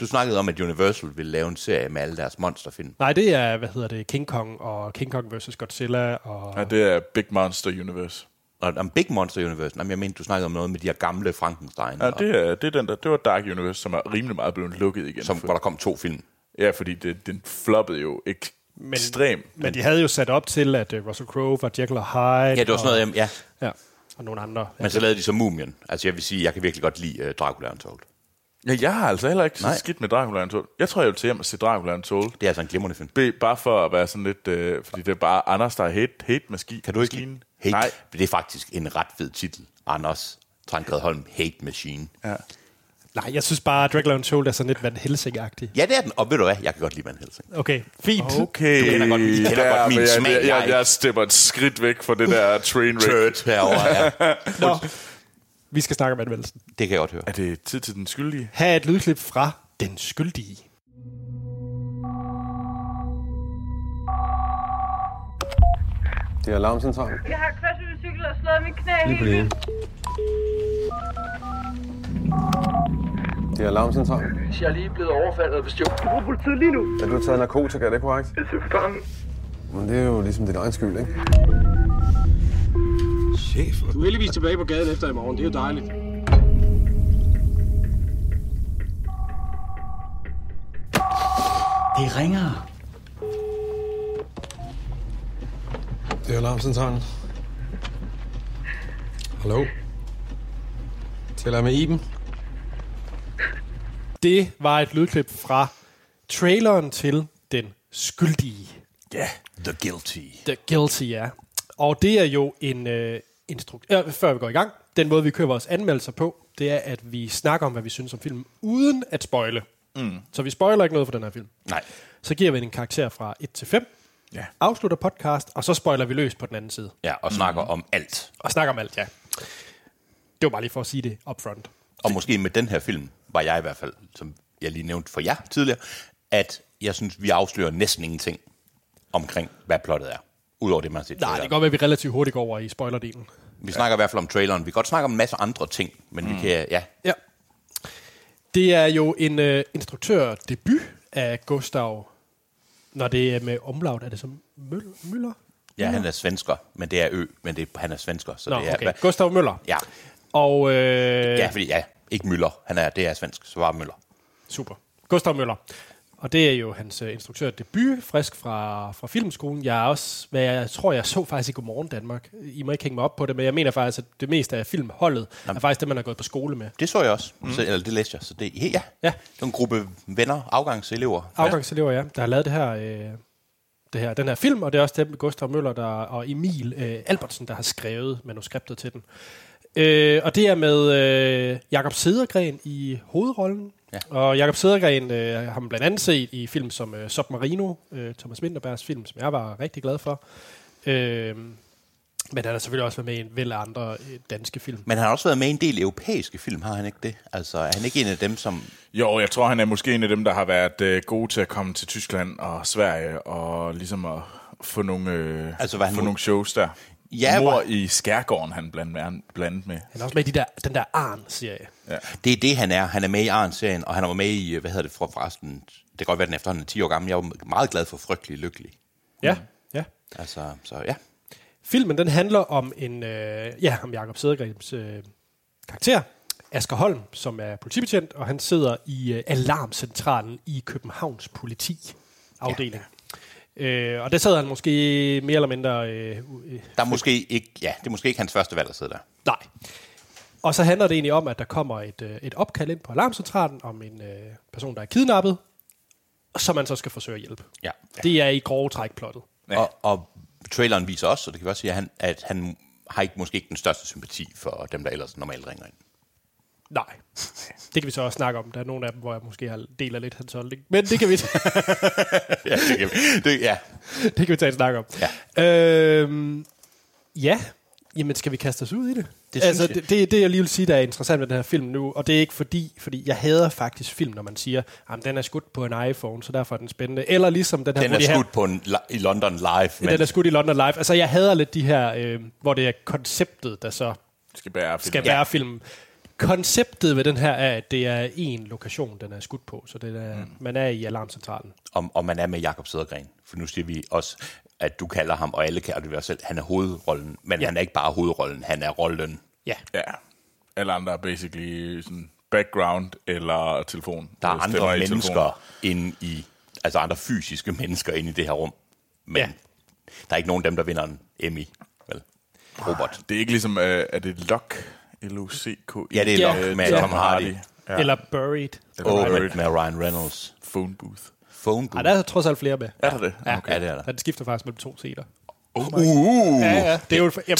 B: Du snakkede om, at Universal ville lave en serie med alle deres monsterfilm.
A: Nej, det er, hvad hedder det, King Kong og King Kong vs. Godzilla. Og...
C: ja, det er Big Monster Universe.
B: Og om Big Monster Universe, jamen, jeg mente, du snakkede om noget med de her gamle Frankenstein.
C: Ja, det er, det er den der, det var Dark Universe, som er rimelig meget blevet lukket igen.
B: Som- hvor der kom to film.
C: Ja, fordi det, den floppede jo ek-
A: Men-
C: ekstremt.
A: Men de havde jo sat op til, at øh, Russell Crowe var Jekyll og Hyde.
B: Ja, det var sådan noget,
A: og...
B: jamen, ja.
A: ja. Og nogle andre.
B: Men så lavede de så Mumien. Altså jeg vil sige, jeg kan virkelig godt lide uh, Dracula Untold.
C: Ja, jeg har altså heller ikke
B: Nej.
C: så skidt med Dracula Untold. Jeg tror, jeg vil til hjem og se Dracula Untold. Det
B: er altså en glimrende film.
C: B- bare for at være sådan lidt... Øh, fordi det er bare Anders, der er hate, hate maski.
B: Kan du ikke lide Hate? Nej. Det er faktisk en ret fed titel. Anders Trankred Holm, Hate Machine.
C: Ja.
A: Nej, jeg synes bare, at Dracula Untold er sådan lidt Van Helsing-agtig.
B: Ja, det er den. Og ved du hvad? Jeg kan godt lide Van Helsing.
A: Okay, fint.
C: Okay.
B: Du kender godt- I kender
C: Ja,
B: godt min
C: men jeg,
B: smag,
C: Jeg, jeg,
B: jeg-
C: jeg stepper et skridt væk fra det der train wreck.
B: Turd herovre, ja.
A: Nå, vi skal snakke om anmeldelsen.
B: Det kan jeg godt høre.
C: Er det tid til den skyldige?
A: Her er et lydklip fra Den Skyldige.
O: Det er alarmcentralen.
P: Jeg har kørt min cykel og slået mit knæ
O: Lige på linjen. Det er alarmcentralen.
J: Jeg er lige blevet overfaldet og bestjålet. Du bruger politiet lige nu.
O: Er du taget narkotika, er det korrekt?
J: Fanden.
O: Men det er jo ligesom din egen skyld, ikke?
Q: Chef. Du er heldigvis tilbage på gaden efter i morgen. Det er jo dejligt.
O: Det ringer. Det er alarmcentralen. Hallo? Taler jeg med Iben?
A: Det var et lydklip fra traileren til Den Skyldige.
B: Ja, yeah, The Guilty.
A: The Guilty, ja. Og det er jo en øh, instrukt... Øh, før vi går i gang, den måde, vi kører vores anmeldelser på, det er, at vi snakker om, hvad vi synes om filmen, uden at spoile.
C: Mm.
A: Så vi spoiler ikke noget for den her film.
B: Nej.
A: Så giver vi den en karakter fra 1 til 5,
C: ja.
A: afslutter podcast, og så spoiler vi løs på den anden side.
B: Ja, og snakker mm. om alt.
A: Og snakker om alt, ja. Det var bare lige for at sige det upfront.
B: Og måske med den her film var jeg i hvert fald, som jeg lige nævnte for jer tidligere, at jeg synes, vi afslører næsten ingenting omkring, hvad plottet er. Udover det, man har set. i
A: Nej, det
B: traileren.
A: kan godt være, at vi relativt hurtigt går over i spoilerdelen.
B: Vi snakker i hvert fald om traileren. Vi kan godt snakke om en masse andre ting, men mm. vi kan... Ja,
A: Ja. Det er jo en øh, instruktørdebut af Gustav, når det er med omlaut, er det som Møl- Møller?
B: ja han er svensker, men det er ø, men det er, han er svensker. Så
A: Nå,
B: det er,
A: okay. Gustav Møller.
B: Ja.
A: Og, øh,
B: ja, fordi, ja, ikke Møller. Han er, det er svensk, så var Møller.
A: Super. Gustav Møller. Og det er jo hans øh, instruktørdebut, frisk fra, fra filmskolen. Jeg er også, hvad jeg tror, jeg så faktisk i Godmorgen Danmark. I må ikke hænge mig op på det, men jeg mener faktisk, at det meste af filmholdet Jamen. er faktisk det, man har gået på skole med.
B: Det så jeg også, mm. så, eller det læste jeg. Så det, ja, ja. ja. Det var en gruppe venner, afgangselever.
A: Afgangselever, ja, der har lavet det her, øh, det her, den her film, og det er også dem, Gustav Møller der, og Emil øh, Albertsen, der har skrevet manuskriptet til den. Øh, og det er med øh, Jakob Sedergren i hovedrollen. Ja. Og Jakob Sedergren øh, har man blandt andet set i film som øh, Submarino, øh, Thomas Winterbergs film, som jeg var rigtig glad for. Øh, men han har selvfølgelig også været med i en vel af andre øh, danske film.
B: Men han har også været med i en del europæiske film, har han ikke det? Altså, er han ikke en af dem, som...
C: Jo, jeg tror, han er måske en af dem, der har været øh, gode til at komme til Tyskland og Sverige og ligesom at få nogle, øh,
B: Altså,
C: altså,
B: hvad
C: få
B: han nu-
C: nogle shows der.
B: Ja,
C: Ja, Mor
B: hvor-
C: i Skærgården, han blandt, er blandt med.
A: Han er også med i de der, den der Arn-serie.
C: Ja.
B: Det er det, han er. Han er med i Arn-serien, og han var med i, øh, hvad hedder det, fra forresten... Det kan godt være, den efterhånden er 10 år gammel. Jeg var meget glad for Frygtelig Lykkelig.
A: Ja, ja.
B: Altså, så ja.
A: Filmen den handler om en øh, ja, om Jakob Sædergrens øh, karakter, Asger Holm, som er politibetjent, og han sidder i øh, alarmcentralen i Københavns politi afdeling. Ja. Øh, og der sidder han måske mere eller mindre øh, u- øh,
B: Der er måske ikke, ja, det er måske ikke hans første valg, der sidder der.
A: Nej. Og så handler det egentlig om, at der kommer et, øh, et opkald ind på alarmcentralen om en øh, person, der er kidnappet, og som man så skal forsøge at hjælpe.
B: Ja.
A: Det er i grove træk plottet.
B: ja. Og, og traileren viser også, og det kan vi også sige, at han, at han har ikke, måske ikke den største sympati for dem, der ellers normalt ringer ind.
A: Nej. Det kan vi så også snakke om. Der er nogle af dem, hvor jeg måske har deler lidt hans holdning. Men det kan vi,
B: ja, det kan vi, det, ja.
A: det kan vi tage en snak om. Ja. Øhm, ja. Jamen, skal vi kaste os ud i det?
B: Det
A: altså,
B: synes jeg.
A: det, det, er det, jeg lige vil sige, der er interessant ved den her film nu, og det er ikke fordi, fordi jeg hader faktisk film, når man siger, at den er skudt på en iPhone, så derfor er den spændende. Eller ligesom den her...
B: Den
A: hvor de
B: er
A: her-
B: skudt på en, li- i London live.
A: Ja, den er skudt i London Live. Altså, jeg hader lidt de her, øh, hvor det er konceptet, der så
C: Skal bære
A: skal være filmen. Konceptet ved den her er, at det er en lokation, den er skudt på, så det er, mm. man er i alarmcentralen.
B: om, om man er med Jakob Sædergren. For nu siger vi også, at du kalder ham, og alle kalder det ved os selv, han er hovedrollen. Men ja. han er ikke bare hovedrollen, han er rollen.
A: Ja.
C: ja. Alle andre er basically sådan background eller telefon.
B: Der er
C: Eller
B: andre
C: stemmer i
B: mennesker inde i, altså andre fysiske mennesker inde i det her rum. Men ja. der er ikke nogen af dem, der vinder en Emmy. Vel? Robert.
C: Det er ikke ligesom, øh, er det Lock? L-O-C-K-E?
B: Ja, det er Lock med Tom Hardy.
A: Ja. Eller Buried.
B: Åh, med, med Ryan Reynolds.
C: Phone Booth.
B: Phone Booth.
A: Ej, Ah, der er trods alt flere med.
C: Er der det?
A: Ja,
B: Okay. Ja, det er der.
A: Der skifter faktisk mellem to seter.
C: Oh uh,
A: Ja, ja. Det er jo, jamen,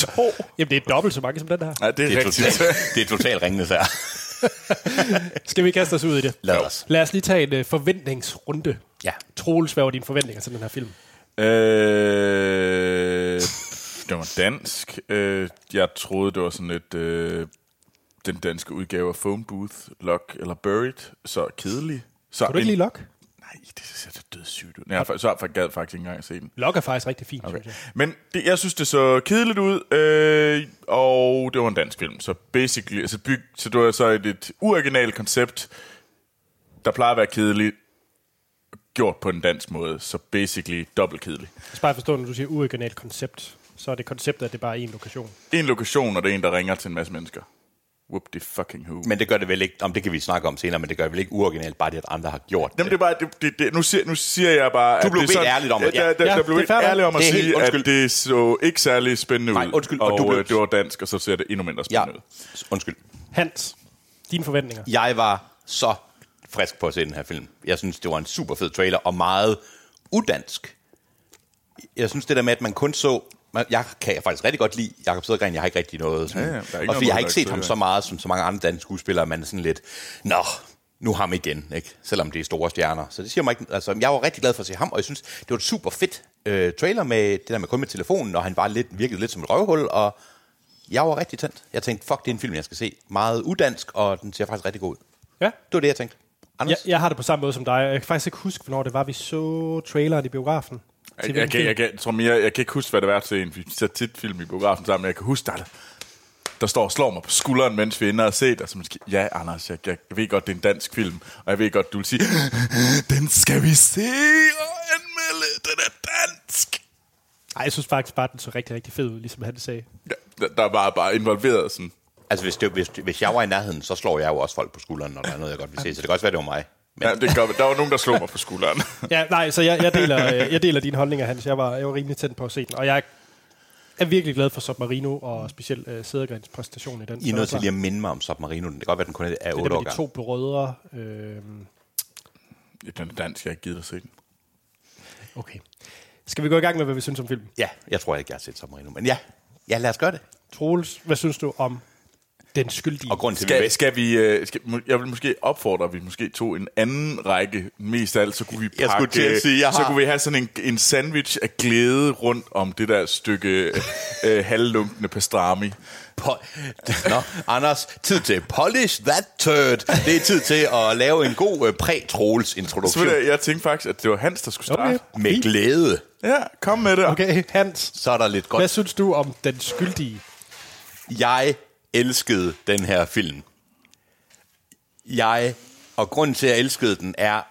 A: jamen, det er dobbelt så mange som den her.
C: Ja, det er,
B: Det er
C: rigtigt.
B: totalt, det er totalt ringende her.
A: Skal vi kaste os ud i det?
B: Lad os.
A: Lad os lige tage en uh, forventningsrunde.
B: Ja.
A: Troels, hvad var dine forventninger til den her film?
C: Øh, den var dansk. Øh, jeg troede, det var sådan et... Øh, den danske udgave af Phone Booth, Lock eller Buried. Så kedelig. Så
A: Kan du ikke
C: en-
A: lide Lock?
C: Nej, det ser så dødssygt ud. Nej, jeg fa- så jeg gad faktisk ikke engang se den.
A: Lock er faktisk rigtig fint, okay.
C: Okay.
A: synes jeg.
C: Men det, jeg synes, det så kedeligt ud, øh, og det var en dansk film. Så basically, altså byg, så det var så et, et uoriginalt koncept, der plejer at være kedeligt, gjort på en dansk måde, så basically dobbelt kedeligt.
A: Jeg skal bare forstå, når du siger uoriginalt koncept, så er det konceptet, at det bare er én lokation.
C: En lokation, og det er en, der ringer til en masse mennesker. Whoop de fucking who.
B: Men det gør det vel ikke, om det kan vi snakke om senere, men det gør det vel ikke uoriginalt, bare det, at andre har gjort
C: Jamen, det er bare, det, det, det, nu, siger, nu siger jeg bare...
B: Du
C: at
B: blev
C: det er
B: bedt ærligt om det,
C: Ja,
B: ja.
C: der, der,
B: Ja,
C: der
B: det
C: blev
B: er fair
C: bedt ærligt
B: nok.
C: om at
B: Det er helt-
C: sige,
B: undskyld.
C: at det så ikke særlig spændende ud.
B: Nej, undskyld,
C: Og,
B: og du blev-
C: øh, det var dansk, og så ser det endnu mindre spændende ja. ud.
B: Undskyld.
A: Hans, dine forventninger?
B: Jeg var så frisk på at se den her film. Jeg synes, det var en super fed trailer, og meget udansk. Jeg synes, det der med, at man kun så... man- Jeg kan faktisk rigtig godt lide Jakob Sædergren. Jeg har ikke rigtig noget... Sådan,
C: Ja, ja, der er
B: og fordi
C: ikke noget
B: jeg har
C: udansk
B: ikke set ham
C: ved det.
B: så meget som så mange andre danske skuespillere, man er sådan lidt... Nå, nu ham igen, ikke? selvom det er store stjerner. Så det siger mig ikke... Altså, jeg var rigtig glad for at se ham, og jeg synes, det var et super fedt øh, trailer med det der med kun med telefonen, og han var lidt, virkede lidt som et røvhul, og jeg var rigtig tændt. Jeg tænkte, fuck, det er en film, jeg skal se. Meget udansk, og den ser faktisk rigtig god ud.
A: Ja.
B: Det var det, jeg tænkte.
A: Jeg,
B: Anders?
A: jeg har det på samme måde som dig. Jeg kan faktisk ikke huske, hvornår det var, vi så traileren i biografen. til
C: Jeg,
A: hvilken
C: jeg, kan,
A: film.
C: jeg, kan, jeg, tror mere, jeg kan ikke huske, hvad det var til en. Vi så tit film i biografen sammen, men jeg kan huske, der, der står og slår mig på skulderen, mens vi ender og se dig. Så man skal, ja, Anders, jeg, jeg, ved godt, det er en dansk film, og jeg ved godt, du vil sige, den skal vi se og anmelde, den er dansk.
A: Ej, jeg synes faktisk bare, den så rigtig, rigtig fed ud, ligesom han sagde.
C: Ja, der, der var bare involveret sådan.
B: Altså, hvis, det, hvis, hvis jeg var i nærheden, så slår jeg jo også folk på skulderen, når der er noget, jeg godt vil se. Så det kan også være, det var mig. Men
C: Ja, det gør, der var nogen, der slog mig på skulderen.
A: Ja, nej, så jeg, jeg, deler, øh, jeg deler dine holdninger, Hans. Jeg var, jeg var rimelig tændt på at se den, og jeg er virkelig glad for Submarino og specielt øh, Sædergrens præstation i den.
B: I er nødt til lige at minde mig om Submarino. Det kan godt være, den kun er
A: Det
B: 8
A: er der
B: år
A: med de to
B: gammel.
A: brødre. Øh,
C: Ja, den er dansk, jeg har ikke givet dig at se den.
A: okay. Skal vi gå i gang med, hvad vi synes om filmen?
B: Ja, jeg tror ikke, jeg har set Submarino. Men ja, ja lad os gøre det.
A: Troels, hvad synes du om den skyldige?
B: Og grunden til, at vi
C: Skal,
B: vidste-
C: skal vi, øh, skal, må- jeg vil måske opfordre, at vi måske tog en anden række mest af alt, så kunne vi pakke,
B: Jeg skulle til at sige, jeg
C: så
B: har-
C: kunne vi have sådan en, en sandwich af glæde rundt om det der stykke øh, halvlunkende pastrami.
B: po- Nå, Anders, tid til polish that turd. Det er tid til at lave en god øh,
C: Så
B: præ-trols-introduktion.
C: ved jeg, jeg tænkte faktisk, at det var Hans, der skulle starte. Okay.
B: Med glæde.
C: Ja, kom med det.
A: Okay, Hans,
B: Så er der lidt godt
A: hvad synes du om den skyldige?
B: Jeg elskede den her film. Jeg, og grunden til, at jeg elskede den, er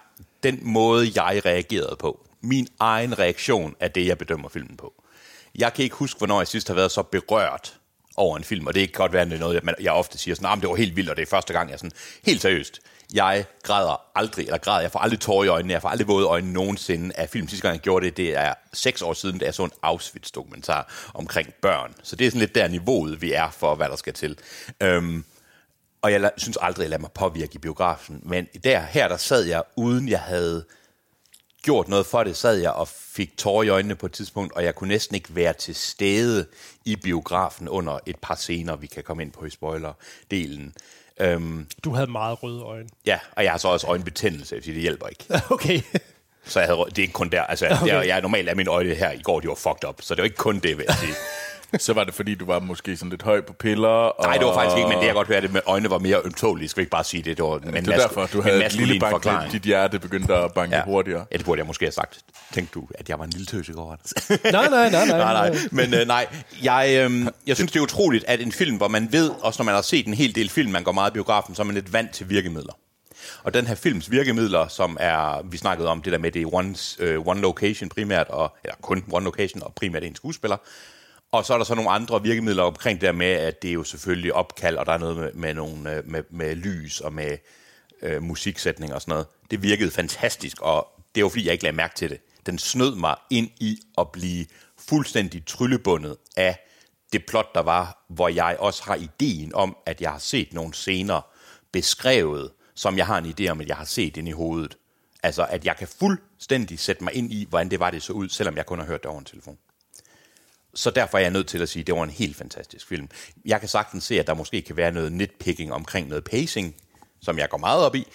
B: den måde, jeg reagerede på. Min egen reaktion er det, jeg bedømmer filmen på. Jeg kan ikke huske, hvornår jeg sidst har været så berørt over en film, og det kan godt være, at det er noget, man- jeg ofte siger sådan, "Ah, men det var helt vildt, og det er første gang, jeg er sådan, helt seriøst, jeg græder aldrig, eller græder, jeg får aldrig tårer i øjnene, jeg får aldrig våde øjne nogensinde af film. Sidste gang, jeg gjorde det, det er seks år siden, da jeg så en Auschwitz-dokumentar omkring børn. Så det er sådan lidt der niveauet, vi er for, hvad der skal til. Øhm, og jeg la- synes aldrig, jeg lader mig påvirke i biografen, men der, her der sad jeg, uden jeg havde gjort noget for det, sad jeg og fik tårer i øjnene på et tidspunkt, og jeg kunne næsten ikke være til stede i biografen under et par scener, vi kan komme ind på i spoiler-delen. Øhm,
A: Du havde meget røde øjne.
B: ja, og jeg har så også øjenbetændelse, fordi det hjælper ikke.
A: Okay.
B: Så jeg havde, rø- det er ikke kun der. Altså, okay. jeg, jeg, normalt er mine øjne her i går, de var fucked up, så det var ikke kun det, vil jeg sige.
C: Så var det, fordi du var måske sådan lidt høj på piller. Og
B: Nej, det var faktisk ikke, men det jeg godt hørte, at øjnene var mere ømtålige, skal vi ikke bare sige det. Det var en,
C: Det er derfor, du havde et lille bank, lidt. dit hjerte begyndte at banke
B: Ja.
C: ja. hurtigere.
B: Ja, det burde jeg måske have sagt. Tænkte du, at jeg var en lille tøs i går? Anders?
A: Nej, nej, nej, nej.
B: nej, nej. Men øh, nej, jeg, øh, jeg synes, det er utroligt, at en film, hvor man ved, også når man har set en hel del film, man går meget i biografen, så er man lidt vant til virkemidler. Og den her films virkemidler, som er, vi snakkede om det der med, det er one, øh, one location primært, og, eller kun one location, og primært en skuespiller. Og så er der så nogle andre virkemidler omkring det der med, at det er jo selvfølgelig opkald, og der er noget med, med, nogle, øh, med, med lys og med øh, musiksætninger og sådan noget. Det virkede fantastisk, og det var fordi, jeg ikke lagde mærke til det. Den snød mig ind i at blive fuldstændig tryllebundet af det plot, der var, hvor jeg også har ideen om, at jeg har set nogle scener beskrevet, som jeg har en idé om, at jeg har set inde i hovedet. Altså, at jeg kan fuldstændig sætte mig ind i, hvordan det var, det så ud, selvom jeg kun har hørt det over en telefon. Så derfor er jeg nødt til at sige, at det var en helt fantastisk film. Jeg kan sagtens se, at der måske kan være noget nitpicking omkring noget pacing, som jeg går meget op i,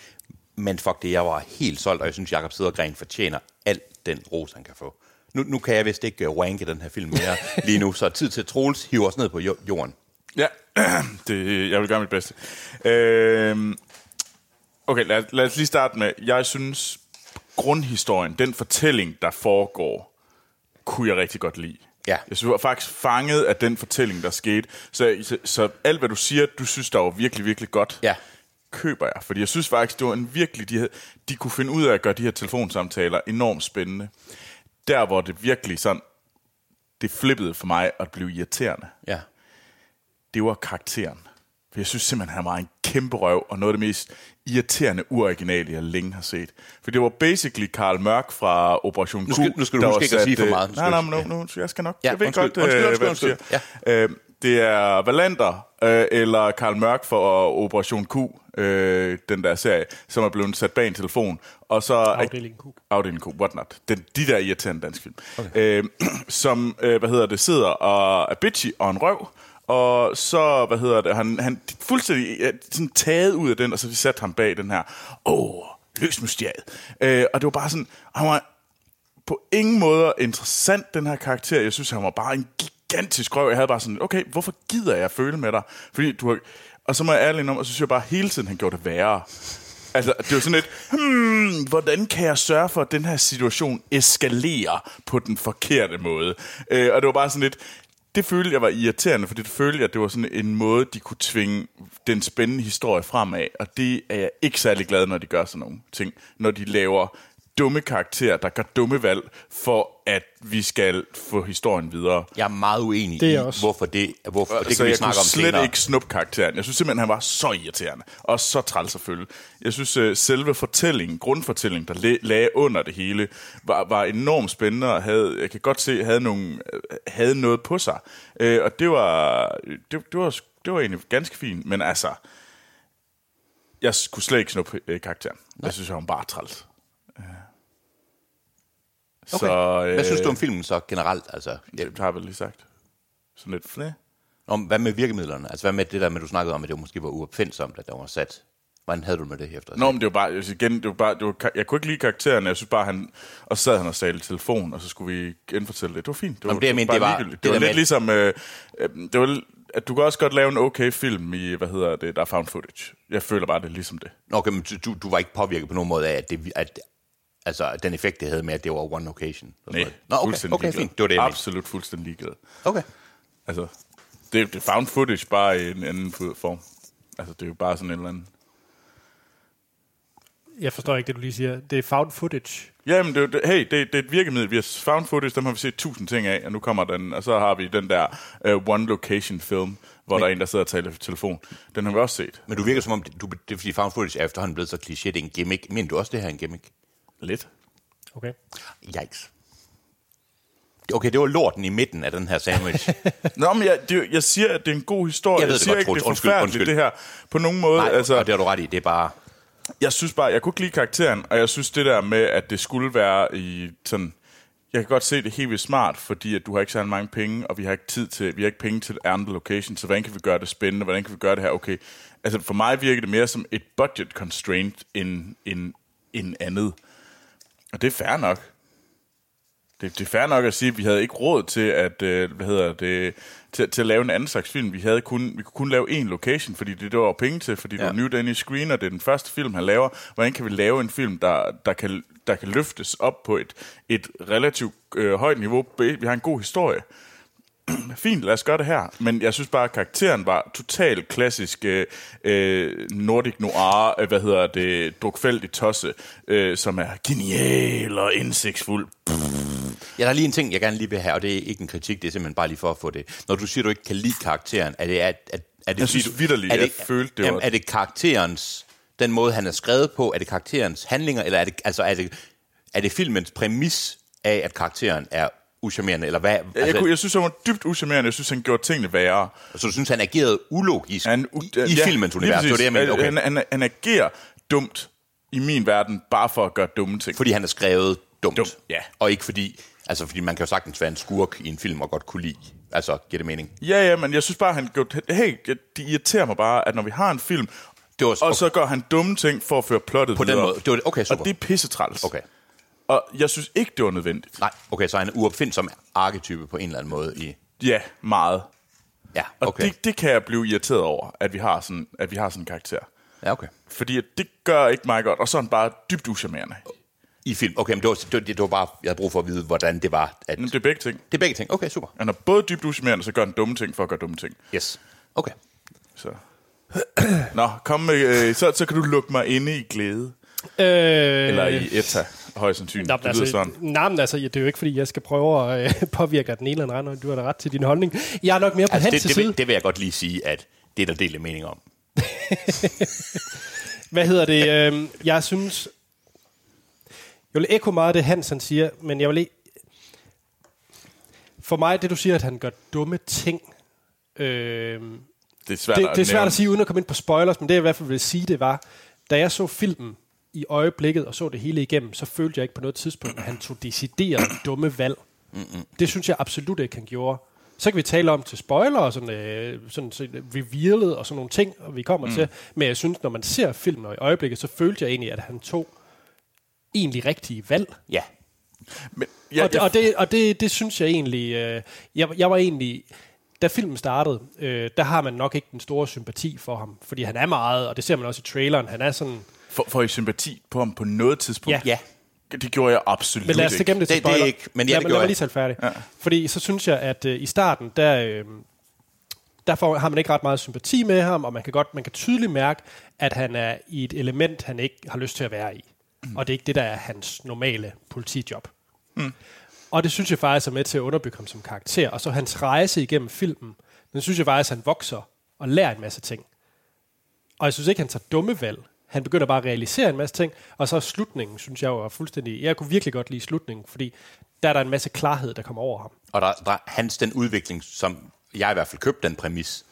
B: men fuck det, jeg var helt solgt, og jeg synes, Jakob Sedergren fortjener alt den ros, han kan få. Nu, nu kan jeg vist ikke øh, ranke den her film mere lige nu, så tid til at Troels hiver os ned på jo- jorden.
C: Ja, det, jeg vil gøre mit bedste. Øh, okay, lad, lad os lige starte med, jeg synes, grundhistorien, den fortælling, der foregår, kunne jeg rigtig godt lide.
B: Ja.
C: Jeg synes, jeg var faktisk fanget af den fortælling, der skete. Så, så, så alt, hvad du siger, du synes, der var virkelig, virkelig godt,
B: ja.
C: køber jeg. Fordi jeg synes faktisk, det var en virkelig... De, havde, de kunne finde ud af at gøre de her telefonsamtaler enormt spændende. Der, hvor det virkelig sådan... Det flippede for mig at blive irriterende.
B: Ja.
C: Det var karakteren. For jeg synes simpelthen, han var en kæmpe røv, og noget af det mest irriterende uoriginale, jeg længe har set. For det var basically Karl Mørk fra Operation Q.
B: Nu skal- nu skal du
C: der
B: huske
C: var
B: ikke at
C: sat,
B: sige for
C: øh,
B: meget. Nu skal
C: Nej, nej,
B: du-
C: men nu, nu, jeg skal nok.
B: Ja,
C: jeg ved
B: undskyld,
C: godt, øh,
B: undskyld,
C: hvad
B: undskyld,
C: du siger.
B: undskyld. Ja.
C: Øh, det er Valander øh, eller Karl Mørk for Operation Q, øh, den der serie, som er blevet sat bag en telefon. Og så
A: Afdeling Q.
C: Afdeling Q, what not. Den, de der irriterende danske film. Okay. Øh, som, øh, hvad hedder det, sidder og er bitchy og en røv. Og så, hvad hedder det, han, han er fuldstændig øh, sådan taget ud af den, og så har de sat ham bag den her, åh, oh, løs mysteriet. Øh, og det var bare sådan, han var på ingen måder interessant, den her karakter. Jeg synes, han var bare en gigantisk røv. Jeg havde bare sådan, okay, hvorfor gider jeg føle med dig? Fordi du har... Og så må jeg ærlig om, og så synes jeg bare hele tiden, han gjorde det værre. Altså, det var sådan lidt, hmm, hvordan kan jeg sørge for, at den her situation eskalerer på den forkerte måde? Øh, og det var bare sådan lidt, det følte jeg var irriterende, fordi det følte jeg, at det var sådan en måde, de kunne tvinge den spændende historie fremad, og det er jeg ikke særlig glad, når de gør sådan nogle ting. Når de laver dumme karakterer, der gør dumme valg, for at vi skal få historien videre.
B: Jeg er meget uenig
A: Det er
B: i,
A: jeg også.
B: hvorfor det, hvorfor, det kan
C: så
B: vi
C: jeg
B: snakke
C: kunne
B: om
C: slet
B: senere.
C: ikke snuppe karakteren. Jeg synes simpelthen, han var så irriterende. Og så træls at følge. Jeg synes, uh, selve fortællingen, grundfortællingen, der la- lagde under det hele, var, var enormt spændende og havde, jeg kan godt se, havde, nogle, øh, havde noget på sig. Uh, og det var, det, det, var, det var egentlig ganske fint, men altså, jeg kunne slet ikke snuppe uh, karakteren. Nej. Jeg synes, han var bare træls. Øh. Uh.
B: Okay. Hvad synes du om filmen så generelt? Altså,
C: Ja, det har jeg vel lige sagt. Sådan lidt flere.
B: Om, hvad med virkemidlerne? Altså, hvad med det der med, du snakkede om, at det måske var uopfindsomt, at der var sat? Hvordan havde du det med det efter?
C: Nå, men det var bare, jeg siger igen, det var bare, det var, ka- jeg kunne ikke lide karakteren, jeg synes bare, han, og så sad han og sagde i telefon, og så skulle vi genfortælle det. Det var fint. Det var,
B: Jamen, det, jeg mente,
C: bare
B: det var-
C: ligegyldigt.
B: det
C: det var
B: der
C: lidt
B: med-
C: ligesom, øh, øh, det var, l- at du kan også godt lave en okay film i, hvad hedder det, der er found footage. Jeg føler bare, det er ligesom det.
B: Nå, Okay, men du- du, du var ikke påvirket på nogen måde af, at, det, at altså, at den effekt, det havde med, at det var one location? og sådan
C: Nej,
B: noget. Nå, okay,
C: fuldstændig
B: okay
C: ligeglad.
B: fint. Det var det, jeg mente.
C: Absolut fuldstændig ligeglad.
B: Okay.
C: Altså, det, er- det er found footage bare i en anden fu- form. Altså, det er jo bare sådan en eller anden...
A: Jeg forstår ikke det, du lige siger. Det er found footage.
C: Jamen, det, er jo det, hey, det, det er et virkemiddel. Vi har found footage, dem har vi set tusind ting af, og nu kommer den, og så har vi den der uh, one location film, hvor men, der er en, der sidder og taler på telefon. Den har vi også set.
B: Men du virker som om, det- du, det er fordi found footage er efterhånden blevet så kliché, det er en gimmick. Men du også, det her er en gimmick?
C: Lidt.
A: Okay.
B: Yikes. Okay, det var lorten i midten af den her sandwich.
C: Nå, men jeg, det, jeg siger, at det er en god historie.
B: Jeg ved det
C: siger
B: godt,
C: ikke, det
B: Troels.
C: er
B: Undskyld,
C: forfærdeligt,
B: undskyld.
C: det her. På nogen måde,
B: Nej,
C: altså...
B: og det har du ret i, det er bare...
C: Jeg synes bare, jeg kunne ikke lide karakteren, og jeg synes det der med, at det skulle være i sådan... Jeg kan godt se det er helt vildt smart, fordi at du har ikke særlig mange penge, og vi har ikke tid til, vi har ikke penge til andre location, så hvordan kan vi gøre det spændende, hvordan kan vi gøre det her okay? Altså for mig virker det mere som et budget constraint end, end, end andet. Og det er fair nok. Det, det er fair nok at sige, at vi havde ikke råd til at, øh, hvad hedder det, til, til at lave en anden slags film. Vi, havde kun, vi kunne kun lave én location, fordi det, det var penge til, fordi ja. det var New Danish Screen, og det er den første film, han laver. Hvordan kan vi lave en film, der, der, kan, der kan løftes op på et, et relativt øh, højt niveau? Vi har en god historie. Fint, lad os gøre det her. Men jeg synes bare, at karakteren var totalt klassisk øh, øh, nordic noir, øh, hvad hedder det, drukfældig tosse, øh, som er genial og indsigtsfuld.
B: Ja, der er lige en ting, jeg gerne lige vil have, og det er ikke en kritik, det er simpelthen bare lige for at få det. Når du siger, du ikke kan lide karakteren, er det... Er, er, er det
C: Jeg synes
B: fordi du-
C: vitterligt,
B: er det,
C: jeg følte, det
B: jamen,
C: var-
B: Er det karakterens, den måde, han er skrevet på, er det karakterens handlinger, eller er det, altså, er det, er det filmens præmis af, at karakteren er uschammerende, eller hvad?
C: Jeg, altså, kunne, jeg synes, han var dybt uschammerende. Jeg synes, han gjorde tingene værre.
B: Så du synes, han agerede ulogisk han, u- i, i ja, filmens univers? Det var det, jeg mente. Okay.
C: Han, han, han agerer dumt i min verden, bare for at gøre dumme ting.
B: Fordi han er skrevet dumt. dumt.
C: Ja.
B: Og ikke fordi... Altså, fordi man kan jo sagtens være en skurk i en film og godt kunne lide. Altså, giver det mening?
C: Ja, ja, men jeg synes bare, han gjorde... Hey, det irriterer mig bare, at når vi har en film, det var, okay. og så gør han dumme ting for at føre plottet
B: På den
C: videre.
B: måde. Det var, okay, super.
C: Og det er pissetræls.
B: Okay.
C: Og jeg synes ikke, det var nødvendigt.
B: Nej, okay, så han er uopfindsom arketype på en eller anden måde i...
C: Ja, meget.
B: Ja, okay.
C: Og det, det kan jeg blive irriteret over, at vi har sådan, at vi har sådan en karakter.
B: Ja, okay.
C: Fordi det gør ikke mig godt, og så er han bare dybt uschammerende.
B: I film? Okay, men det var, det, det var bare, jeg havde brug for at vide, hvordan det var. At...
C: Men det er begge ting.
B: Det er begge ting, okay, super.
C: Han er både dybt uschammerende, så gør han dumme ting for at gøre dumme ting.
B: Yes, okay.
C: Så. Nå, kom med, øh, så, så kan du lukke mig inde i glæde.
A: Øh,
C: Eller i ETA, højst sandsynligt.
A: Nå, men
C: Det lyder
A: altså,
C: sådan.
A: nej, men altså, ja, det er jo ikke, fordi jeg skal prøve at øh, påvirke den ene eller den anden, og du har da ret til din holdning. Jeg er nok mere på altså,
B: Altså,
A: hans
B: det, det,
A: side.
B: vil, det vil jeg godt lige sige, at det er der delt mening om.
A: Hvad hedder det? Øh, jeg synes... Jeg vil ekko meget af det, Hansen siger, men jeg vil ikke... For mig, det du siger, at han gør dumme ting... Øh,
C: Det er svært,
A: det, det er svært
C: nævne.
A: at sige uden at komme ind på spoilers, men det jeg i hvert fald vil sige, det var, da jeg så filmen i øjeblikket og så det hele igennem, så følte jeg ikke på noget tidspunkt, at han tog decideret dumme valg.
B: Mm-mm.
A: Det synes jeg absolut ikke, han gjorde. Så kan vi tale om til spoiler og sådan, øh, sådan set revealet og sådan nogle ting, og vi kommer mm.
C: Mm.
A: til. Men jeg synes, når man ser filmen og i øjeblikket, så følte jeg egentlig, at han tog egentlig rigtige valg.
B: Ja.
C: Men,
A: Ja, og det, og, det, og det, det synes jeg egentlig... Øh, jeg, jeg var egentlig... Da filmen startede, øh, der har man nok ikke den store sympati for ham. Fordi han er meget, og det ser man også i traileren, han er sådan...
C: For, for i sympati på ham på noget tidspunkt?
A: Ja.
C: Det gjorde jeg absolut
A: Men lad os
C: ikke.
A: tage gennem det til spoiler. lad, lad mig lige tale færdig.
C: Ja.
A: Ja. Fordi så synes jeg, at øh, i starten, der, øh, der får, har man ikke ret meget sympati med ham, og man kan, godt, man kan tydeligt mærke, at han er i et element, han ikke har lyst til at være i. Mm. Og det er ikke det, der er hans normale politijob.
C: Mm.
A: Og det synes jeg faktisk er med til at underbygge ham som karakter. Og så hans rejse igennem filmen, den synes jeg faktisk, at han vokser og lærer en masse ting. Og jeg synes ikke, han tager dumme valg. Han begynder bare at realisere en masse ting. Og så er slutningen, synes jeg jo, er fuldstændig... Jeg kunne virkelig godt lide slutningen, fordi der er der en masse klarhed, der kommer over ham.
B: Og der, der, hans den udvikling, som jeg i hvert fald købte den præmis,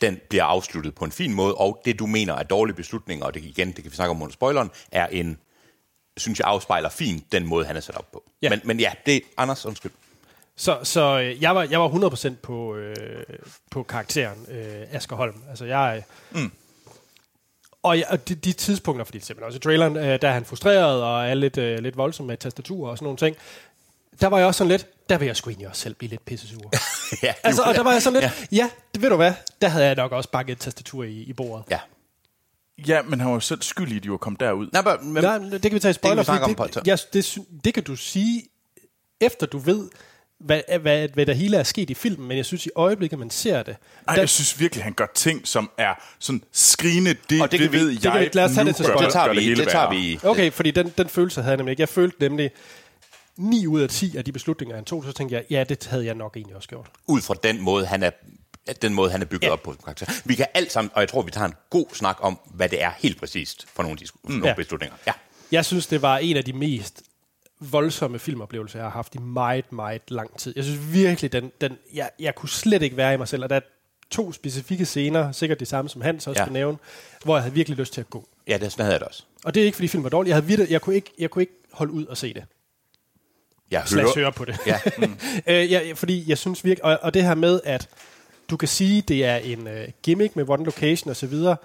B: den bliver afsluttet på en fin måde, og det du mener er dårlige beslutninger, og det igen, det kan vi snakke om under spoileren, er en, synes jeg afspejler fint den måde, han er sat op på. Ja. Men, men ja, det er Anders, undskyld.
A: Så, så øh, jeg, var, jeg var 100% på, øh, på karakteren øh, Asger Holm. Altså, jeg,
C: Mm.
A: Og, ja, og de, de tidspunkter, fordi det ser man også i traileren, øh, der er han frustreret og er lidt, øh, lidt voldsom med tastatur og sådan nogle ting. Der var jeg også sådan lidt, der vil jeg sgu egentlig også selv blive lidt pissesur.
B: ja,
A: altså, og der var jeg sådan
B: Ja.
A: lidt, ja, ja det ved du hvad, der havde jeg nok også bakket et tastatur i, i bordet.
B: Ja.
C: Ja, men han var jo selv skyldig, at de var kommet derud.
B: Nej, men, men,
A: Nej, men det kan vi tage i spoiler,
B: det kan vi snakke
A: fordi
B: om på et tidspunkt.
A: det, jeg, det, sy- det kan du sige, efter du ved, hvad, hvad, hvad der hele er sket i filmen, men jeg synes i øjeblikket, man ser det,
C: Ej, jeg synes virkelig, han gør ting, som er sådan skrigende, det, og det, det
A: vi-
C: ved
A: det
C: jeg
A: kan vi- lad os tage
C: nu
A: det til
C: gør-
A: spoiler.
B: Det tager
C: gør
B: vi i-
C: hele
B: det tager
C: værre.
B: vi i.
A: Okay, fordi den, den følelse havde jeg nemlig ikke. Jeg følte nemlig, 9 ud af 10 af de beslutninger, han tog, så tænkte jeg, ja, det havde jeg nok egentlig også gjort.
B: ud fra den måde, han er at den måde, han er bygget ja. op på som karakter. Vi kan alt sammen, og jeg tror, vi tager en god snak om, hvad det er helt præcist for nogle, disku- nogle
A: Mm. Ja.
B: beslutninger. Ja.
A: Jeg synes, det var en af de mest voldsomme filmoplevelser, jeg har haft i meget, meget lang tid. Jeg synes virkelig, den, den, jeg, jeg kunne slet ikke være i mig selv, og der er to specifikke scener, sikkert det samme som Hans også
B: Ja.
A: ja. nævne, hvor jeg havde virkelig lyst til at gå.
B: ja, det, sådan havde jeg det også.
A: Og det er ikke, fordi filmen var dårlig. Jeg, havde virkelig, jeg, kunne ikke, jeg kunne ikke holde ud og se det.
B: Jeg
A: Slags høre på det.
B: Ja. Mm.
A: øh, ja, fordi jeg synes virkelig, og, og det her med, at du kan sige, det er en øh, gimmick med one location og så videre.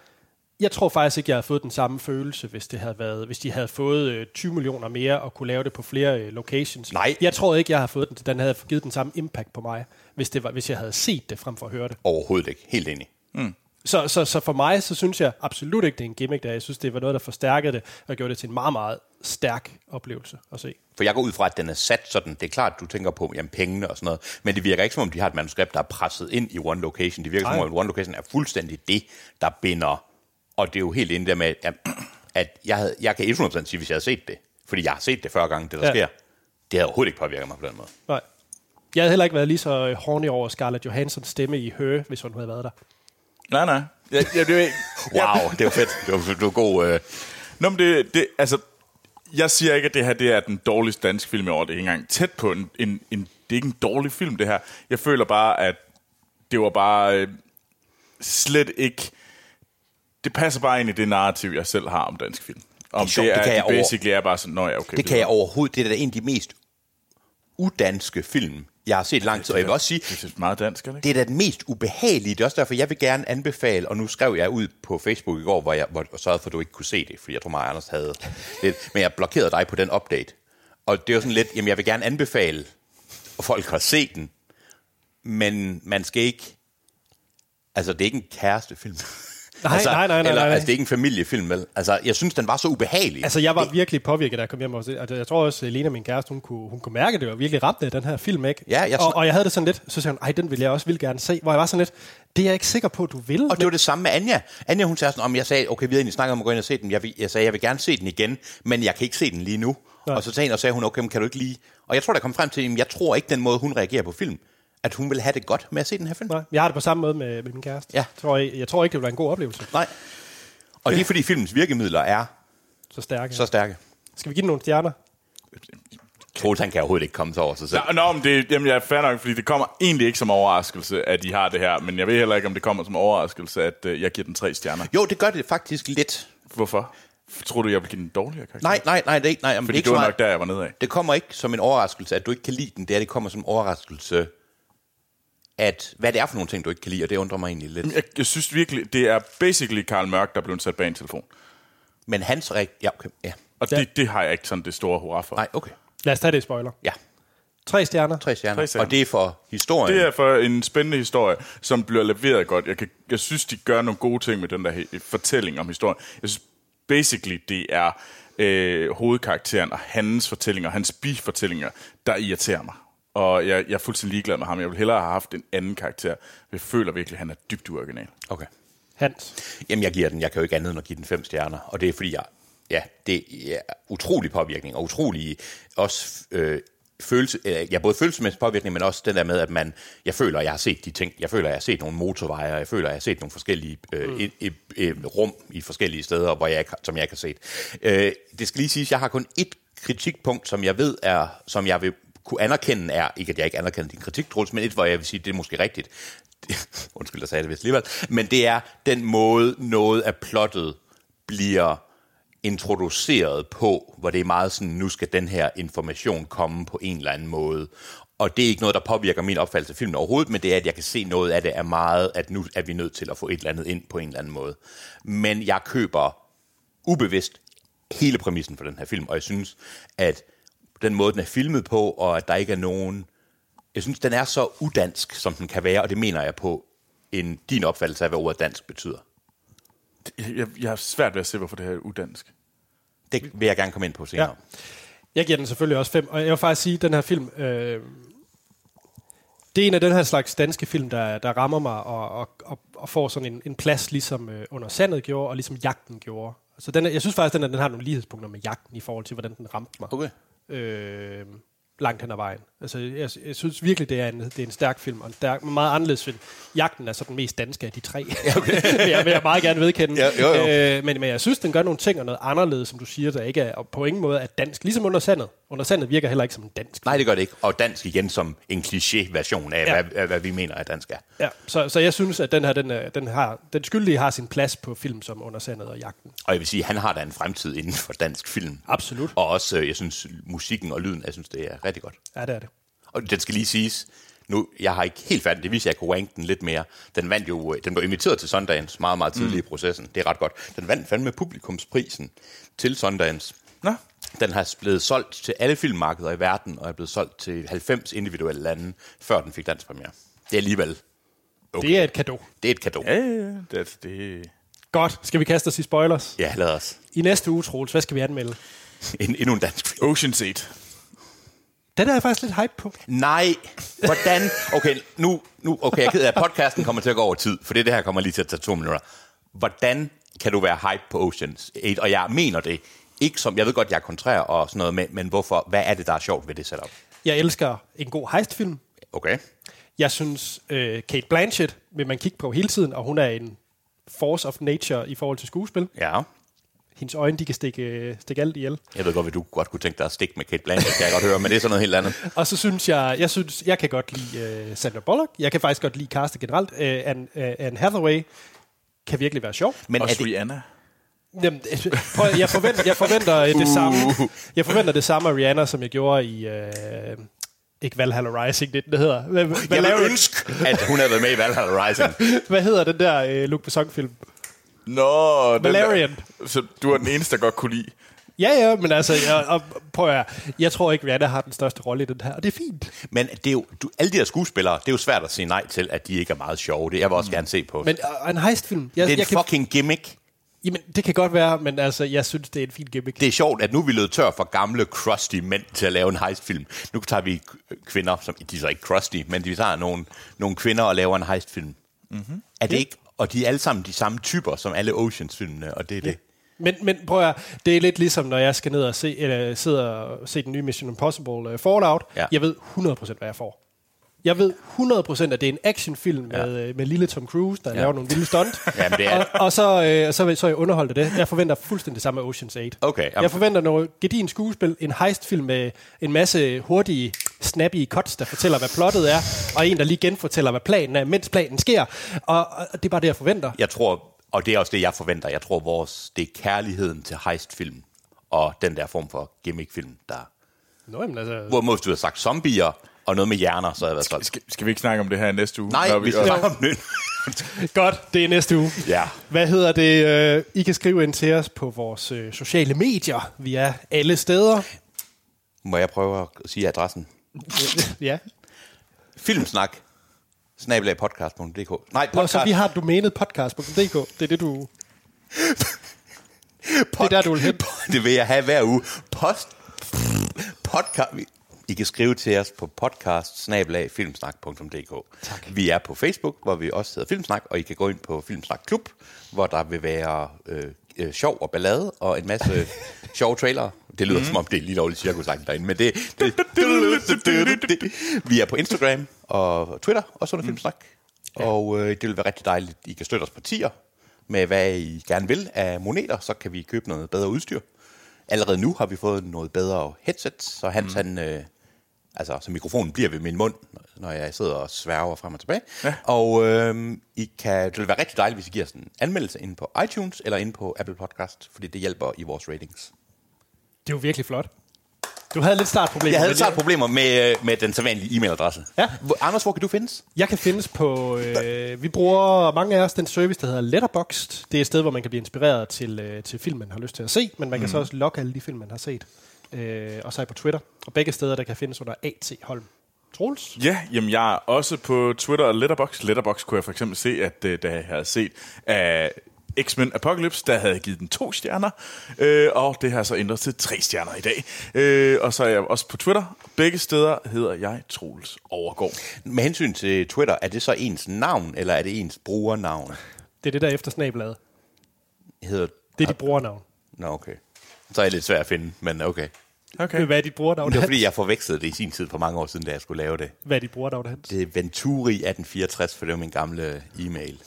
A: Jeg tror faktisk ikke, jeg havde fået den samme følelse, hvis, det havde været, hvis de havde fået øh, 20 millioner mere og kunne lave det på flere øh, locations.
B: Nej.
A: Jeg tror ikke, jeg har fået den, den havde givet den samme impact på mig, hvis, det var, hvis jeg havde set det frem for at høre det.
B: Overhovedet ikke. Helt enig.
C: Mm.
A: Så, så, så for mig, så synes jeg absolut ikke, det er en gimmick, der jeg synes, det var noget, der forstærkede det og gjorde det til en meget, meget stærk oplevelse at se.
B: For jeg går ud fra, at den er sat sådan. Det er klart, du tænker på jamen, pengene og sådan noget. Men det virker ikke, som om de har et manuskript, der er presset ind i One Location. Det virker,
A: Nej.
B: som om at One Location er fuldstændig det, der binder. Og det er jo helt inde der med, at, at jeg, havde, jeg kan 100% sige, hvis jeg havde set det. Fordi jeg har set det 40 gange, det der
A: Ja.
B: ja. sker. Det havde overhovedet ikke påvirket mig på den måde.
A: Nej. Jeg havde heller ikke været lige så øh, horny over Scarlett Johansons stemme i Høge, hvis hun havde været der.
C: Nej, nej. Jeg, jeg, det,
B: Wow, det var fedt. Det var, det var god... Øh,
C: Nå, men det, det, altså, jeg siger ikke, at det her det er den dårligste danske film i år. Det er ikke engang tæt på. En, en, en, det er ikke en dårlig film, det her. Jeg føler bare, at det var bare øh, slet ikke... Det passer bare ind i det narrativ, jeg selv har om dansk film. Om det er,
B: sjovt,
C: det er,
B: det
C: det
B: kan
C: kan
B: jeg over-
C: basically er bare sådan, nå ja, okay.
B: det kan jeg overhovedet. Det er da en af de mest udanske film, jeg har set lang tid. Og jeg vil også sige,
C: det er meget dansk, ikke?
B: det er da den mest ubehagelige. Det er også derfor, jeg vil gerne anbefale, og nu skrev jeg ud på Facebook i går, hvor jeg hvor jeg sørgede for, at du ikke kunne se det, fordi jeg tror mig, og Anders havde lidt, men jeg blokerede dig på den update. Og det er jo sådan lidt, jamen jeg vil gerne anbefale folk at se den, men man skal ikke, altså det er ikke en kærestefilm.
A: Nej,
B: altså,
A: nej, nej, nej,
B: eller,
A: nej.
B: Altså, det er ikke en familiefilm, vel? Altså, jeg synes, den var så ubehagelig.
A: Altså, jeg var virkelig påvirket, da jeg kom hjem. Og se- altså, jeg tror også, at Lena, min kæreste, hun kunne, hun kunne mærke, at det var virkelig ramt af den her film, ikke?
B: Ja, jeg
A: og,
B: snak-
A: og jeg havde det sådan lidt, så sagde hun, ej, den vil jeg også vil gerne se. Hvor jeg var sådan lidt, det er jeg ikke sikker på, du vil.
B: Og det var det samme med Anja. Anja, hun sagde sådan, om jeg sagde, okay, vi havde egentlig snakket om at gå ind og se den. Jeg, vil- jeg sagde, jeg vil gerne se den igen, men jeg kan ikke se den lige nu. Nej. Og så sagde, hun, og sagde hun, okay, men kan du ikke lige... Og jeg tror, der kom frem til, at jeg tror ikke den måde, hun reagerer på film, at hun vil have det godt med at se den her film.
A: Nej, jeg har det på samme måde med, med min kæreste. Ja. Jeg, tror, jeg, jeg tror ikke, det ville være en god oplevelse.
B: Nej. Og det er, fordi filmens virkemidler er
A: Så stærke.
B: så stærke.
A: Skal vi give den nogle stjerner?
B: Troels, han kan overhovedet ikke komme sig over sig selv.
C: Nå, nå men det, jamen, jeg er fair nok, fordi det kommer egentlig ikke som overraskelse, at I har det her, men jeg ved heller ikke, om det kommer som overraskelse, at øh, jeg giver den tre stjerner.
B: Jo, det gør det faktisk lidt.
C: Hvorfor? Tror du, jeg vil give den dårligere karakter?
B: Nej, nej, nej, det er ikke, nej, jamen, det er
C: Fordi
B: ikke
C: det
B: så
C: var
B: meget-
C: nok der, jeg var nede af.
B: Det kommer ikke som en overraskelse, at du ikke kan lide den. Det, er, det kommer som en overraskelse, at hvad det er for nogle ting, du ikke kan lide, og det undrer mig egentlig lidt.
C: Jeg, jeg synes virkelig, det er basically Karl Mørk, der blev sat bag en telefon.
B: Men hans rigt... Ja, okay. Ja.
C: Og det, det har jeg ikke sådan det store hurra for.
B: Nej, okay.
A: Lad os tage det i spoiler.
B: Ja.
A: Tre stjerner.
B: Tre
C: Tre stjerner.
B: Og det er for historien.
C: Det er for en spændende historie, som bliver leveret godt. Jeg, kan, jeg synes, de gør nogle gode ting med den der he- fortælling om historien. Jeg synes basically, det er øh, hovedkarakteren og hans fortællinger, hans bifortællinger, der irriterer mig. Og jeg, jeg er fuldstændig ligeglad med ham. Jeg ville hellere have haft en anden karakter. Jeg føler virkelig, at han er dybt uoriginal.
B: Okay.
A: Hans.
B: Jamen, jeg giver den. Jeg kan jo ikke andet end at give den fem stjerner. Og det er fordi, jeg... Ja, det er utrolig påvirkning, og utrolig også... Øh, følelse, øh, ja, både følelsesmæssig påvirkning, men også den der med, at man, jeg føler, at jeg har set de ting. Jeg føler, at jeg har set nogle motorveje, og jeg føler, at jeg har set nogle forskellige øh, mm. i, i, rum i forskellige steder, hvor jeg, ikke har- som jeg ikke har set. Øh, det skal lige siges, at jeg har kun ét kritikpunkt, som jeg ved er, som jeg vil kunne anerkende er, ikke at jeg ikke anerkender din kritik, Troels, men et, hvor jeg vil sige, at det er måske rigtigt. Undskyld, jeg sagde det vist alligevel. Men det er den måde, noget af plottet bliver introduceret på, hvor det er meget sådan, nu skal den her information komme på en eller anden måde. Og det er ikke noget, der påvirker min opfattelse af filmen overhovedet, men det er, at jeg kan se noget af det er meget, at nu er vi nødt til at få et eller andet ind på en eller anden måde. Men jeg køber ubevidst hele præmissen for den her film, og jeg synes, at den måde, den er filmet på, og at der ikke er nogen... Jeg synes, den er så udansk, som den kan være, og det mener jeg på en din opfattelse af, hvad ordet dansk betyder.
C: Jeg, jeg, jeg har svært ved at se, hvorfor det her er udansk.
B: Det vil jeg gerne komme ind på senere. Ja.
A: Jeg giver den selvfølgelig også fem. Og jeg vil faktisk sige, at den her film... Øh, det er en af den her slags danske film, der, der rammer mig og, og, og, og får sådan en, en plads, ligesom øh, Under Sandet gjorde, og ligesom Jagten gjorde. Så den, er- jeg synes faktisk, at den, er- den har nogle lighedspunkter med Jagten i forhold til, hvordan den ramte mig.
B: Okay.
A: Øh, langt hen ad vejen. Altså, jeg, jeg synes virkelig, det er, en, det er en stærk film, og en stærk, men meget anderledes film. Jagten er så den mest danske af de tre, okay. vil, jeg, vil jeg meget gerne vedkende.
B: Ja, jo, jo.
A: Øh, men, men jeg synes, den gør nogle ting og noget anderledes, som du siger, der ikke er og på ingen måde er dansk. Ligesom Under Sandet. Under Sandet virker heller ikke som en dansk.
B: Nej, det gør det ikke. Og dansk igen som en kliché-version af, ja.
A: Ja.
B: hvad, hvad vi mener, at dansk er.
A: Ja, så, så jeg synes, at den her, den, er- den, har, den skyldige har sin plads på film som Under Sandet og Jagten.
B: Og jeg vil sige, at han har da en fremtid inden for dansk film.
A: Absolut.
B: Og også, øh, jeg synes, musikken og lyden, jeg synes, det er rigtig godt.
A: Ja, det er det.
B: Og den skal lige siges, nu, jeg har ikke helt færdig, det viser, at jeg kunne rank den lidt mere. Den vandt jo, øh, den blev inviteret til Sundance meget, meget tidligt mm. i processen. Det er ret godt. Den vandt fandme publikumsprisen til Sundance.
C: Nå.
B: Den har blevet solgt til alle filmmarkeder i verden, og er blevet solgt til 90 individuelle lande, før den fik dansk premiere. Det er alligevel okay.
A: Det er et kado.
B: Det er et kado.
C: Ja, ja, ja. Det, altså det...
A: Godt, skal vi kaste os i spoilers?
B: Ja, lad os.
A: I næste uge, Troels, hvad skal vi anmelde?
B: En, endnu en dansk film.
C: Ocean's 8.
A: Den er jeg faktisk lidt hype på.
B: Nej, hvordan? Okay, nu, nu, okay, jeg er ked af, at podcasten kommer til at gå over tid, for det, det her kommer lige til at tage to minutter. Hvordan kan du være hype på Oceans 8? Og jeg mener det ikke som, jeg ved godt, jeg er kontrær og sådan noget, men, men hvorfor, hvad er det, der er sjovt ved det setup?
A: Jeg elsker en god heistfilm.
B: Okay.
A: Jeg synes, øh, Kate Blanchett vil man kigge på hele tiden, og hun er en force of nature i forhold til skuespil.
B: Ja.
A: hendes øjne, de kan stikke, øh, stikke alt ihjel.
B: Jeg ved godt, hvad du godt kunne tænke dig at stikke med Kate Blanchett, kan jeg godt høre, men det er sådan noget helt andet.
A: Og så synes jeg, jeg synes, jeg kan godt lide uh, Sandra Bullock. Jeg kan faktisk godt lide castet generelt. Uh, Anne, uh, Anne Hathaway kan virkelig være sjov.
C: Men Også er det... Rihanna.
A: Jamen, øh, prøv, jeg forventer, jeg forventer øh, det samme. Jeg forventer det samme af Rihanna, som jeg gjorde i... Øh, ikke Valhalla Rising, det, det hedder. Hvad, hvad
B: jeg vil ønske, at hun havde været med i Valhalla Rising.
A: hvad hedder den der øh, Luke Besson-film?
C: Nå, den
A: Valerian.
C: Der, så du er den eneste, der godt kunne lide.
A: Ja, ja, men altså, jeg, og, prøv at høre, jeg tror ikke, Rihanna har den største rolle i den her, og det er fint.
B: Men det er jo, du, alle de der skuespillere, det er jo svært at sige nej til, at de ikke er meget sjove. Det jeg vil også mm. gerne se på.
A: Men og en heistfilm.
B: Jeg, det er en jeg fucking kan... gimmick.
A: Jamen, det kan godt være, men altså, jeg synes, det er en fin gimmick.
B: Det er sjovt, at nu er vi løbet tør for gamle, crusty mænd til at lave en heistfilm. Nu tager vi kvinder, som de er så ikke crusty, men vi tager nogle, nogle kvinder og laver en heistfilm. Mm-hmm. Er det ja. ikke? Og de er alle sammen de samme typer, som alle Oceans-filmene, og det er ja. det.
A: Men, men prøv at det er lidt ligesom, når jeg skal ned og se, eller, sidder og se den nye Mission Impossible uh, Fallout. Ja. Jeg ved 100% hvad jeg får. Jeg ved 100% at det er en actionfilm ja. med, med lille Tom Cruise, der ja. laver nogle vilde stunt.
B: Jamen, det er...
A: og, og så, øh, så, så jeg underholdt det. Jeg forventer fuldstændig det samme af Ocean's 8.
B: Okay, jamen.
A: Jeg forventer noget gedin skuespil, en heistfilm med en masse hurtige, snappy cuts, der fortæller, hvad plottet er, og en, der lige genfortæller, hvad planen er, mens planen sker. Og, og det er bare det, jeg forventer.
B: Jeg tror, og det er også det, jeg forventer. Jeg tror, vores, det er kærligheden til heistfilm og den der form for gimmickfilm, der...
A: Nå, jamen, altså...
B: Hvor måske du har sagt zombier, og noget med hjerner, så havde jeg været
C: skal, skal, skal vi ikke snakke om det her næste uge?
B: Nej, vi, vi skal snakke om det.
A: Godt, det er næste uge.
B: Ja.
A: Hvad hedder det? Øh, I kan skrive ind til os på vores øh, sociale medier. Vi er alle steder.
B: Må jeg prøve at sige adressen?
A: ja.
B: Filmsnak. Snabelagpodcast.dk Nej, podcast.
A: Nå, så vi har domænet podcast.dk. Det er det, du... Pod... Det er der, du vil hen.
B: Det vil jeg have hver uge. Post... Podcast... I kan skrive til os på podcast
A: Tak.
B: Vi er på Facebook, hvor vi også hedder Filmsnak, og I kan gå ind på Filmsnak Klub, hvor der vil være øh, øh, sjov og ballade og en masse sjove trailere. Det lyder mm. som om, det er lige lovligt cirkusang derinde, men det, det, det, Vi er på Instagram og Twitter, og sådan mm. Filmsnak. Ja. Og øh, det vil være rigtig dejligt, I kan støtte os på tier med, hvad I gerne vil af moneter, så kan vi købe noget bedre udstyr. Allerede nu har vi fået noget bedre headset, så Hans, mm. han, øh, altså, så mikrofonen bliver ved min mund, når jeg sidder og sværger frem og tilbage. Ja. Og øh, I kan, det vil være rigtig dejligt, hvis I giver os en anmeldelse inde på iTunes eller inde på Apple Podcast, fordi det hjælper i vores ratings.
A: Det er jo virkelig flot. Du havde lidt startproblemer.
B: Jeg havde startproblemer med, øh, med den sædvanlige e-mailadresse.
A: Ja.
B: Anders, hvor kan du findes?
A: Jeg kan findes på... Øh, vi bruger mange af os den service, der hedder Letterboxd. Det er et sted, hvor man kan blive inspireret til, øh, til film, man har lyst til at se, men man mm. kan så også logge alle de film, man har set øh, og så er på Twitter. Og begge steder, der kan findes under A.T. Holm. Troels?
C: Ja, jamen jeg er også på Twitter og Letterbox. Letterbox kunne jeg for eksempel se, at øh, da jeg havde set af uh, X-Men Apocalypse, der havde jeg givet den to stjerner, øh, og det har så ændret til tre stjerner i dag. Øh, og så er jeg også på Twitter. Begge steder hedder jeg Troels Overgaard.
B: Med hensyn til Twitter, er det så ens navn, eller er det ens brugernavn?
A: Det er det, der efter snabladet.
B: Hedder...
A: Det er dit brugernavn.
B: Nå, okay. Så er det lidt svært at finde, men okay.
A: okay. Hvad er dit brugernavn?
B: Det var fordi, jeg forvekslede det i sin tid for mange år siden, da jeg skulle lave det.
A: Hvad er dit brugernavn, Hans?
B: Det øh, er Venturi1864, for det var min gamle øh, e-mail.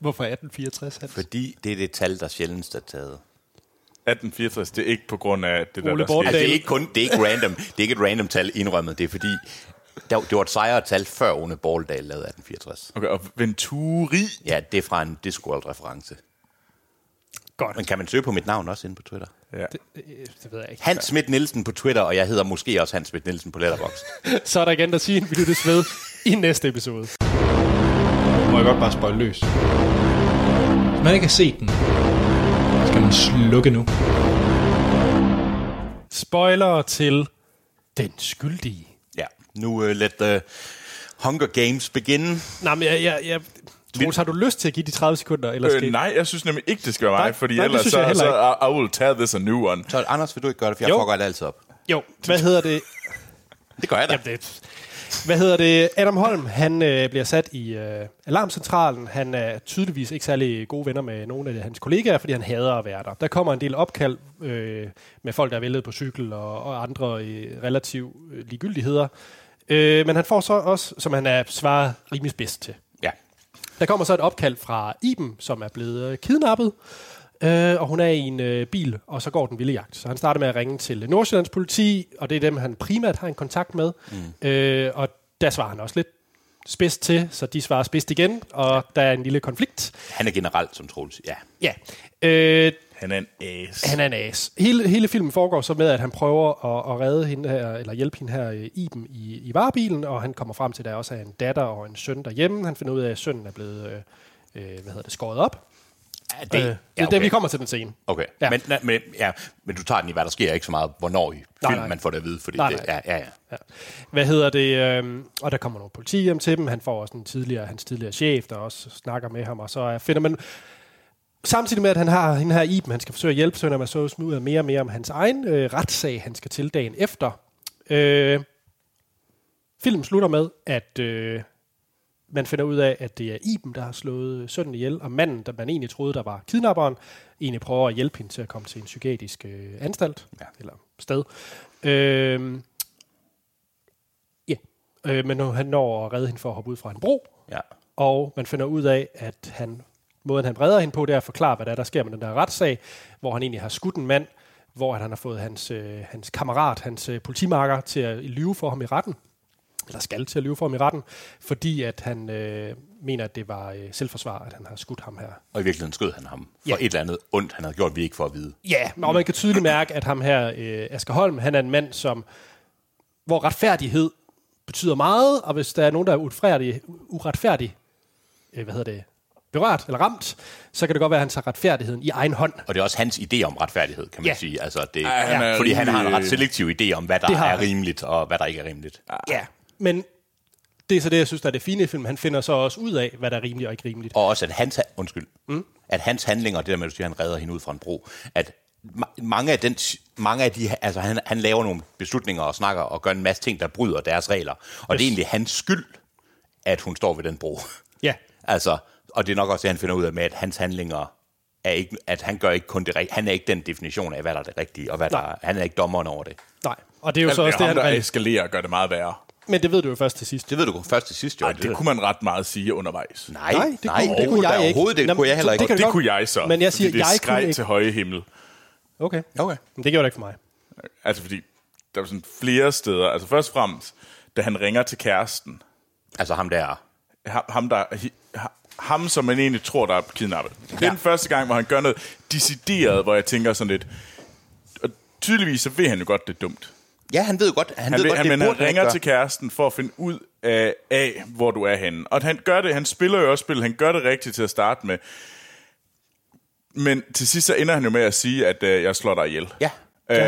A: Hvorfor 1864, Hans?
B: Fordi det er det tal, der sjældent er taget.
C: 1864, det er ikke på grund af det,
A: Ole
C: der, der
B: altså, det er ikke kun, det er ikke random, det er ikke et random tal indrømmet, det er fordi, der, det var et sejere tal, før One Borldal lavede 1864.
C: Okay, og Venturi?
B: Ja, det er fra en Discworld-reference.
A: Godt.
B: Men kan man søge på mit navn også inde på Twitter?
C: Ja.
A: Det, Øh, det ved jeg ikke.
B: Hans Schmidt Nielsen på Twitter, og jeg hedder måske også Hans Schmidt Nielsen på Letterboxd.
A: Så er der igen, der siger, vi lyttes ved i næste episode.
R: Må jeg godt bare spøjle løs? Hvis man ikke har set den, skal man slukke nu.
A: Spoiler til Den Skyldige.
B: Ja, nu uh, let the Hunger Games begynde.
A: Nej, men jeg, jeg, jeg Troels, har du lyst til at give de 30 sekunder? Eller
C: skal... Øh, nej, jeg synes nemlig ikke, det skal være mig, nej, fordi nej, ellers så, så, så I, I will tear this a new one.
B: Så Anders, vil du ikke gøre det, for jo. jeg fucker det altid op.
A: Jo, hvad hedder det?
B: det gør jeg da. Jamen,
A: det... Hvad hedder det? Adam Holm, han øh, bliver sat i øh, alarmcentralen. Han er tydeligvis ikke særlig gode venner med nogle af hans kollegaer, fordi han hader at være der. Der kommer en del opkald øh, med folk, der er væltet på cykel og, og andre øh, relativ øh, ligegyldigheder. Øh, men han får så også, som han er svaret rimelig bedst til. Der kommer så et opkald fra Iben, som er blevet øh, kidnappet. Øh, og hun er i en øh, bil, og så går den vilde jagt. Så han starter med at ringe til Nordsjællands politi, og det er dem, han primært har en kontakt med. Mm. Øh, og der svarer han også lidt spidst til, så de svarer spidst igen, og der er en lille konflikt.
B: Han er generelt som Troels, ja.
A: Ja. Øh,
B: Han er en as.
A: han er en as. Hele, hele filmen foregår så med, at han prøver at, at redde hende her, eller hjælpe hende her, øh, Iben, i, i varebilen, og han kommer frem til, at der også er en datter og en søn derhjemme. Han finder ud af, at sønnen er blevet, øh, øh, hvad hedder det, skåret op.
B: Ja,
A: det, øh, det er der, vi kommer til den scene.
B: Okay,
A: Ja.
B: ja. Men, nej, men, ja, men du tager den i, hvad der sker, ikke så meget, hvornår i film
A: Nej,
B: nej,
A: nej.
B: nej. man får det at vide. Fordi
A: Nej,
B: det,
A: nej.
B: Ja, ja, ja.
A: Ja. Hvad hedder det? øhm, og der kommer nogle politi hjem til dem. Han får også en tidligere, hans tidligere chef, der også snakker med ham. Og så øh, finder man... Samtidig med, at han har hende her Iben, han skal forsøge at hjælpe, så finder man så ud af mere og mere om hans egen øh, retssag, han skal til dagen efter. Øh, filmen slutter med, at øh, man finder ud af, at det er Iben, der har slået øh, sønnen ihjel, og manden, der man egentlig troede, der var kidnapperen, egentlig prøver at hjælpe hende til at komme til en psykiatrisk øh, anstalt, ja. eller sted. Øh, ja, øh, men nu- han når at redde hende for at hoppe ud fra en bro,
B: ja.
A: og man finder ud af, at han, måden han redder hende på, det er at forklare, hvad der, er, der sker med den der retssag, hvor han egentlig har skudt en mand, hvor han har fået hans, øh, hans kammerat, hans øh, politimarker, til at lyve for ham i retten eller skal til at lyve for ham i retten, fordi at han øh, mener, at det var øh, selvforsvar, at han har skudt ham her.
B: Og i virkeligheden skød han ham for
A: Ja.
B: ja. et eller andet ondt, han havde gjort, vi ikke får at vide.
A: Ja, men- og man kan tydeligt mærke, at ham her, øh, Asger Holm, han er en mand, som, hvor retfærdighed betyder meget, og hvis der er nogen, der er uretfærdig, uretfærdig øh, hvad hedder det, berørt eller ramt, så kan det godt være, at han tager retfærdigheden i egen hånd.
B: Og det er også hans idé om retfærdighed, kan man
A: Ja.
B: ja. sige. Altså, det,
A: Ej, han er
B: fordi han har en
A: rimelig-
B: ret selektiv idé om, hvad der
A: Det har
B: er
A: han.
B: rimeligt, og hvad der ikke er rimeligt.
A: Ja, men det er så det, jeg synes, der er det fine i filmen. Han finder så også ud af, hvad der er rimeligt og ikke rimeligt.
B: Og også, at hans, ha- undskyld,
A: Mm.
B: mm. at hans handlinger, det der med, at du siger, han redder hende ud fra en bro, at ma- mange af, den, mange af de, altså han, han laver nogle beslutninger og snakker og gør en masse ting, der bryder deres regler. Og det er egentlig hans skyld, at hun står ved den bro.
A: Ja.
B: altså, og det er nok også det, han finder ud af med, at hans handlinger er ikke, at han gør ikke kun det rigtige. Han er ikke den definition af, hvad der er det rigtige, og hvad der, er- han er ikke dommeren over det.
A: Nej, og det er jo
C: Alt
A: så også det, han...
C: ham, der
A: rent-
C: eskalerer og gør det meget værre.
A: Men det ved du jo først til sidst.
B: Det ved du først til sidst, jo.
C: Ej, det, det kunne man ret meget sige undervejs.
B: Nej, Nej, det nej, kunne- det kunne
C: overhovedet
B: jeg ikke.
C: Overhovedet, det
B: Jamen,
C: kunne jeg
B: så
C: heller
B: det
C: ikke.
B: kan
C: Det,
B: godt-
C: det kunne jeg så.
A: Men jeg siger,
C: fordi det
A: jeg
C: skreg
A: kunne ikke.
C: til høje himmel.
A: Okay.
B: okay.
A: Men det gjorde det ikke for mig.
C: Altså fordi, der var sådan flere steder. Altså først og fremmest, da han ringer til kæresten.
B: Altså ham der.
C: Ham, ham der... hi- ha- Ham, som man egentlig tror, der er kidnappet. Det er den første gang, hvor han gør noget decideret, hvor jeg tænker sådan lidt... Og tydeligvis, så ved han jo godt, det er dumt.
B: Ja, han ved godt, han,
C: Han,
B: ved
C: vil,
B: godt,
C: han,
B: det
C: men han
B: burde han
C: ringer
B: gøre.
C: til kæresten for at finde ud af, af, hvor du er henne. Og han gør det, han spiller jo også spil, han gør det rigtigt til at starte med. Men til sidst så ender han jo med at sige, at øh, jeg slår dig ihjel.
B: Ja.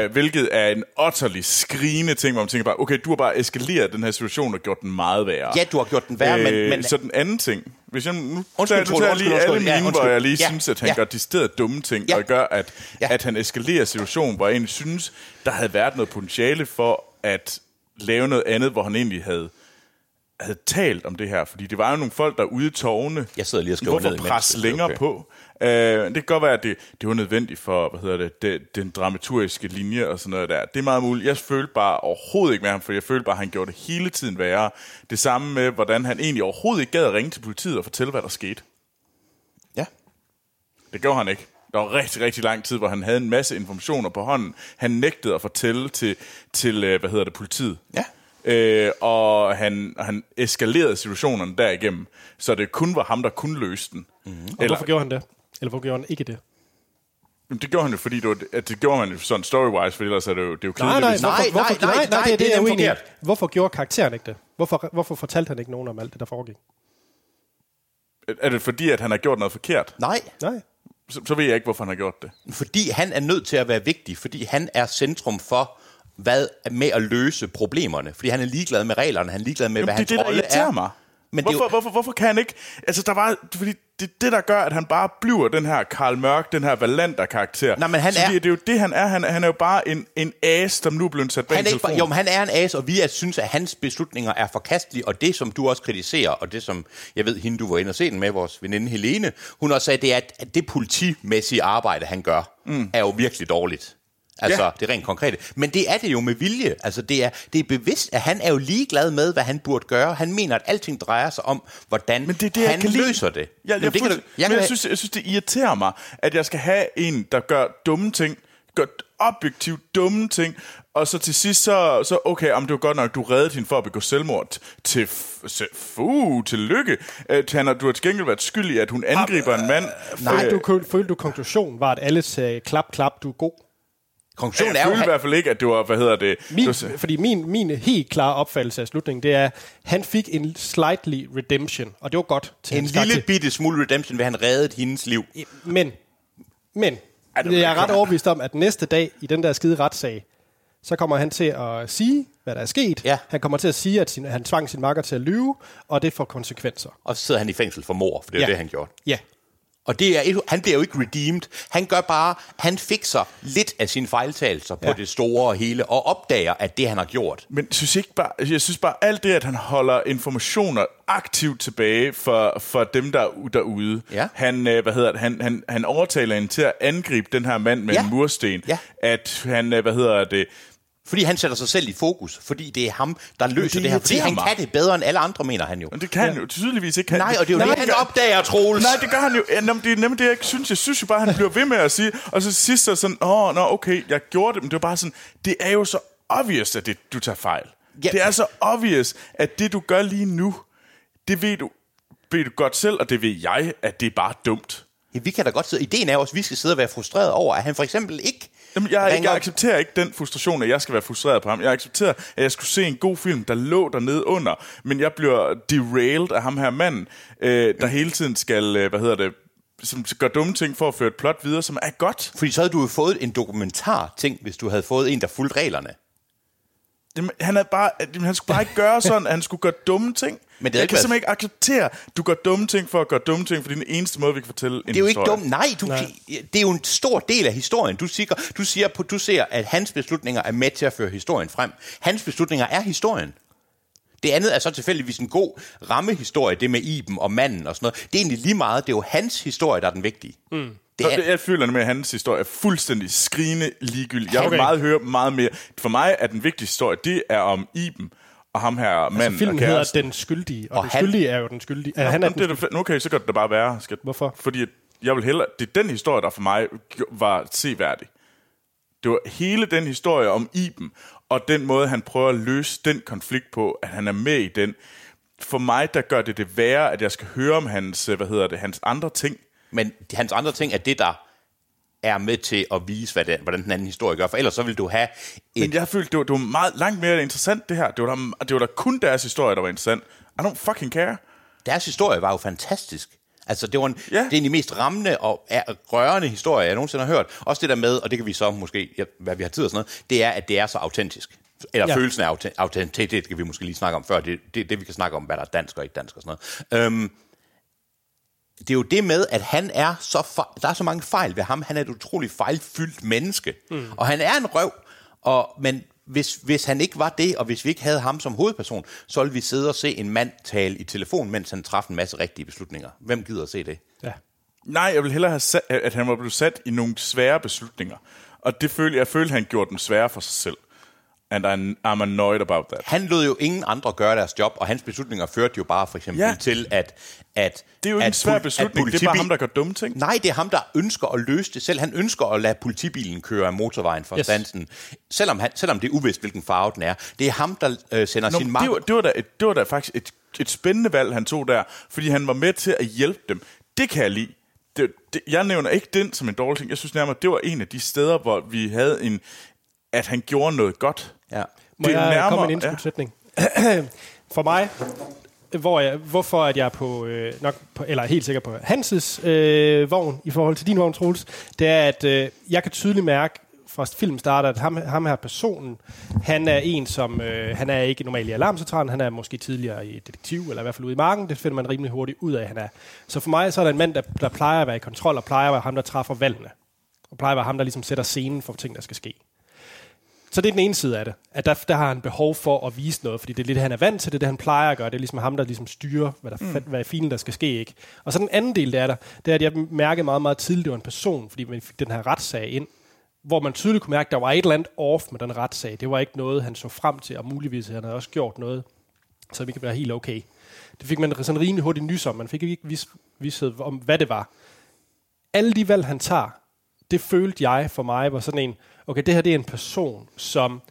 C: Øh, Hvilket er en utterly skrigende ting, hvor man tænker bare, okay, du har bare eskaleret den her situation og gjort den meget værre. Øh,
B: Ja, du har gjort den værre, men- men-
C: Så den anden ting, hvis jeg nu
B: Undskyld,
C: tager, nu
B: Troels,
C: tager jeg
B: undskyld,
C: lige alle
B: undskyld. Ja,
C: mine, hvor
B: undskyld.
C: jeg lige
B: Ja,
C: synes, at han
B: ja.
C: gør decideret dumme ting, ja. og gør, at, ja. at han eskalerer situationen, hvor jeg egentlig synes, der havde været noget potentiale for at lave noget andet, hvor han egentlig havde havde talt om det her, fordi det var jo nogle folk, der er ude i tårne.
B: Jeg sidder lige og skriver
C: Hvorfor
B: ned imens,
C: presse
B: hvis det er
C: længere
B: okay.
C: på? Øh, det kan godt være, at det, det var nødvendigt for, hvad hedder det, det, den dramaturgiske linje og sådan noget der. Det er meget muligt. Jeg følte bare overhovedet ikke med ham, for jeg følte bare, at han gjorde det hele tiden værre. Det samme med, hvordan han egentlig overhovedet ikke gad at ringe til politiet og fortælle, hvad der skete.
B: Ja.
C: Det gjorde han ikke. Der var rigtig, rigtig lang tid, hvor han havde en masse informationer på hånden. Han nægtede at fortælle til, til øh, hvad hedder det, politiet.
B: Ja.
C: Øh, og han, han eskalerede situationen derigennem, så det kun var ham, der kunne løse den. Mm-hmm.
A: Mhm. Og hvorfor gjorde han det? Eller hvorfor gjorde han ikke det?
C: Jamen, det gjorde han jo, fordi det, var, at det gjorde han jo sådan story-wise, for ellers er det jo, det er jo
A: Nej,
C: kedeligt.
A: nej,
C: hvis-
A: hvorfor, hvorfor, nej, nej, nej, det er det, jeg er
B: nemlig
A: uenig i. Hvorfor gjorde karakteren ikke det? Hvorfor, hvorfor fortalte han ikke nogen om alt det, der foregik?
C: Er det fordi, at han har gjort noget forkert?
B: Nej.
A: Nej.
C: Så, så ved jeg ikke, hvorfor han har gjort det.
B: Fordi han er nødt til at være vigtig, fordi han er centrum for hvad med at løse problemerne. Fordi han er ligeglad med reglerne, han er ligeglad med, hvad
C: Jamen, det er
B: hans
C: det, der
B: rolle
C: irriterer
B: er.
C: mig.
B: Men det er
C: hvorfor,
B: jo-
C: hvorfor, hvorfor kan han ikke... Altså, der var, fordi det er det, der gør, at han bare bliver den her Karl Mørk, den her Valander-karakter.
B: Nej, men han
C: fordi
B: er-
C: det er jo det, han er. Han, han er jo bare en, en as, der nu er blevet sat bag
B: Han er ikke bare,
C: telefonen.
B: jo, men han er en as, og vi er, synes, at hans beslutninger er forkastelige, og det, som du også kritiserer, og det, som jeg ved, hende, du var inde og se den med, vores veninde Helene, hun også sagde, det er, at det politimæssige arbejde, han gør, mm. er jo virkelig dårligt. Altså, ja. det er rent konkrete. Men det er det jo med vilje. Altså, det er, det er bevidst, at han er jo ligeglad med, hvad han burde gøre. Han mener, at alting drejer sig om, hvordan men det er det, han
C: kan lide.
B: løser det.
C: Jeg, jeg,
B: Jamen, det kan
C: du, jeg, men jeg, synes, jeg synes, det irriterer mig, at jeg skal have en, der gør dumme ting, gør objektivt dumme ting, og så til sidst, så, så okay, om det var godt nok, du reddede hende for at begå selvmord. T- Til, f- se- fu, tillykke. Øh, til han har, du har til gengæld været skyldig, at hun angriber en mand.
A: Nej,
C: Øh,
A: du kø- følte du konklusion var, at alle sagde, klap, klap, du er god.
B: Konklusionen
C: jeg
B: er jo,
C: følte i
B: han-
C: hvert fald ikke, at det var, hvad hedder det?
A: Min,
C: Du s-
A: fordi min, min helt klare opfattelse af slutningen, det er, han fik en slightly redemption, og det var godt til
B: En
A: hans karakter.
B: lille bitte smule redemption, vil han reddet hendes liv.
A: Men, men, jeg er ret overbevist om, at næste dag i den der skide retssag, så kommer han til at sige, hvad der er sket. Ja. Han kommer til at sige, at sin, han tvang sin makker til at lyve, og det får konsekvenser.
B: Og så sidder han i fængsel for mor, for det er
A: Ja.
B: ja. det, han gjorde.
A: Ja.
B: Og det er, et- han bliver jo ikke redeemed. Han gør bare, han fikser lidt af sine fejltagelser på
C: Ja.
B: det store og hele, og opdager, at det, han har gjort.
C: Men synes I ikke bare, jeg synes bare, alt det, at han holder informationer aktivt tilbage for, for dem, der er u- derude. Ja. Han, øh, hvad hedder det, han, han, han overtaler hende til at angribe den her mand med
B: Ja.
C: en mursten. Ja. At han, øh, hvad hedder det...
B: Fordi han sætter sig selv i fokus, fordi det er ham, der løser det,
C: det
B: det her. Fordi
C: irriterer
B: han
C: mig.
B: kan det bedre end alle andre, mener han jo.
C: Men det kan ja. han jo tydeligvis ikke. Han,
B: Nej, og det er jo det, han opdager, Troels.
C: Nej, det gør han jo. Ja, nå, men det er nemlig det, jeg ikke synes. Jeg synes jo bare, han bliver ved med at sige. Og så sidst så sådan, åh, nå, okay, jeg gjorde det. Men det var bare sådan, det er jo så obvious, at det, du tager fejl.
B: Ja.
C: Det er så obvious, at det, du gør lige nu, det ved du, ved du godt selv, og det ved jeg, at det er bare dumt.
B: Ja, vi kan da godt sidde. Ideen er jo også, at vi skal sidde og være frustreret over, at han for eksempel ikke...
C: Jamen, jeg, jeg,
B: ringer-
C: jeg accepterer ikke den frustration, at jeg skal være frustreret på ham. Jeg accepterer, at jeg skulle se en god film, der lå dernede under, men jeg bliver derailed af ham her manden, øh, der hele tiden skal, øh, hvad hedder det, som gør dumme ting for at føre et plot videre, som er godt.
B: Fordi så havde du jo fået en dokumentar-ting, hvis du havde fået en, der fulgte reglerne.
C: Jamen, han, er bare, jamen, han skulle bare ikke gøre sådan, at han skulle gøre dumme ting.
B: Men det er
C: jeg
B: ikke
C: kan
B: været-
C: simpelthen ikke acceptere, at du gør dumme ting for at gøre dumme ting, for det er den eneste måde, vi kan fortælle en
B: Det er jo ikke
C: historie.
B: dumt. Nej, du, Nej, det er jo en stor del af historien. Du siger, du siger, på- du ser, at hans beslutninger er med til at føre historien frem. Hans beslutninger er historien. Det andet er så tilfældigvis en god rammehistorie, det med Iben og manden og sådan noget. Det er egentlig lige meget. Det er jo hans historie, der er den vigtige. Mm.
C: Det
B: er-
C: er... Jeg føler med, at hans historie er fuldstændig skrigende ligegyldig. Jeg vil
B: Okay.
C: meget høre meget mere. For mig er den vigtigste historie, det er om Iben og ham her manden
A: Altså, filmen
C: og
A: hedder
C: kæresten.
A: Den Skyldige, og, og
C: Og
A: Den
C: han-
A: Skyldige er jo Den Skyldige. Ja,
C: Nå,
A: han er
C: det er da fe- okay, så kan det da bare være. Skat.
A: Hvorfor?
C: Fordi at jeg vil hellere... Det er den historie, der for mig gjo- var seværdig. Det var hele den historie om Iben, og den måde, han prøver at løse den konflikt på, at han er med i den. For mig, der gør det det værre, at jeg skal høre om hans, øh, hvad hedder det, hans andre ting.
B: Men hans andre ting er det, der er med til at vise, hvad det, hvordan den anden historie gør. For ellers så vil du have
C: Men jeg følte, det var, det var meget, langt mere interessant, det her. Det var, da, det var da kun deres historie, der var interessant. I don't fucking care.
B: Deres historie var jo fantastisk. Altså, det var en, ja. det er en af de mest rammende og er- rørende historier, jeg nogensinde har hørt. Også det der med, og det kan vi så måske, ja, hvad vi har tid og sådan noget, det er, at det er så autentisk. Eller
A: Ja.
B: ja. følelsen af autent- autenticitet, det kan vi måske lige snakke om før. Det er det, det, vi kan snakke om, hvad der er dansk og ikke dansk og sådan noget. Øhm, det er jo det med, at han er så fej- der er så mange fejl ved ham. Han er et utroligt fejlfyldt menneske. Mm. Og han er en røv. Og, men hvis, hvis han ikke var det, og hvis vi ikke havde ham som hovedperson, så ville vi sidde og se en mand tale i telefon, mens han træffede en masse rigtige beslutninger. Hvem gider at se det?
C: Nej, jeg ville hellere have sat, at han var blevet sat i nogle svære beslutninger. Og det følte, jeg følte, han gjorde dem svære for sig selv. And I'm, I'm annoyed about that.
B: Han lod jo ingen andre gøre deres job, og hans beslutninger førte jo bare for eksempel
C: Ja.
B: ja. til, at, at...
C: Det er jo ikke
B: at
C: en svær
B: pol- at
C: beslutning. Det er bare
B: politibi-
C: ham, der gør dumme ting.
B: Nej, det er ham, der ønsker at løse det selv. Han ønsker at lade politibilen køre af motorvejen fra
C: Yes.
B: yes. standsen, selvom, han, selvom det er uvist, hvilken farve den er. Det er ham, der øh, sender
C: Nå,
B: sin
C: men
B: magt.
C: det, var, det, var da et, det var da faktisk et, et spændende valg, han tog der, fordi han var med til at hjælpe dem. Det kan jeg lide. Det, det, jeg nævner ikke den som en dårlig ting. Jeg synes nærmere, det var en af de steder, hvor vi havde en... At han gjorde noget godt.
B: Ja.
A: Må jeg nærmere, komme med en indskudsætning? Ja. For mig, hvor jeg, hvorfor at jeg er på, øh, nok på, eller helt sikker på Hanses øh, vogn i forhold til din vogn, Troels, det er, at øh, jeg kan tydeligt mærke fra filmen starter, at ham, ham her personen, han er en, som, øh, han er ikke normalt i alarmcentralen, han er måske tidligere i detektiv, eller i hvert fald ude i marken, det finder man rimelig hurtigt ud af, at han er. Så for mig så er der en mand, der, der plejer at være i kontrol, og plejer at være ham, der træffer valgene, og plejer at være ham, der ligesom sætter scenen for ting, der skal ske. Så det er den ene side af det, at der, der har han behov for at vise noget, fordi det er det, han er vant til, det er det, han plejer at gøre, det er ligesom ham, der ligesom styrer, hvad, der, mm.
R: Mm.
A: hvad filen der skal ske, ikke? Og så den anden del, der er der, det er, at jeg mærkede meget, meget tidligt, det var en person, fordi man fik den her retssag ind, hvor man tydeligt kunne mærke, at der var et eller andet off med den retssag. Det var ikke noget, han så frem til, og muligvis han havde også gjort noget, som ikke var helt okay. Det fik man sådan rimelig hurtigt nys om. Man fik ikke vis, vidshed om, hvad det var. Alle de valg, han tager, det følte jeg for mig var sådan en, okay, det her det er en person, som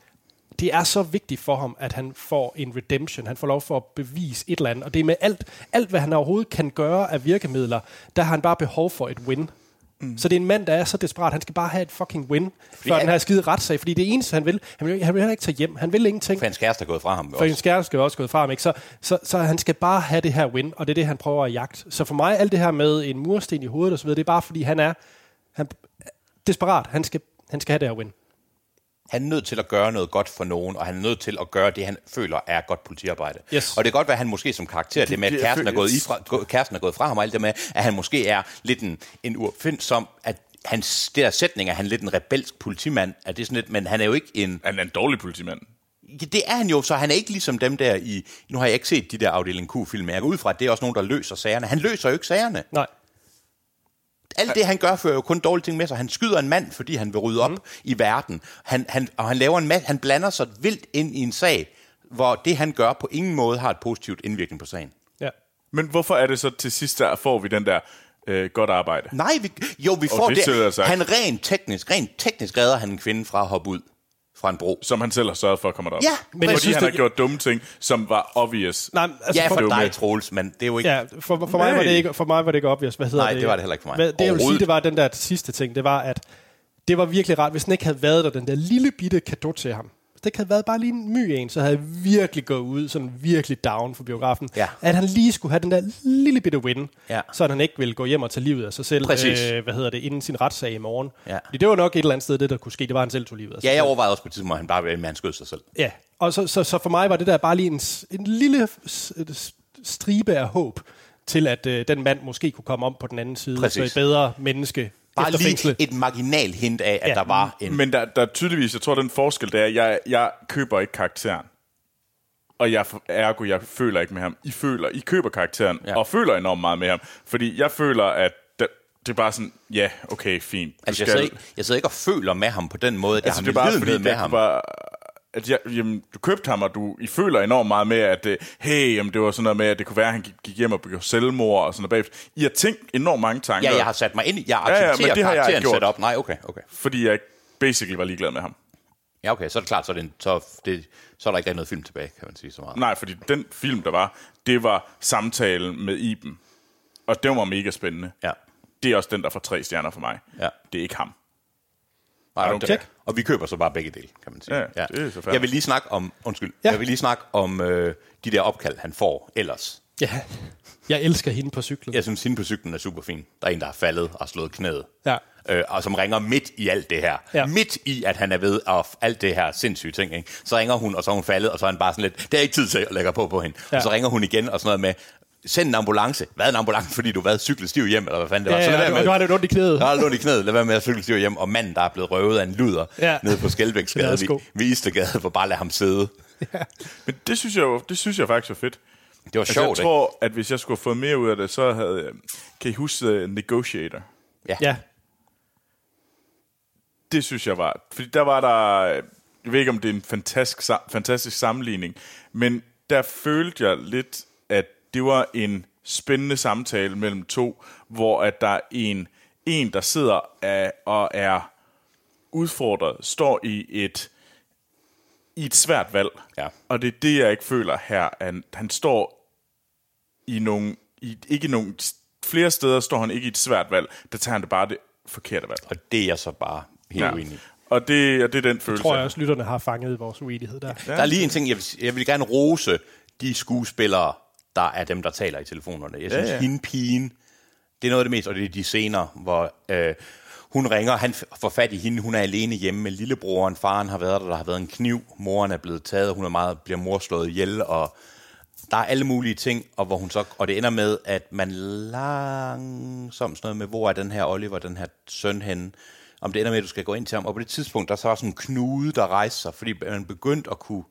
A: det er så vigtigt for ham, at han får en redemption. Han får lov for at bevise et eller andet. Og det er med alt, alt hvad han overhovedet kan gøre af virkemidler, der har han bare behov for et win. Mm. Så det er en mand, der er så desperat, han skal bare have et fucking win, før ja. den her skide retssag, fordi det eneste, han vil, han vil, han vil heller ikke tage hjem, han vil ingenting.
B: For hans kæreste er gået fra ham.
A: For hans kæreste er også gået fra ham, ikke? Så, så, så han skal bare have det her win, og det er det, han prøver at jagte. Så for mig, alt det her med en mursten i hovedet og så videre, det er bare fordi, han er han, desperat, han skal, han skal have det her win.
B: Han er nødt til at gøre noget godt for nogen, og han er nødt til at gøre det, han føler er godt politiarbejde.
A: Yes.
B: Og det kan godt være, at han måske som karakter, det, det med, at kæresten er, gået ifra, gå- kæresten er gået fra ham, og alt det med, at han måske er lidt en, en uopfindsom, at hans det der sætning, at han er lidt en rebelsk politimand, at det er sådan lidt, men han er jo ikke en...
C: Han er en dårlig politimand.
B: Ja, det er han jo, så han er ikke ligesom dem der i... Nu har jeg ikke set de der afdeling Q-film, men jeg går ud fra, at det er også nogen, der løser sagerne. Han løser jo ikke sagerne.
A: Nej
B: alt det, han gør, fører jo kun dårlige ting med sig. Han skyder en mand, fordi han vil rydde op mm. i verden. Han, han, og han, laver en masse, han blander sig vildt ind i en sag, hvor det, han gør, på ingen måde har et positivt indvirkning på sagen.
A: Ja.
C: Men hvorfor er det så til sidst, der får vi den der øh, godt arbejde?
B: Nej, vi, jo, vi
C: Og
B: får
C: det sidder jeg
B: det.
C: sagt.
B: Han rent teknisk, rent teknisk redder han en kvinde fra at hoppe ud fra en bro.
C: Som han selv har sørget for at komme derop.
B: Ja, men
C: men
B: jeg
C: Fordi
B: synes,
C: han
B: det-
C: har gjort dumme ting, som var obvious.
A: Nej, altså
B: ja, for
A: for-
B: dig, Troels, men det er jo ikke...
A: Ja, for, for, mig
B: Nej.
A: var det ikke, for mig var det ikke obvious. Hvad hedder
B: Nej,
A: det?
B: det var det heller ikke for mig.
A: Hvad, det, jeg vil sige,
B: Overhovedet.
A: det var den der sidste ting. Det var, at det var virkelig rart, hvis den ikke havde været der, den der lille bitte kado til ham. Hvis det ikke havde været bare lige en my en, så havde jeg virkelig gået ud, sådan virkelig down for biografen.
B: Ja.
A: At han lige skulle have den der lille bitte win,
B: Ja.
A: så at han ikke ville gå hjem og tage livet af sig selv, øh,
B: Præcis.
A: hvad hedder det, inden sin retssag i morgen.
B: Ja.
A: Fordi det var nok et eller andet sted, det der kunne ske, det var, at han selv tog livet af sig
B: Ja, jeg
A: selv.
B: overvejede også på et tidspunkt, at han bare at han skød sig selv.
A: Ja, og så, så, så for mig var det der bare lige en, s- en lille s- s- stribe af håb til, at øh, den mand måske kunne komme om på den anden side,
B: Præcis.
A: så et bedre menneske
B: Bare
A: efter fængslet.
B: lige et marginal hint af, at
A: Ja.
B: ja. der var en...
C: Men der, der er tydeligvis, jeg tror, den forskel, der er, jeg, jeg køber ikke karakteren. Og jeg, ergo, jeg føler ikke med ham. I føler, I køber karakteren, ja. og føler enormt meget med ham. Fordi jeg føler, at det, det er bare sådan, ja, okay, fint. Du
B: Altså, jeg, sidder ikke, jeg sidder ikke og føler med ham på den måde, at
C: altså,
B: jeg
C: det er
B: har
C: bare
B: medlidenhed
C: fordi,
B: med
C: jeg
B: ham.
C: kunne bare, at jeg, jamen, du købte ham, og du I føler enormt meget med, at øh, hey, jamen, det var sådan noget med, at det kunne være, at han gik, gik hjem og blev selvmord og sådan noget bagefter. I har tænkt enormt mange tanker.
B: Ja, jeg har sat mig ind i, jeg
C: Ja, ja, men
B: accepterer ja, ja,
C: det har jeg
B: karakteren
C: gjort.
B: sat op. Nej, okay, okay.
C: Fordi jeg basically var ligeglad med ham.
B: Ja, okay, så er det klart, så er, det en, så, det, så er der ikke rigtig noget film tilbage, kan man sige så meget.
C: Nej, fordi den film, der var, det var samtalen med Iben. Og den var mega spændende.
B: Ja.
C: Det er også den, der får tre stjerner for mig.
B: Ja.
C: Det er ikke ham.
B: Nej,
C: okay.
B: okay. Og vi køber så bare begge dele, kan man sige.
C: Ja, det er så fair.
B: Jeg vil lige snakke om, undskyld,
A: Ja.
B: ja. jeg vil lige snakke om øh, de der opkald, han får ellers.
A: Ja, jeg elsker hende på cyklen.
B: Jeg synes, hende på cyklen er super fin. Der er en, der er faldet og har slået knæet.
A: Ja.
B: Øh, og som ringer midt i alt det her.
A: Ja.
B: Midt i, at han er ved og f- alt det her sindssyge ting. Ikke? Så ringer hun, og så er hun faldet, og så er han bare sådan lidt, det er ikke tid til, og lægger på på hende.
A: Ja.
B: Og så ringer hun igen, og sådan noget med, send en ambulance. Hvad er en ambulance, fordi du har været cyklestiv hjem, eller hvad fanden det
A: Ja,
B: var. så
A: ja,
B: lad være
A: du- du har det ondt i knæet.
B: Du har det ondt i knæet. Lad være med at cyklestiv hjem, og manden, der er blevet røvet af en luder
A: Ja.
B: nede på
A: Det er
B: Skelbæksgade
A: også
B: ved,
A: god.
B: ved Istergade, for bare lade ham sidde.
C: Men det synes jeg, jo- det synes jeg faktisk var fedt.
B: Det var
C: altså,
B: sjovt,
C: jeg
B: ikke?
C: tror, at hvis jeg skulle have fået mere ud af det, så havde jeg... Kan I huske øh, Negotiator?
B: Ja.
A: ja.
C: Det synes jeg var... Fordi der var der... Jeg ved ikke, om det er en fantastisk, sam- fantastisk sammenligning, men der følte jeg lidt, at det var en spændende samtale mellem to, hvor at der er en, en der sidder af, og er udfordret, står i et i et svært valg.
B: Ja.
C: Og det er det, jeg ikke føler her. Han, han står i nogle, i, ikke nogle, flere steder står han ikke i et svært valg. Der tager han det bare det forkerte valg.
B: Og det er jeg så bare helt ja. uenig i.
C: Og det, og det er den
A: Jeg
C: følelse.
A: tror jeg også, lytterne har fanget vores uenighed der.
B: Der er lige en ting, jeg vil, jeg vil gerne rose de skuespillere, der er dem, der taler i telefonerne. Jeg synes,
A: Ja,
B: ja,
A: ja.
B: ja. hende pigen, det er noget af det mest, og det er de scener, hvor øh, hun ringer, han f- får fat i hende, hun er alene hjemme med lillebroren, faren har været der, der har været en kniv, moren er blevet taget, hun er meget, bliver morslået ihjel, og der er alle mulige ting, og, hvor hun så, og det ender med, at man langsomt sådan noget med, hvor er den her Oliver, den her søn henne, om det ender med, at du skal gå ind til ham. Og på det tidspunkt, der så var sådan en knude, der rejste sig, fordi man begyndte at kunne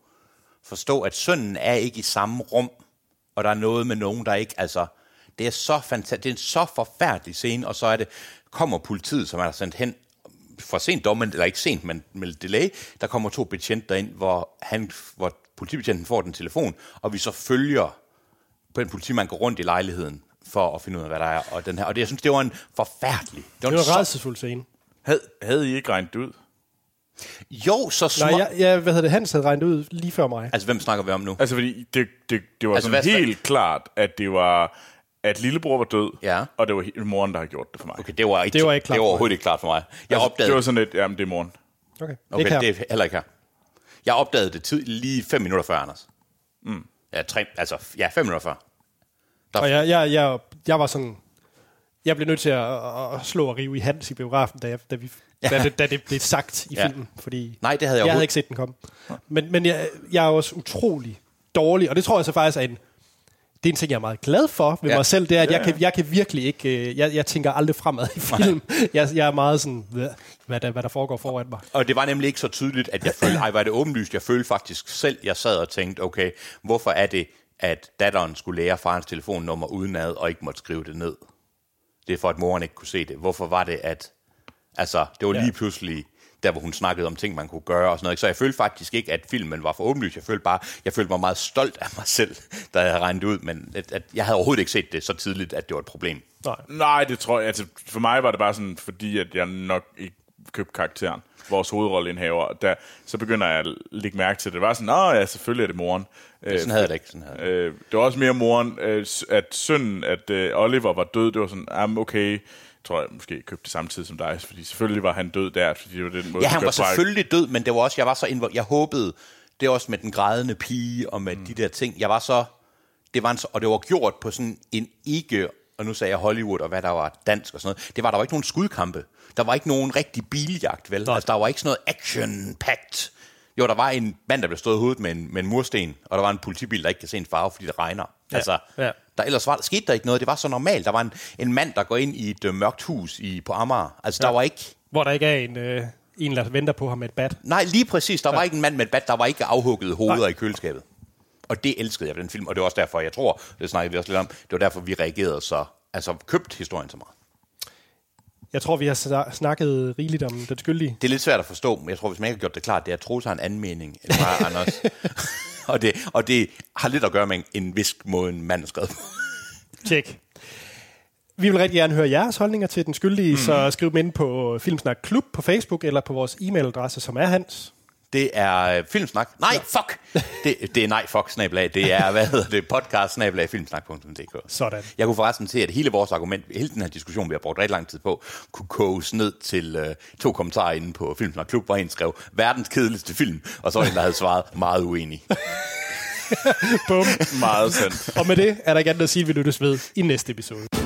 B: forstå, at sønnen er ikke i samme rum, og der er noget med nogen, der ikke, altså, det er så fantastisk, det er en så forfærdelig scene, og så er det, kommer politiet, som er sendt hen for sent dog, men, eller ikke sent, men med lidt delay, der kommer to betjenter ind, hvor, han, hvor politibetjenten får den telefon, og vi så følger på en politimand går rundt i lejligheden for at finde ud af, hvad der er. Og, den her, og det, jeg synes, det var en forfærdelig...
A: Det var,
B: en
A: det var en rædselsfuld scene.
B: Havde, havde I ikke regnet det ud? Jo, så små...
A: Nej, jeg, jeg, hvad hedder det, Hans havde regnet ud lige før mig.
B: Altså, hvem snakker vi om nu?
C: Altså, fordi det, det, det var
B: Altså,
C: altså,
B: hvad-
C: sådan helt klart, at det var at lillebror var død,
B: ja.
C: og det var he- moren, der havde gjort det for mig.
B: Okay, det var ikke,
A: Det var ikke klart
B: det var
A: for mig.
B: overhovedet ikke klart for mig. Jeg
C: altså,
B: opdagede...
C: Det var sådan lidt, jamen det er moren.
A: Okay,
B: Okay,
A: ikke her.
B: det er heller ikke her. Jeg opdagede det tid, lige fem minutter før, Anders.
C: Mm.
B: Ja, tre, altså, ja, fem minutter før. Der-
A: Og jeg, jeg, jeg, jeg var sådan... Jeg blev nødt til at, at, at slå og rive i Hans i biografen, da, jeg, da, vi,
B: Ja.
A: ja. da, det, da det blev sagt i
B: Ja.
A: ja. filmen. Fordi
B: Nej, det havde jeg
A: jeg havde
B: overhovedet-
A: ikke set den komme. Men, men jeg, jeg er også utrolig dårlig, og det tror jeg så faktisk er en... Det er en ting, jeg er meget glad for ved
B: Ja.
A: ja. mig selv, det er, at
B: Ja,
A: jeg,
B: ja.
A: kan, jeg kan virkelig ikke... øh, Jeg, jeg tænker aldrig fremad i film. Jeg, jeg er meget sådan, "Hvad- hvad der, hvad der foregår foran mig.
B: Og det var nemlig ikke så tydeligt, at jeg følte, ej, var det åbenlyst. Jeg følte faktisk selv, jeg sad og tænkte, okay, hvorfor er det, at datteren skulle lære farens telefonnummer udenad og ikke måtte skrive det ned? Det er for, at moren ikke kunne se det. Hvorfor var det, at... Altså, det var lige
A: Ja.
B: pludselig, der hvor hun snakkede om ting, man kunne gøre og sådan noget. Så jeg følte faktisk ikke, at filmen var for åbenlyst. Jeg følte bare, jeg følte mig meget stolt af mig selv, da jeg havde regnet det ud. Men at, at jeg havde overhovedet ikke set det så tidligt, at det var et problem.
A: Nej.
C: Nej, det tror jeg. Altså, for mig var det bare sådan, fordi at jeg nok ikke købte karakteren. Vores hovedrolleindhaver. Der, så begynder jeg at lægge mærke til det. Det var sådan, nej, ja, selvfølgelig er det moren.
B: Ja, sådan havde jeg det ikke, sådan havde
C: Øh, det var også mere moren, øh, s- at sønnen, at øh, Oliver var død, det var sådan, ah, okay, tror jeg måske købte det samtidig som dig, fordi selvfølgelig var han død der, fordi det var den måde,
B: Ja,
C: de
B: han var
C: kørte fra-
B: selvfølgelig død, men det var også, jeg var så involveret. Jeg håbede, det er også med den grædende pige og med mm. de der ting. Jeg var så, det var en, så- og det var gjort på sådan en ikke, og nu sagde jeg Hollywood og hvad der var dansk og sådan noget. Det var, der var ikke nogen skudkampe. Der var ikke nogen rigtig biljagt, vel? Altså, der var ikke sådan noget action-packed. Jo, der var en mand, der blev stået i hovedet med en, med en mursten, og der var en politibil, der ikke kan se en farve, fordi det regner. Ja. Altså,
A: Ja.
B: der, ellers var, skete der ikke noget. Det var så normalt. Der var en, en mand, der går ind i et øh, mørkt hus i, på Amager. Altså, ja. der var ikke...
A: Hvor der ikke er en, øh, en der venter på ham med et bat.
B: Nej, lige præcis. Der var
A: Ja.
B: ikke en mand med et bat, der var ikke afhugget hoveder
A: Nej.
B: i køleskabet. Og det elskede jeg ved den film, og det var også derfor, jeg tror, det snakkede vi også lidt om, det var derfor, vi reagerede så, altså købt historien så meget.
A: Jeg tror, vi har sna- snakket rigeligt om den skyldige.
B: Det er lidt svært at forstå, men jeg tror, hvis man ikke har gjort det klart, det er, at Troels har en anden mening end mig, Anders. og, det, og det har lidt at gøre med en- en visk måde, en mand er skrevet på.
A: Tjek. Vi vil rigtig gerne høre jeres holdninger til den skyldige, mm. så skriv dem ind på Filmsnak Klub på Facebook eller på vores e-mailadresse, som er Hans.
B: Det er øh, Filmsnak. Nej, fuck! Det, det er nej, fuck, snablag. Det er, hvad hedder det, podcast, snablag, filmsnak.dk.
A: Sådan.
B: Jeg kunne forresten se, at hele vores argument, hele den her diskussion, vi har brugt rigtig lang tid på, kunne koges ned til øh, to kommentarer inde på Filmsnak Klub, hvor en skrev, verdens kedeligste film, og så var en, der havde svaret, meget uenig.
A: Bum.
C: Meget sandt.
A: Og med det er der ikke andet at sige, at vi lyttes ved i næste episode.